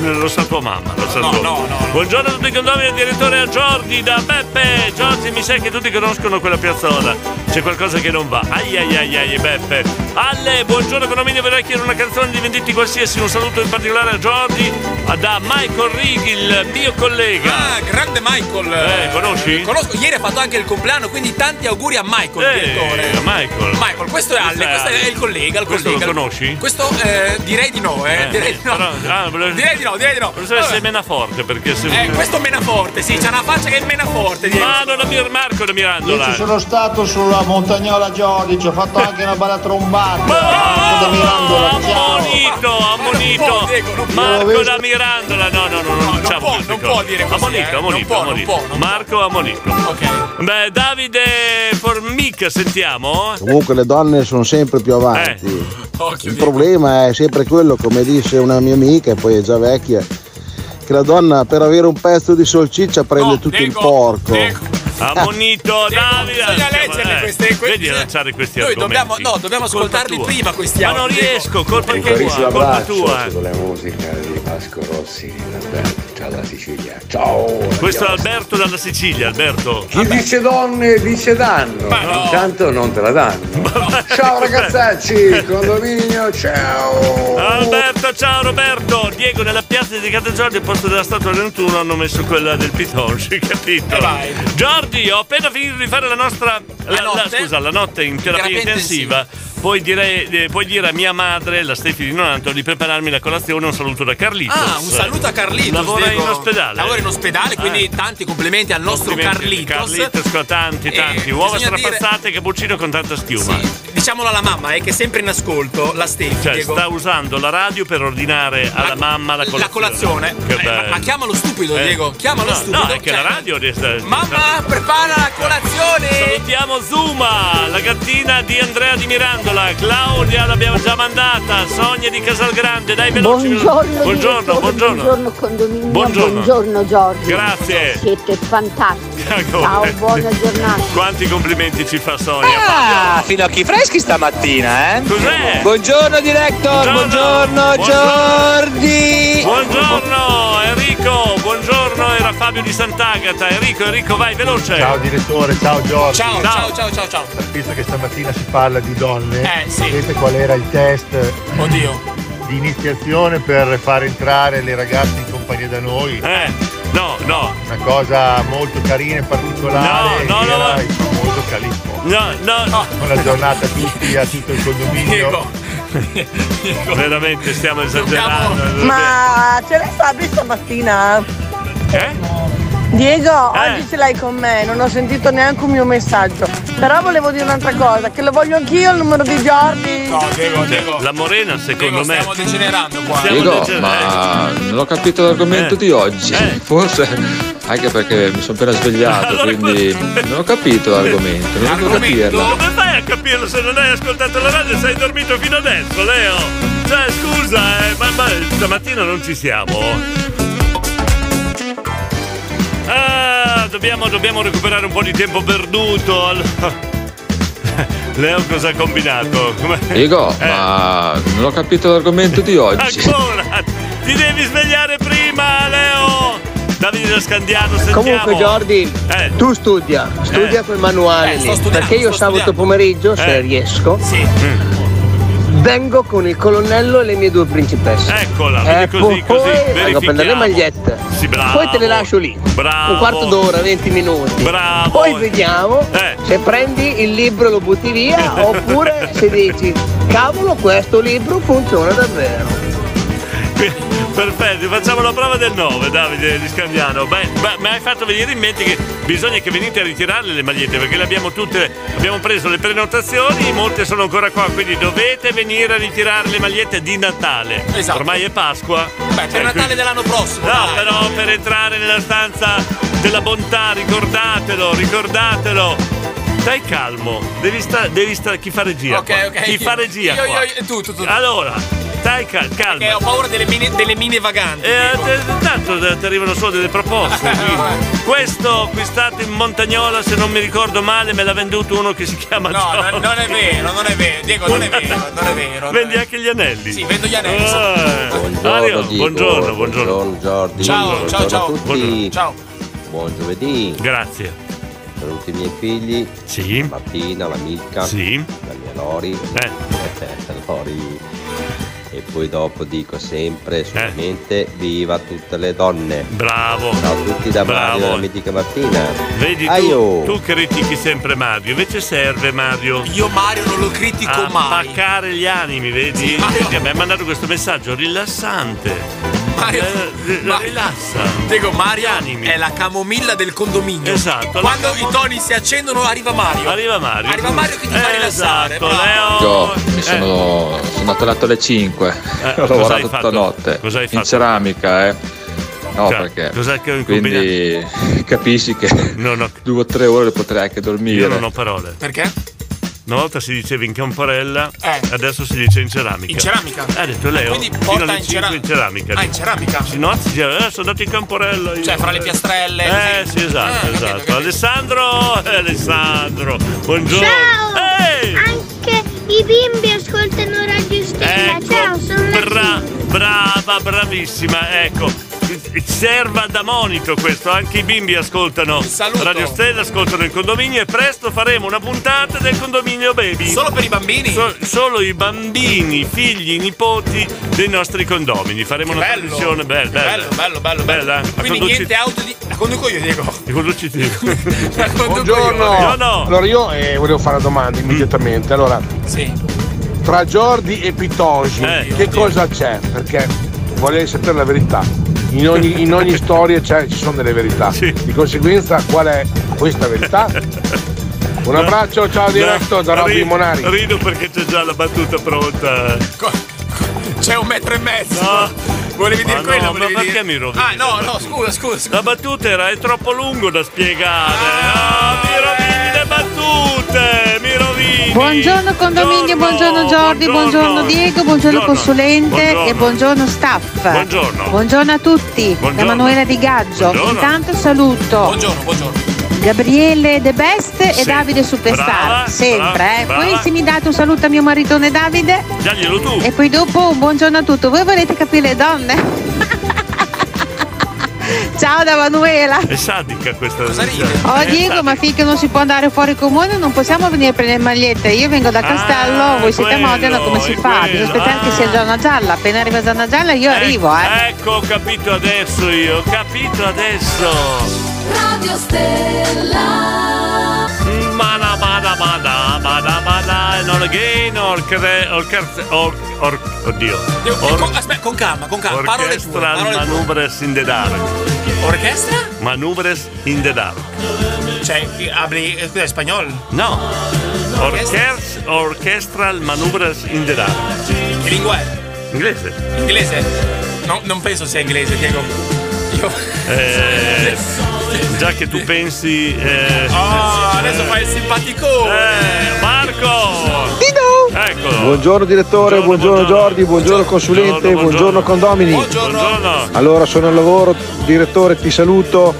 S3: Via
S2: Lo sa tua mamma, lo sa
S3: No,
S2: tua.
S3: no, no.
S2: Buongiorno a tutti i condomini, il direttore a Giordi da Beppe. Giordi, mi sa che tutti conoscono quella piazzola. C'è qualcosa che non va. Ai ai ai ai, Beppe. Alle, buongiorno condominio, vorrei chiedere una canzone di venditi qualsiasi. Un saluto in particolare a Giordi a- da Michael Righi, il mio collega.
S3: Ah, grande Michael.
S2: Eh, conosci?
S3: Conosco, ieri ha fatto anche il compleanno, quindi tanti auguri a Michael,
S2: Eh,
S3: direttore.
S2: Michael.
S3: Michael, questo è Alle, questo è il collega, il
S2: Questo lo
S3: collega.
S2: conosci?
S3: Questo eh, direi di no, eh,
S2: Eh,
S3: direi di no.
S2: però- ah, volevo-
S3: direi di no, direi di no.
S2: Lo so se mena forte perché se.
S3: Eh, questo mena forte, sì, c'ha una faccia che è mena forte.
S2: Ma non la mir- Marco da
S36: Io ci
S2: Mirandola.
S36: sono stato sulla Montagnola Giordi, ci ho fatto anche una bella trombata. da Mirandola, ciao.
S2: Ammonito, ammonito. Marco da Mirandola. No, no, no, no, non diciamo può, non può dire così. eh. Ammonito, ammonito, ammonito. Marco ammonito. Ok. Beh, Davide Formica, sentiamo.
S9: Comunque le donne sono sempre più avanti.
S2: Eh. Occhio,
S9: Il problema è sempre quello, come disse una mia amica, poi è già vecchia, che la donna per avere un pezzo di salsiccia prende tutto il porco.
S2: Ammonito, Davide. Bisogna leggerle queste, Vedi lanciare questi
S3: Noi
S2: argomenti.
S3: dobbiamo, no, dobbiamo ascoltarli prima questi
S2: Ma non
S3: audio.
S2: riesco, colpa
S22: Un
S2: tua,
S22: carissimo
S2: colpa
S22: abbraccio
S2: tua. eh.
S22: sulla musica di Vasco Rossi dalla Sicilia. Ciao!
S2: Questo è Alberto dalla Sicilia, Alberto.
S22: Chi dice donne dice danno, intanto non te la danno.
S2: Ciao Eh.
S22: ragazzacci, condominio, ciao!
S2: Ah, Alberto, ciao Roberto! Diego, nella piazza dedicata a Giordi al posto della statua del 21 hanno messo quella del Pitonci, capito?
S3: Eh,
S2: Giordi, ho appena finito di fare la nostra. La, la- scusa, la notte in terapia
S3: Terapia
S2: intensiva. Poi, direi- eh, puoi dire a mia madre, la Stefi di Nonanto, di prepararmi la colazione. Un saluto da Carlitos.
S3: Ah, un saluto a Carlitos.
S2: Lavora
S3: Diego.
S2: in ospedale. Eh.
S3: Lavora in ospedale, quindi tanti complimenti al nostro
S2: Complimenti,
S3: Carlitos.
S2: Carlitos, qua tanti, tanti.
S3: Eh,
S2: Uova
S3: bisogna dire-
S2: strapazzate e cappuccino con tanta schiuma.
S3: Diciamolo alla mamma, eh, che è sempre in ascolto, la Steffi.
S2: Cioè,
S3: Diego.
S2: sta usando la radio per ordinare alla mamma la colazione.
S3: La colazione.
S2: Che
S3: Eh, ma,
S2: bello.
S3: ma chiamalo stupido,
S2: Eh.
S3: Diego. Chiamalo
S2: no,
S3: stupido. cioè.
S2: No, è che la radio resta.
S3: Mamma, prepara la colazione!
S2: Salutiamo Zuma, la gattina di Andrea di Mirandola, Claudia l'abbiamo già mandata, Sonia di Casalgrande, dai veloci. veloci.
S4: Buongiorno,
S2: buongiorno,
S4: direttore,
S2: buongiorno.
S4: buongiorno condominio,
S2: Buongiorno.
S4: buongiorno Giorgio.
S2: Grazie.
S4: Siete fantastici.
S2: Ecco.
S4: Ciao, buona giornata.
S2: Quanti complimenti ci fa Sonia.
S37: Ah, finocchi freschi stamattina, eh?
S2: Cos'è?
S37: Buongiorno director, buongiorno, Giordi.
S2: Buongiorno Enrico, buongiorno, era Fabio di Sant'Agata. Enrico, Enrico, vai veloce.
S27: Ciao direttore, ciao Giorgio.
S2: Ciao, ciao,
S3: ciao, ciao, ciao.
S27: Visto che stamattina si parla di donne,
S3: Eh, sì.
S27: sapete qual era il test
S3: Oddio.
S27: di iniziazione per far entrare le ragazze in compagnia da noi?
S2: Eh, no, no.
S27: Una cosa molto carina e particolare.
S2: No, no, no,
S27: era
S2: no.
S27: il famoso calippo.
S2: No, no, no.
S27: Buona giornata a tutti, a tutto il condominio.
S2: Veramente stiamo esagerando.
S20: Ma ce l'hai Fabri stamattina?
S2: Eh?
S20: Diego, oggi ce l'hai con me, non ho sentito neanche un mio messaggio. Però volevo dire un'altra cosa, che lo voglio anch'io il numero di Jordi.
S2: La Morena, secondo me. Stiamo
S3: degenerando qua.
S12: Diego, ma non ho capito l'argomento
S2: Eh.
S12: di oggi. Forse anche perché mi sono appena svegliato, quindi non ho capito l'argomento, non riesco a capirla.
S2: Come fai a capirlo se non hai ascoltato la radio e sei dormito fino adesso, Leo? Cioè, scusa, eh, ma, ma stamattina non ci siamo. Ah, dobbiamo, dobbiamo recuperare un po' di tempo perduto. Allora. Leo cosa ha combinato? Come-
S12: Diego,
S2: Eh.
S12: ma non ho capito l'argomento di oggi.
S2: Ancora! Ti devi svegliare prima, Leo! Davide da Scandiano, sentiamo.
S24: Comunque Jordi, tu studia, studia
S2: Eh.
S24: quel manuale
S2: Eh, sto
S24: lì,
S2: studiando,
S24: perché io
S2: sto
S24: sabato
S2: studiando.
S24: pomeriggio, se
S2: Eh.
S24: riesco,
S2: Mm,
S24: vengo con il colonnello e le mie due principesse. Ecco,
S2: Eccola,
S24: Eh,
S2: vedi così,
S24: poi
S2: così,
S24: vengo a prendere Ecco, le
S2: verifichiamo.
S24: magliette,
S2: Sì, bravo.
S24: poi te le lascio lì,
S2: Bravo.
S24: un quarto d'ora, 20 minuti,
S2: Bravo.
S24: poi vediamo
S2: Eh.
S24: se prendi il libro e lo butti via oppure se dici, cavolo questo libro funziona davvero.
S2: Perfetto, facciamo la prova del 9, Davide Liscambiano. Beh, beh, mi hai fatto venire in mente che bisogna che venite a ritirarle le magliette perché le abbiamo tutte, abbiamo preso le prenotazioni, molte sono ancora qua, quindi dovete venire a ritirare le magliette di Natale. Esatto. Ormai è Pasqua. Eh,
S3: Beh, per Natale dell'anno prossimo.
S2: No,
S3: dai.
S2: però per entrare nella stanza della bontà, ricordatelo, ricordatelo. Stai calmo, devi, sta, devi sta, chi fa regia.
S3: Ok,
S2: qua?
S3: ok.
S2: Chi fa regia.
S3: Io,
S2: qua?
S3: io, io, tu, tu, tu.
S2: Allora, stai cal- calmo.
S3: Perché ho paura delle mine, delle mine vaganti.
S2: Eh, te- tanto te- ti arrivano solo delle proposte. qui. Questo acquistato in Montagnola, se non mi ricordo male, me l'ha venduto uno che si chiama
S3: No,
S2: Giorgio.
S3: no, non è vero, non è vero, Diego, non è vero, non è vero.
S2: Vendi anche gli anelli. Ah,
S3: Sì, vendo gli anelli.
S2: Eh. Mario, buongiorno, buongiorno.
S21: Giordi.
S3: Ciao, ciao, ciao.
S21: a tutti.
S3: Ciao.
S21: Buon giovedì.
S2: Grazie.
S21: Saluti i miei figli.
S2: Sì.
S21: Martina, la Milka.
S2: Sì. Eh.
S21: La mia Lori. La Lori. E poi dopo dico
S2: Eh.
S21: sempre, solamente, viva tutte le donne.
S2: Bravo.
S21: Ciao a tutti da Mario,
S2: Bravo.
S21: la mitica Martina.
S2: Vedi tu,
S21: Aio.
S2: tu critichi sempre Mario, invece serve Mario.
S3: Io Mario non lo critico
S2: a
S3: mai.
S2: Paccare gli animi, vedi? Vedi, Mi ha mandato questo messaggio rilassante.
S3: Mario,
S2: la rilassa.
S3: Diego, Mario è la camomilla del condominio.
S2: Esatto.
S3: Quando i toni si accendono arriva Mario.
S2: Arriva Mario.
S3: Arriva Mario che ti fa rilassare.
S2: Esatto,
S3: bravo.
S2: Leo.
S12: Io mi sono, sono atterrato alle 5, ho
S2: Eh. cosa hai
S12: lavorato tutta
S2: fatto? Cioè,
S12: notte in ceramica, eh. No, perché quindi capisci che due o tre ore le potrei anche dormire.
S2: Io non ho parole.
S3: Perché? Eh.
S2: Una volta si diceva in camporella, adesso si dice in ceramica.
S3: In ceramica?
S2: Ha detto Leo.
S3: Quindi
S2: fino
S3: porta
S2: alle
S3: in
S2: 5 in ceramica.
S3: Ah, in ceramica.
S2: Sì, no, si diceva, eh, sono andato in camporella. io.
S3: Cioè, fra le piastrelle.
S2: Eh, sì, esatto, esatto. Alessandro, eh, Alessandro, buongiorno.
S4: Ciao! Anche i bimbi ascoltano Radio Stella. Ciao, sono la
S2: Ecco. Bra- brava, bravissima, ecco. Serva da monito questo, anche i bimbi ascoltano Radio Stella, ascoltano il condominio e presto faremo una puntata del condominio baby.
S3: Solo per i bambini?
S2: solo i bambini, figli, nipoti dei nostri condomini. Faremo una
S3: bello.
S2: trasmissione bella. Bella,
S3: bello, bello,
S2: bella. eh.
S3: Quindi niente auto di. La conduco io, Diego.
S2: Riconduci te.
S3: No,
S30: Buongiorno.
S2: no. Mm.
S30: Allora io eh, volevo fare una domanda immediatamente. Allora, tra Jordi e Pitongi,
S2: Eh.
S30: che cosa c'è? Perché volevo sapere la verità. In ogni, in ogni storia c'è- ci sono delle verità. Di conseguenza, qual è questa verità? Un abbraccio, ciao diretto da Robby
S2: Ri-
S30: Monari.
S2: Rido perché c'è già la battuta pronta.
S3: C'è un metro e mezzo.
S2: Volevi
S3: dire quello,
S2: No, ma
S3: volevi
S2: perché
S3: dire-
S2: mi rovini?
S3: Ah, no, no, scusa, scusa.
S2: La battuta era è troppo lungo da spiegare. Ah, mi rovini le battute, mi rovini.
S38: Buongiorno condominio, buongiorno Jordi, buongiorno, Diego, buongiorno, consulente e buongiorno staff.
S2: Buongiorno.
S38: Buongiorno a tutti,
S2: Buongiorno.
S38: Emanuela Di Gaggio.
S2: Buongiorno.
S38: Intanto saluto
S3: Buongiorno, buongiorno.
S38: Gabriele De Best e
S2: Sì.
S38: Davide Superstar.
S2: Brava,
S38: sempre,
S2: brava,
S38: eh.
S2: brava.
S38: Poi se mi date un saluto a mio maritone Davide.
S2: Daglielo tu.
S38: E poi dopo un buongiorno a tutti. Voi volete capire le donne? Ciao da Manuela.
S2: È sadica questa notizia.
S38: Oh
S2: È
S38: Diego, ma finché non si può andare fuori comune non possiamo venire a prendere magliette. Io vengo da Castello, voi siete
S2: quello,
S38: a Modena, come si
S2: è
S38: fa? Bisogna
S2: quello, Ah,
S38: aspettare che sia zona gialla. Appena arriva zona gialla io arrivo, eh.
S2: Ecco, ho capito adesso io, ho capito adesso.
S39: Radio Stella.
S2: Bada bada bada bada bada e non again or cre- or cre- or- or- oddio. Or-
S3: Aspetta, con calma, con calma. Parole tue,
S2: orchestra
S3: parole tue.
S2: Manubres in the Dark.
S3: Orchestra?
S2: Manubres in the Dark.
S3: Cioè, abri. eh, Scusa, è spagnolo?
S2: No. Orchest- orchestral Manubres in the Dark.
S3: Che lingua è?
S2: Inglese.
S3: Inglese? No, non penso sia inglese, Diego. Io.
S2: Eh, già che tu pensi... eh,
S3: Oh, adesso fai il simpaticone.
S2: Marco! Ecco. Eccolo.
S30: Buongiorno direttore, buongiorno, Jordi, buongiorno consulente, buongiorno, condomini.
S2: Buongiorno.
S30: Allora sono al lavoro, direttore ti saluto,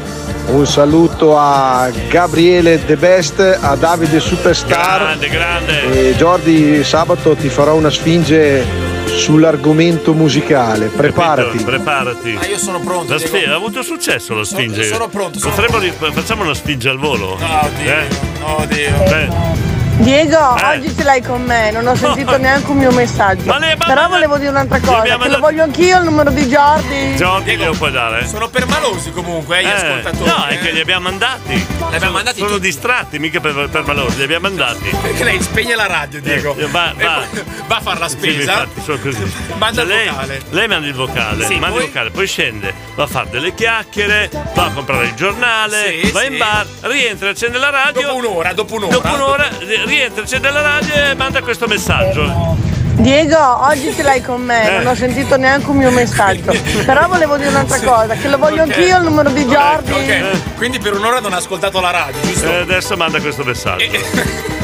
S30: un saluto a Gabriele The Best, a Davide Superstar.
S2: Grande, grande.
S30: E Jordi sabato ti farò una sfinge sull'argomento musicale,
S2: Eh.
S30: preparati.
S2: Preparati. Ma
S3: Ah, io sono pronto.
S2: La sfi- ha avuto successo la sfinge.
S3: sono pronto, sono
S2: Eh? Potremmo ri- facciamo una sfinge al volo.
S3: No, Dio.
S2: Eh?
S3: Oddio.
S2: Eh.
S20: Diego, oggi ce l'hai con me, non ho sentito neanche un mio messaggio. Però volevo dire un'altra cosa, che lo voglio anch'io il numero di Jordi.
S2: Giordi glielo puoi dare.
S3: Sono permalosi comunque, eh, gli ascoltatori.
S2: No, è che li abbiamo mandati. Li abbiamo mandati Sono distratti, mica per, per valore, li abbiamo mandati.
S3: Perché lei spegne la radio, Diego.
S2: Eh, va,
S3: E
S2: va.
S3: poi va a fare la
S2: Sì,
S3: spesa.
S2: infatti, sono così.
S3: Manda il
S2: Cioè, lei,
S3: vocale.
S2: Lei manda il vocale,
S3: Sì,
S2: manda
S3: poi?
S2: il vocale, poi scende, va a fare delle chiacchiere, va a comprare il giornale,
S3: Sì,
S2: va
S3: sì.
S2: in bar, rientra, accende la radio. Dopo
S3: un'ora, dopo un'ora.
S2: Dopo un'ora eh, rientra, accende la radio e manda questo messaggio.
S20: Diego, oggi ce l'hai con
S2: Eh.
S20: me, non ho sentito neanche un mio messaggio. Però volevo dire un'altra cosa, che lo voglio
S3: Ok.
S20: anch'io il numero di Jordi.
S3: Ecco, Ok, ok. Quindi per un'ora non ha ascoltato la radio, giusto? Eh,
S2: E Eh. adesso manda questo messaggio.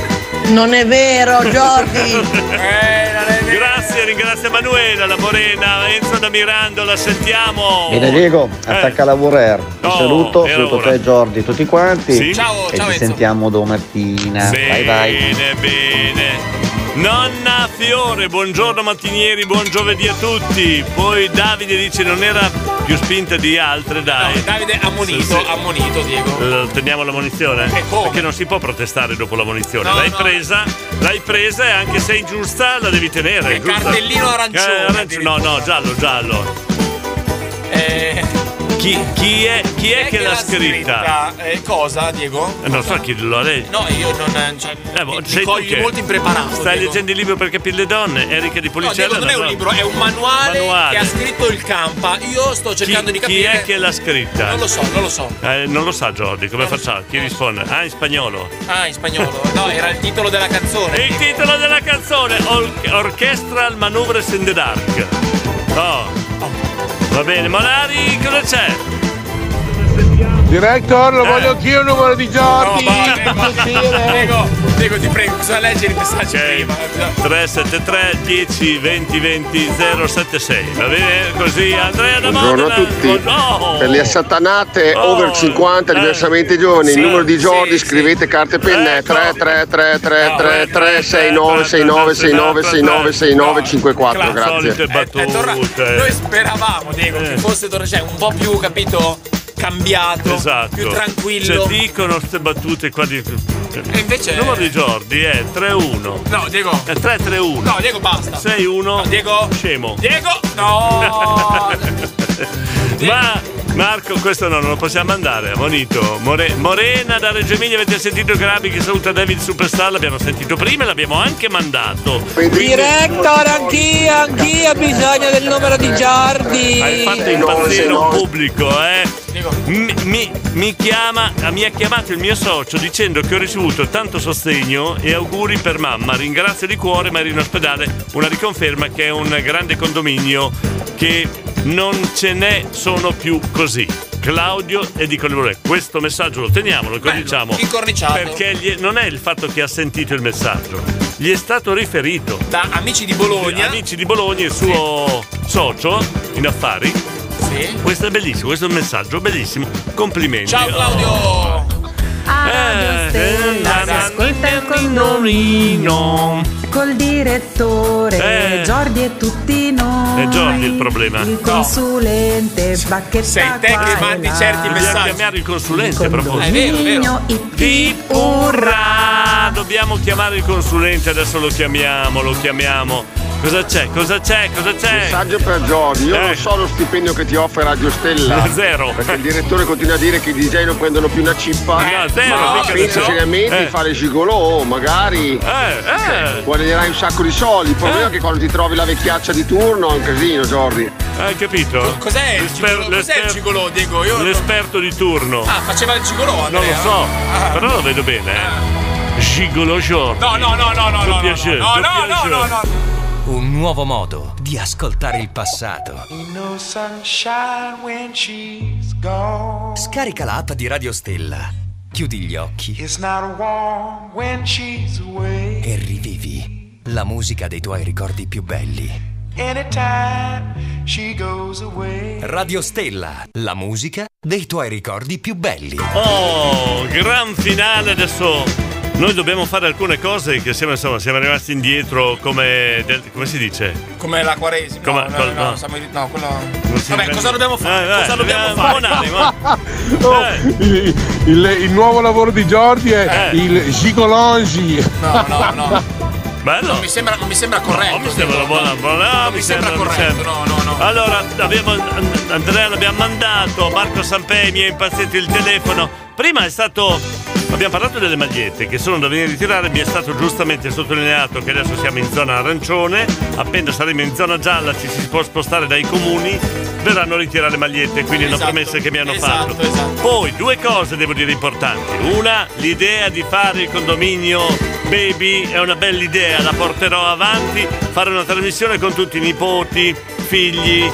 S20: Non è vero,
S3: eh,
S2: Grazie, ringrazio Emanuela, la Morena, Enzo da Mirandola, sentiamo.
S21: Bene Diego,
S2: Eh.
S21: attacca la Vorer. Ti saluto,
S2: era
S21: saluto
S2: ora.
S21: te Giordi, tutti quanti.
S2: Oh, Sì. Ciao,
S21: e
S2: ciao,
S21: ci
S2: Enzo.
S21: sentiamo domattina.
S2: Bene,
S21: Vai vai.
S2: bene. Nonna Fiore, buongiorno mattinieri, buon giovedì a tutti. Poi Davide dice non era più spinta di altre, dai.
S3: Davide ammonito, ammonito Diego.
S2: Eh, Teniamo la munizione?
S3: Eh,
S2: Perché non si può protestare dopo la munizione.
S3: No,
S2: l'hai
S3: no.
S2: presa, l'hai presa e anche se è ingiusta la devi tenere. giusta?
S3: cartellino arancione,
S2: Eh, arancio- no, no, giallo, giallo.
S3: Eh.
S2: Chi, chi è, chi è che l'ha scritta?
S3: Eh, cosa, Diego?
S2: Eh, Non so chi lo ha letto.
S3: No, io non. Cioè,
S2: boh,
S3: mi
S2: sei tu
S3: cogli
S2: che-
S3: molto impreparato.
S2: Stai
S3: Diego.
S2: leggendo il libro per capire le donne, Enrica di
S3: No,
S2: Policella.
S3: Diego, non è un libro, è un manuale, che ha scritto il Campa. Io sto cercando di
S2: chi,
S3: capire.
S2: Chi è che l'ha scritta?
S3: Non lo so, non lo so.
S2: Eh, non lo sa Jordi, come facciamo? Chi risponde? Ah, in spagnolo.
S3: Ah, in spagnolo. No, era il titolo della canzone.
S2: Il titolo della canzone, Or- Orchestral Manoeuvres in the Dark. Oh. Va bene, Monari, cosa c'è? Eh?
S17: Director, lo voglio anch'io il numero di Giordi.
S3: Diego, Diego, ti prego, bisogna leggere i messaggi prima.
S2: 373 10 20 20 076. Va bene? Così, Andrea da
S40: Buongiorno a
S2: Modena. Oh,
S40: tutti.
S2: Buongiorno.
S40: Per le assatanate
S2: Oh,
S40: over 50
S2: eh,
S40: diversamente giovani, il numero di Jordi, scrivete carte e penne
S2: eh,
S40: 3333333696969696954, grazie.
S3: È tornato. Eh,
S2: Eh.
S3: Noi speravamo, Diego, che fosse tornato, cioè, un po' più, capito, cambiato, più tranquillo.
S2: Esatto. Cioè, dicono queste battute qua di. E
S3: invece-
S2: Il numero di Jordi è 3-1.
S3: No, Diego.
S2: 3-3-1.
S3: No, Diego, basta.
S2: 6-1.
S3: Diego.
S2: Scemo.
S3: Diego, no!
S2: Ma Marco, questo no, non lo possiamo mandare, bonito. More- Morena da Reggio Emilia, avete sentito Grabi che saluta David Superstar, l'abbiamo sentito prima e l'abbiamo anche mandato.
S41: Director, anch'io, anch'io ho bisogno del numero di Jordi.
S2: Hai fatto impazzire un pubblico, eh? Mi, mi- mi chiama, mi ha chiamato il mio socio dicendo che ho ricevuto tanto sostegno e auguri per mamma. Ringrazio di cuore, ma ero in ospedale. Una riconferma che è un grande condominio che non ce ne sono più così. Claudio e dico Leone, questo messaggio lo teniamo, lo corniciamo.
S3: incorniciato.
S2: Perché gli- non è il fatto che ha sentito il messaggio, gli è stato riferito
S3: da amici di Bologna.
S2: Amici di Bologna, il suo socio in affari.
S3: Sì.
S2: Questo è bellissimo, questo è un messaggio bellissimo. Complimenti. Oh. Eh,
S3: Ciao Claudio!
S2: Ah, Radio Stella si
S10: Eh, ascolta il
S2: condominio
S10: col direttore
S2: Eh.
S10: Giordi e tutti
S2: Oh.
S10: noi.
S2: È Jordi il problema.
S10: Il consulente bacchetta Sei
S2: te che mandi certi messaggi. chiamare il consulente a proposito.
S10: È vero, è vero.
S2: Pip, urrà! Dobbiamo chiamare il consulente, adesso lo chiamiamo, lo chiamiamo. Cosa c'è? Cosa c'è? Cosa c'è?
S40: Messaggio per Jordi, io
S2: Eh.
S40: non so lo stipendio che ti offre Radio Stella.
S2: Zero.
S40: Perché il direttore continua a dire che i DJ non prendono più una cippa.
S2: No, zero,
S40: Ma
S2: mica
S40: pensa
S2: zero.
S40: seriamente
S2: Eh.
S40: di fare gigolò, magari. Cioè,
S2: eh.
S40: Guadagnerai un sacco di soldi. Il problema è che quando ti trovi la vecchiaccia di turno è un casino, Jordi.
S2: Hai capito?
S40: Cos'è il gigolò? Cos'è il
S3: gigolò, Diego? Io
S2: L'esperto di turno.
S3: Ah, faceva il gigolò,
S2: non
S3: Andrea.
S2: lo so, però lo vedo bene. eh. Gigolo Jordi.
S3: No, no, no, no, no,
S2: Doppia
S3: no, no,
S2: G,
S3: no, no,
S2: doppia
S3: no,
S2: G.
S3: no, no.
S15: Un nuovo modo di ascoltare il passato.
S4: No sunshine when she's gone.
S15: Scarica la app di Radio Stella. Chiudi gli occhi
S4: It's not warm when she's away.
S15: e rivivi la musica dei tuoi ricordi più belli.
S4: Anytime she goes away.
S15: Radio Stella, la musica dei tuoi ricordi più belli.
S2: Oh, gran finale adesso. Noi dobbiamo fare alcune cose che siamo, insomma, siamo rimasti indietro come, del- come si dice?
S3: Come la quaresima.
S2: Come-
S3: no, no,
S2: col-
S3: no,
S2: no.
S3: siamo in- no, quello.
S2: si
S3: Vabbè,
S2: prende-
S3: cosa dobbiamo fare?
S2: Eh, eh,
S3: cosa dobbiamo
S2: dobbiamo-
S3: fare?
S2: Monale, ma-
S40: Oh,
S2: Eh.
S40: il, il- il nuovo lavoro di Jordi è
S3: Eh.
S40: il Gigolongi.
S3: No, no, no.
S2: Bello.
S3: Non mi sembra, non mi sembra corretto.
S2: mi sembra una buona- buona-
S3: non mi sembra
S2: non mi
S3: corretto,
S2: sembra.
S3: no, no, no.
S2: Allora, abbiamo, Andrea l'abbiamo mandato, Marco Sampei mi è impazzito il telefono. Prima è stato. Abbiamo parlato delle magliette che sono da venire a ritirare, mi è stato giustamente sottolineato che adesso siamo in zona arancione, appena saremo in zona gialla ci si può spostare dai comuni, verranno a ritirare le magliette, quindi è una
S3: Esatto,
S2: promessa che mi hanno
S3: esatto,
S2: fatto. Poi due cose devo dire importanti. Una, l'idea di fare il condominio baby è una bella idea, la porterò avanti, fare una trasmissione con tutti i nipoti, figli,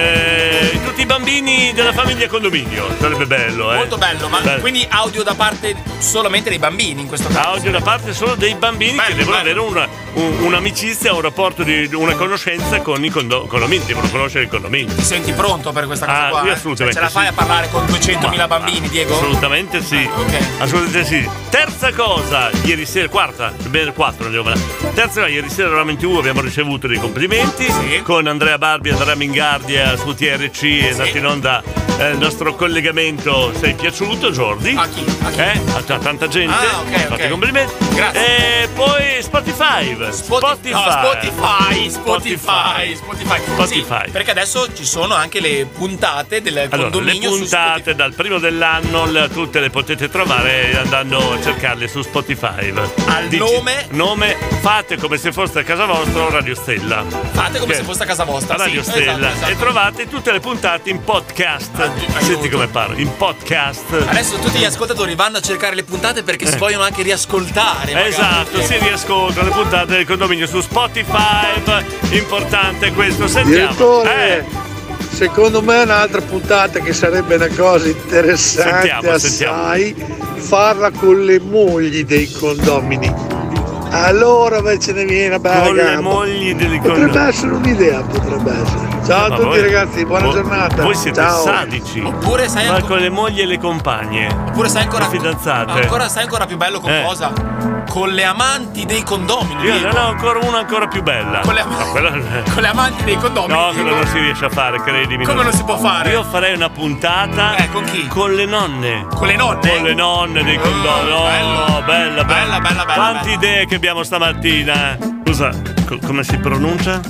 S2: eh, tutti i bambini della famiglia condominio. Sarebbe bello, eh.
S3: Molto bello, ma
S2: Bello.
S3: quindi audio da parte solamente dei bambini in questo caso.
S2: Audio da parte solo dei bambini che devono avere una- un- un'amicizia, un rapporto di una conoscenza con i condo- condomini, devono conoscere i condomini.
S3: Ti senti pronto per questa cosa
S2: Ah,
S3: qua?
S2: io
S3: eh?
S2: assolutamente
S3: Cioè, ce la fai
S2: sì.
S3: a parlare con 200.000 bambini, Diego? Ah,
S2: Assolutamente sì. Assolutamente sì. Terza cosa, ieri sera, quarta, bene, quattro andiamo là. Terza cosa, ieri sera eravamo in tv, abbiamo ricevuto dei complimenti con Andrea Barbi, Andrea Mingardia su TRC è andato in onda eh, il nostro collegamento. Sei piaciuto, Jordi? A chi? A, Eh? a t- a tanta gente.
S3: Ah, ok,
S2: Tanti
S3: ok.
S2: complimenti.
S3: Grazie.
S2: E poi Spotify. Spotify.
S3: No, Spotify, Spotify, Spotify.
S2: Spotify.
S3: Sì, perché adesso ci sono anche le puntate del
S2: Allora, le
S3: condominio su
S2: puntate dal primo dell'anno le- tutte le potete trovare eh, andando a cercarle su Spotify. Al
S3: nome?
S2: nome fate come se fosse a casa vostra o Radio Stella.
S3: Fate come
S2: Che-
S3: se fosse a casa vostra. sì,
S2: Radio Stella
S3: esatto, esatto. Ah,
S2: e trovate tutte le puntate in podcast. Senti come parlo, in podcast. Eh.
S3: Adesso tutti gli ascoltatori vanno a cercare le puntate perché si vogliono anche riascoltare. magari.
S2: Esatto, si riascoltano le puntate del condominio su Spotify. Importante questo, sentiamo.
S22: Direttore,
S2: Eh,
S22: secondo me un'altra puntata che sarebbe una cosa interessante
S2: Sentiamo,
S22: assai, farla con le mogli dei condomini. Allora beh, ce ne viene una bella
S2: Con le
S22: gamba.
S2: mogli dei
S22: Potrebbe
S2: condomini.
S22: essere un'idea, potrebbe essere. Ciao
S2: ma
S22: a tutti
S2: voi-
S22: ragazzi, buona
S2: voi-
S22: giornata.
S2: Voi siete
S22: Ciao.
S2: sadici.
S22: Oppure sai
S2: Ma
S22: ancora-
S2: con le mogli e le compagne.
S3: Oppure sai ancora.
S2: Le fidanzate.
S3: Ancora, sai ancora più bello con
S2: Eh.
S3: cosa? Con le amanti dei condomini.
S2: Io
S3: Diego.
S2: ne ho ancora una ancora più bella.
S3: Con le-
S2: No, quella-
S3: Con le amanti dei condomini.
S2: No,
S3: Diego.
S2: quello non si riesce a fare, credimi.
S3: Come non si può fare?
S2: Io farei una puntata.
S3: Eh,
S2: con chi? Con le nonne. Con
S3: le nonne?
S2: Con le nonne dei condomini. Oh, bella, bella, bella, bella, Quante idee che abbiamo stamattina. Scusa, co- come si pronuncia?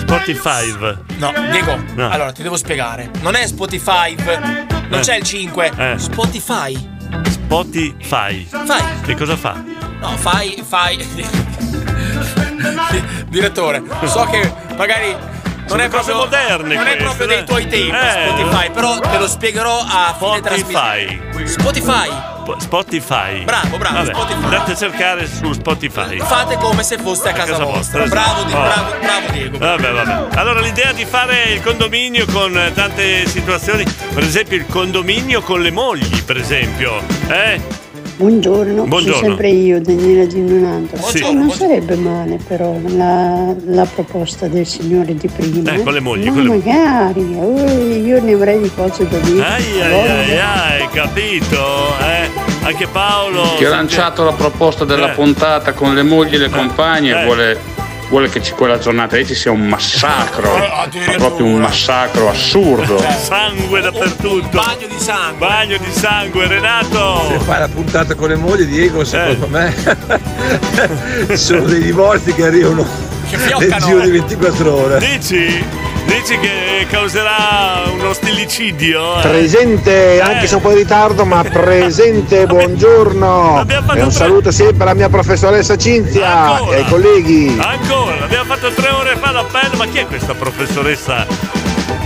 S2: Spotify.
S3: No, Diego,
S2: No.
S3: allora ti devo spiegare. Non è Spotify, non
S2: Eh.
S3: c'è il 5.
S2: Eh.
S3: Spotify.
S2: Spotify.
S3: Fai.
S2: Che cosa fa?
S3: No, fai, fai. Direttore, so che magari non
S2: Sono
S3: è
S2: cose
S3: proprio
S2: moderne
S3: non è
S2: queste,
S3: proprio dei
S2: eh.
S3: tuoi tempi
S2: Eh.
S3: Spotify, però te lo spiegherò a fine trasmissione. Spotify.
S2: Po- Spotify.
S3: Bravo, bravo,
S2: Vabbè,
S3: Spotify.
S2: Andate a cercare su Spotify.
S3: Fate come se foste a casa, vostra. Bravo, Di-
S2: Oh.
S3: bravo, bravo Diego.
S2: Vabbè, vabbè. Allora l'idea di fare il condominio con eh, tante situazioni, per esempio il condominio con le mogli, per esempio. Eh?
S4: Buongiorno,
S2: Buongiorno.
S4: sono sempre io, Daniela Ginnonando.
S2: Sì.
S4: Eh, non sarebbe male però la, la proposta del signore di prima.
S2: Eh, con le mogli,
S4: Ma
S2: con le mogli.
S4: magari, eh, io ne avrei di cose da dire.
S2: Ai ai
S4: Allora,
S2: ai, ai, capito? Eh? Anche Paolo.
S12: Che ho lanciato la proposta della
S2: Eh.
S12: puntata con le mogli e le compagne vuole, vuole che ci- quella giornata lì ci sia un massacro, ma proprio un massacro assurdo.
S2: Eh, Sangue dappertutto. Bagno
S3: di sangue.
S2: Bagno di sangue, Renato. Eh.
S30: Se fai la puntata con le mogli, Diego, secondo me ci sono dei divorzi che arrivano nel giro di 24 ore.
S2: Dici? Dici che causerà uno stilicidio? eh?
S30: Presente, anche se un po' in ritardo, ma presente, buongiorno. E un saluto sempre alla mia professoressa Cinzia e ai eh, colleghi.
S2: Ancora, abbiamo fatto tre ore fa l'appello, ma chi è questa professoressa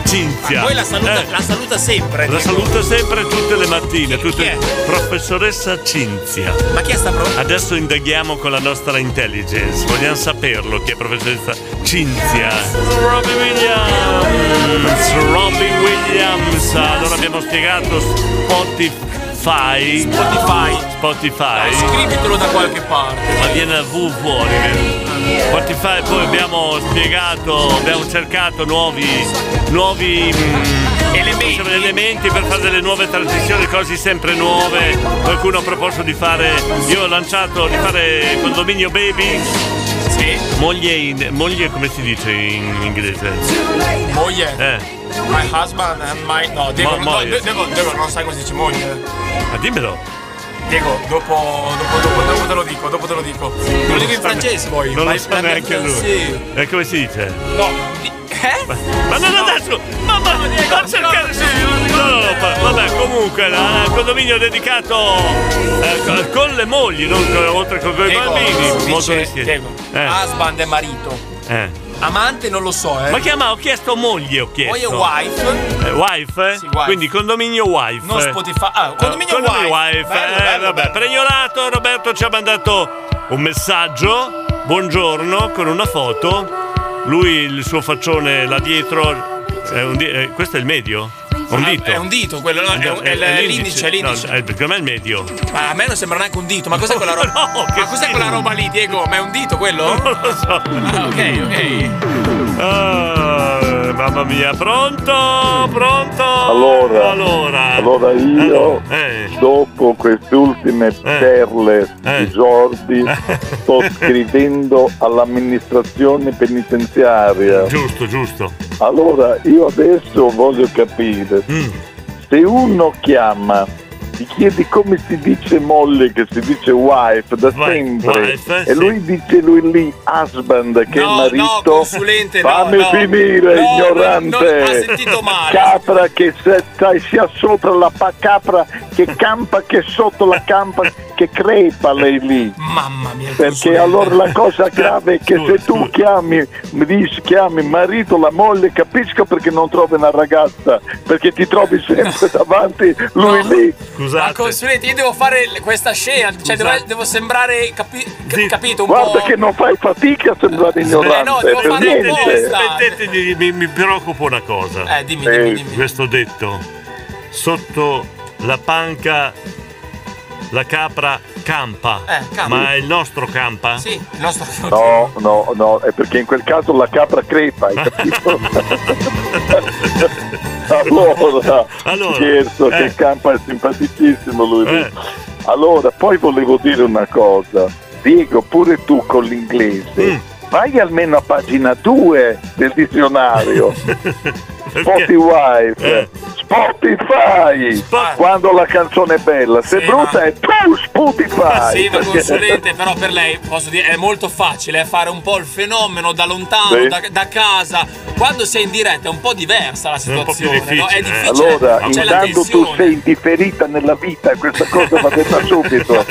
S2: Cinzia?
S3: Poi la saluta,
S2: Eh,
S3: la saluta sempre. eh.
S2: la
S3: Diego.
S2: saluto sempre tutte le mattine, tutte- professoressa Cinzia.
S3: Ma chi è sta pro-
S2: Adesso indaghiamo con la nostra intelligence, vogliamo saperlo chi è professoressa Cinzia. Robbie Williams, Robbie Williams. Allora abbiamo spiegato Spotify. Spotify. Spotify.
S3: Scrivitelo da qualche parte.
S2: Ma viene la V fuori, eh. vero? Spotify poi abbiamo spiegato, abbiamo cercato nuovi, nuovi mm, elementi. elementi per fare delle nuove transizioni, cose sempre nuove. Qualcuno ha proposto di fare. Io ho lanciato di fare condominio baby. Moglie in. moglie come si dice in inglese?
S3: Moglie.
S2: Eh.
S3: My husband and my. No, Diego,
S2: Ma-
S3: no,
S2: moglie.
S3: De- Diego, Diego, non sai come si dice moglie.
S2: Ma dimmelo.
S3: Diego, dopo, dopo, dopo, dopo te lo dico, dopo te lo dico. Te lo dico in francese poi.
S2: Non
S3: ma-
S2: lo sa
S3: ma-
S2: neanche lui.
S3: Sì.
S2: E come si dice?
S3: No. di- Eh?
S2: Ma non adesso! Ma, ma, ma cercare su. No, no, no, pa- vabbè, comunque, la- il condominio dedicato eh, co- con le mogli, non co- oltre che con i
S3: Diego,
S2: bambini.
S3: dice-
S2: Molto vestiti.
S3: Diego,
S2: Eh.
S3: husband e marito.
S2: Eh.
S3: Amante non lo so, eh.
S2: Ma chiama, ho chiesto moglie, ho
S3: Moglie
S2: chiesto.
S3: e wife.
S2: Eh, wife?
S3: wife.
S2: Quindi condominio wife.
S3: Non Spotify. Ah, condominio
S2: Condominio
S3: wife.
S2: wife.
S3: Bello,
S2: eh,
S3: bello,
S2: vabbè,
S3: bello.
S2: pregnorato, Roberto ci ha mandato un messaggio. Buongiorno con una foto. Lui il suo faccione là dietro. è un di- eh, questo è il medio? Un
S3: Ah,
S2: dito.
S3: è un dito, quello, no? È un- è l- l'indice, è l'indice. Ah,
S2: No, è- perché a me è il medio.
S3: Ma a me non sembra neanche un dito, ma cos'è quella roba? ma cos'è quella roba lì, Diego? Ma è un dito quello? Non
S2: lo so.
S3: Ah, ok, ok.
S2: Ah, mamma mia, pronto? Pronto?
S42: Allora,
S2: Allora.
S42: allora io,
S2: Eh.
S42: dopo queste ultime perle di Jordi, sto scrivendo all'amministrazione penitenziaria.
S2: Giusto, giusto.
S42: Allora, io adesso voglio capire,
S2: Mm.
S42: se uno chiama, ti chiedi come si dice moglie, che si dice wife da sempre,
S2: wife,
S42: e lui dice lui lì husband, che
S3: No,
S42: è marito,
S3: no, consulente, no,
S42: fammi
S3: no.
S42: finire,
S3: No, no,
S42: ignorante,
S3: no, ha sentito male.
S42: capra che se- sai, sia sopra la pa- capra che campa, che sotto la campa, che crepa lei lì.
S3: Mamma mia.
S42: Perché allora la cosa grave è che se tu chiami, mi dici chiami marito, la moglie, capisco perché non trovi una ragazza, perché ti trovi sempre davanti lui lì.
S3: Ma consulente, io devo fare l- questa scena, cioè devo, devo sembrare capi- ca- capito un
S42: Guarda
S3: po'.
S42: che non fai fatica a sembrare
S2: Eh
S42: ignorante,
S2: no, devo
S42: per
S2: fare
S42: niente.
S2: Aspettate, mi, mi preoccupa una cosa.
S3: Eh, dimmi, dimmi, dimmi.
S2: Questo detto, sotto la panca la capra campa.
S42: Eh, campa.
S2: Ma è il nostro campa?
S3: Sì, il nostro
S42: No, no, no, è perché in quel caso la capra crepa, hai capito? allora,
S2: Allora,
S42: scherzo,
S2: eh.
S42: che campa è simpaticissimo lui.
S2: Eh.
S42: Allora, poi volevo dire una cosa. Diego, pure tu con l'inglese,
S2: Mm.
S42: vai almeno a pagina 2 del dizionario. Spotify,
S2: Eh.
S42: Spotify, quando la canzone è bella, se è brutta è tu Spotify.
S3: Sì, ma
S42: perché-
S3: consulente, però per lei posso dire, è molto facile eh, fare un po' il fenomeno da lontano,
S42: Sì.
S3: da, da casa. Quando sei in diretta è un po' diversa la situazione, no? È
S2: eh.
S3: difficile. eh.
S42: Allora,
S3: c'è la
S42: intanto tu
S3: tensione.
S42: sei indifferita nella vita, questa cosa va detta subito.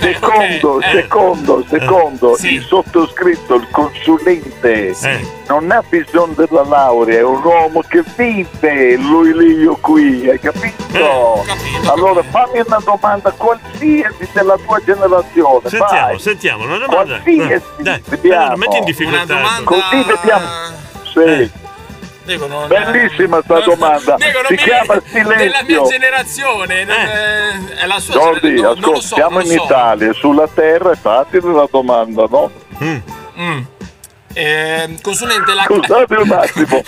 S42: secondo, secondo, secondo, il sottoscritto, il consulente, non ha bisogno della laurea, è un uomo che vive, lui lì, io qui, hai capito? allora fammi una domanda qualsiasi della tua generazione.
S2: Sentiamo,
S42: vai.
S2: sentiamo, una domanda.
S42: Qualsiasi,
S2: Dai,
S42: vediamo.
S2: non metti in difficoltà.
S42: Una domanda- Così vediamo. Sì.
S3: Diego, non-
S42: Bellissima sta domanda,
S3: Diego, non
S42: si
S3: mi-
S42: chiama
S3: Della mia
S42: silenzio.
S3: generazione, non- eh, è la sua
S42: Jordi,
S3: generazione. non- non lo
S42: ascolta,
S3: so,
S42: siamo
S3: non lo
S42: in
S3: so.
S42: Italia, sulla terra è facile la domanda, no?
S3: Mm. Eh, consulente, la,
S42: Scusate un attimo,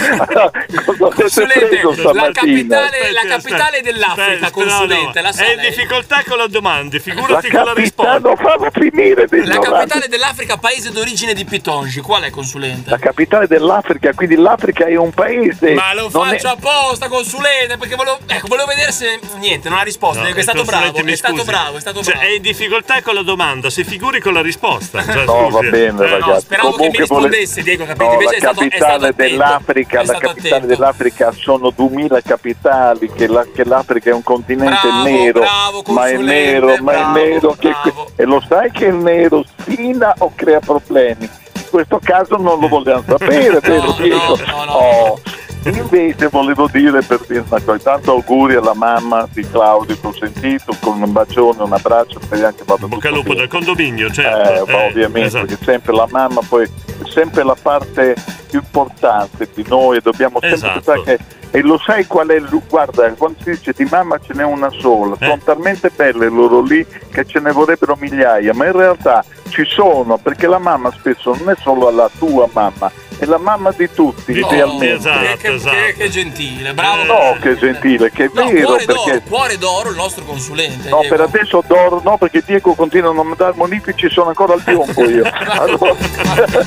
S42: cosa avete preso
S3: consulente, la
S42: stamattina?
S3: capitale, la capitale dell'Africa, consulente, la sa
S2: È in
S3: lei?
S2: difficoltà con la domanda,
S42: La
S2: figurati con la
S42: capitale,
S2: risposta.
S42: non fammi finire di
S3: La
S42: ignorante.
S3: capitale dell'Africa, paese d'origine di Pitongi, qual è consulente?
S42: La capitale dell'Africa, quindi l'Africa è un paese.
S3: Eh. Ma lo
S42: non è-
S3: faccio apposta, consulente, perché volevo, ecco, volevo vedere se. Niente, non ha risposto.
S2: No,
S3: Diego, è
S2: il
S3: stato
S2: consulente,
S3: bravo,
S2: mi
S3: è stato
S2: scusi.
S3: bravo, è stato
S2: Cioè,
S3: bravo.
S2: è in difficoltà con la domanda, si figuri con la risposta. Cioè,
S42: No, va
S2: scusi.
S42: bene,
S2: Eh, no,
S42: ragazzi.
S2: speravo che
S42: Comunque
S2: mi
S42: vole-
S2: rispondesse, Diego, capite?
S42: No,
S2: Invece
S42: la
S2: è stato- è
S42: capitale
S2: stato attento.
S42: dell'Africa,
S2: È
S42: la
S2: stato
S42: capitale
S2: attento.
S42: dell'Africa sono 2000 capitali, che, la- che l'Africa è un continente nero, ma è nero, ma è nero, che- e lo sai che il nero sfina o crea problemi? In questo caso non lo vogliamo sapere, vero Diego? Oh. Invece volevo dire per dire una cosa, tanto auguri alla mamma di Claudio che ho sentito, con un bacione, un abbraccio, speriamo che vada
S2: Bocca al lupo del condominio,
S42: eh,
S2: certo.
S42: ma ovviamente,
S2: esatto.
S42: perché sempre la mamma poi è sempre la parte più importante di noi, dobbiamo sempre
S2: Esatto.
S42: pensare che e lo sai qual è il guarda, quando si dice di mamma ce n'è una sola,
S2: Eh.
S42: sono talmente belle loro lì che ce ne vorrebbero migliaia, ma in realtà ci sono, perché la mamma spesso non è solo la tua mamma, è la mamma di tutti,
S2: Di tutti,
S42: realmente.
S2: esatto,
S3: che, che- che gentile, bravo.
S42: No, che gentile, che è
S3: No,
S42: vero,
S3: cuore d'oro,
S42: perché
S3: cuore d'oro il nostro consulente.
S42: No,
S3: Diego.
S42: per adesso d'oro no, perché Diego continua a non mandare monifici, sono ancora al biombo io. Allora-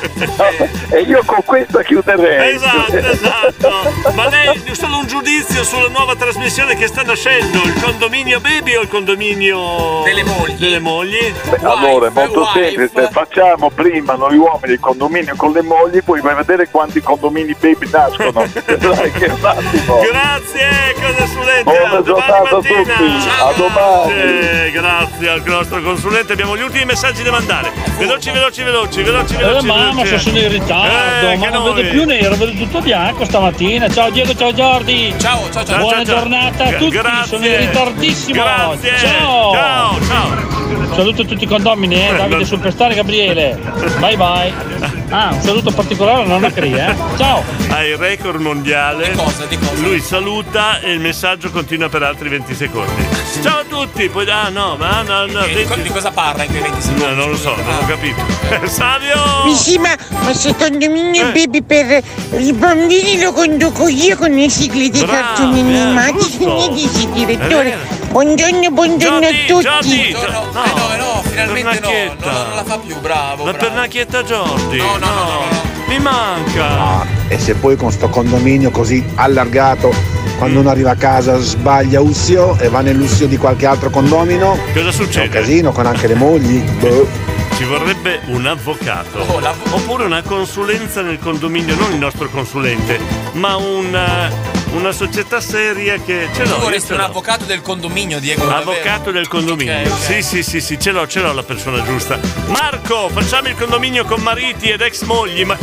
S42: e io con questa chiuderei. Eh,
S2: Esatto, esatto. Ma lei solo un giudizio sulla nuova trasmissione che sta nascendo, il condominio baby o il condominio delle mogli?
S42: Beh, allora è molto semplice, facciamo prima noi uomini il condominio con le mogli, poi vai a vedere quanti condomini baby nascono. Vedrai che un attimo.
S2: Grazie, cosa sulente?
S42: Buona giornata a tutti, a domani.
S2: Eh, grazie al nostro consulente abbiamo gli ultimi messaggi da mandare. Veloci, veloci, veloci,
S1: Eh,
S2: veloci, veloci. veloci.
S1: ritardo,
S2: Eh, che noi.
S1: nero, vedo tutto bianco stamattina. Ciao Diego, ciao Jordi.
S3: Ciao, ciao,
S2: Ciao, ciao, ciao. Gra- grazie. Grazie. Ciao, ciao.
S1: Saluto tutti i condomini, eh, Davide Superstar e Gabriele. Bye bye. Ah, un saluto particolare a nonna Cri, eh. Ciao.
S2: Hai record mondiale. Lui saluta e il messaggio continua per altri 20 secondi. Ciao a tutti, poi ah no, ma no, no. Di
S3: cosa parla in quei Ah. 20
S2: secondi? No, non lo so, non ho capito. Savio!
S33: Mi sì, ma, ma se
S2: Eh.
S33: condominio baby per i bambini lo conduco io con i sigli dei
S2: Bravo,
S33: cartoni
S2: eh,
S33: animati.
S2: giusto.
S33: Che ne dici,
S2: È
S33: direttore?
S2: vero.
S33: Buongiorno, buongiorno
S2: Giordi,
S33: a tutti.
S2: Giordi, Gio- no,
S3: Finalmente eh, no,
S2: pernacchietta.
S3: no, non la fa più, bravo.
S2: La pernacchietta Giordi.
S3: No, no, no,
S2: Mi manca.
S30: E se poi con sto condominio così allargato,
S2: Mm.
S30: quando uno arriva a casa sbaglia Ussio e va nell'Ussio di qualche altro condomino,
S2: Cosa
S30: c'è un
S2: succede?
S30: casino con anche le mogli. Boh.
S2: Ci vorrebbe un avvocato.
S3: Oh,
S2: Oppure una consulenza nel condominio, non il nostro consulente, ma una, una società seria che ce
S3: Tu
S2: l'ho. io
S3: vorresti
S2: ce
S3: un
S2: l'ho.
S3: avvocato del condominio, Diego.
S2: Avvocato del condominio.
S3: Ok, ok.
S2: Sì, sì, sì, sì, ce l'ho, ce l'ho la persona giusta. Marco, facciamo il condominio con mariti ed ex mogli. Ma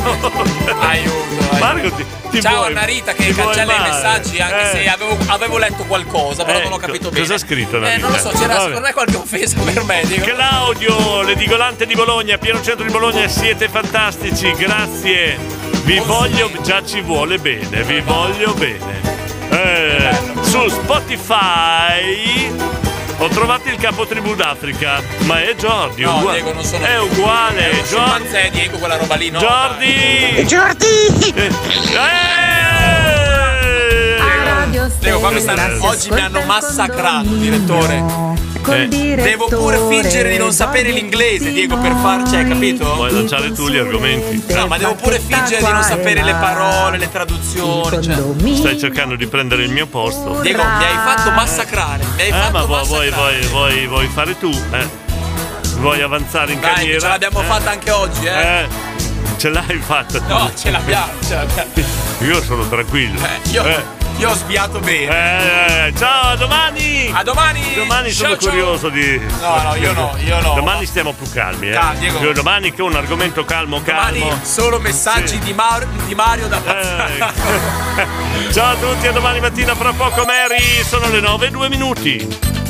S2: Aiuto. Marco, ti, ti
S3: Ciao
S2: vuoi-
S3: a Narita che
S2: ti vuoi
S3: cancella i
S2: male.
S3: messaggi anche
S2: Eh.
S3: se avevo, avevo letto qualcosa, però non ho capito bene.
S2: Cosa ha scritto
S3: Eh,
S2: Narita?
S3: non lo so, c'era
S2: Vabbè.
S3: secondo me qualche offesa per me. Diego.
S2: Claudio, l'edigolante di Bologna, pieno centro di Bologna, siete fantastici, grazie. Vi voglio, già ci vuole bene, vi voglio bene. Eh, su Spotify ho trovato il capotribù d'Africa, ma è Giordi,
S3: No,
S2: uguale.
S3: Diego, non sono
S2: è
S3: io.
S2: uguale,
S3: È uno
S2: Giordi.
S3: scimpanzé, Diego, quella roba lì, no?
S2: Giordi! Eh,
S33: Giordi!
S3: Diego, qua mi stanno- oggi mi hanno massacrato, direttore.
S2: Eh.
S3: Devo pure fingere di non sapere l'inglese, Diego, per farci, hai capito?
S2: Puoi lanciare tu gli argomenti.
S3: No, ma devo pure fingere di non sapere le parole, le traduzioni. Cioè.
S2: Stai cercando di prendere il mio posto.
S3: Diego, mi hai fatto massacrare. Mi hai
S2: Eh,
S3: fatto
S2: ma vuoi,
S3: massacrare.
S2: vuoi, vuoi, vuoi, vuoi fare tu? Eh? Vuoi avanzare in
S3: Dai, che
S2: carriera?
S3: ce l'abbiamo fatta anche oggi, eh.
S2: Eh, ce l'hai fatta.
S3: No, ce l'abbiamo, ce l'abbiamo.
S2: Io sono tranquillo.
S3: Io, io ho sviato bene.
S2: Eh, eh, ciao, a domani!
S3: A domani!
S2: Domani sono
S3: Ciao, ciao.
S2: curioso di.
S3: No, no, io no, io no.
S2: Domani stiamo più calmi, eh.
S3: Calmi, Diego.
S2: Io Domani che un argomento calmo, calmo. Eh.
S3: Domani solo messaggi di, Mar- di Mario da pazzare.
S2: Ciao a tutti, a domani mattina, fra poco Mary. Sono le 9 e 2 minuti.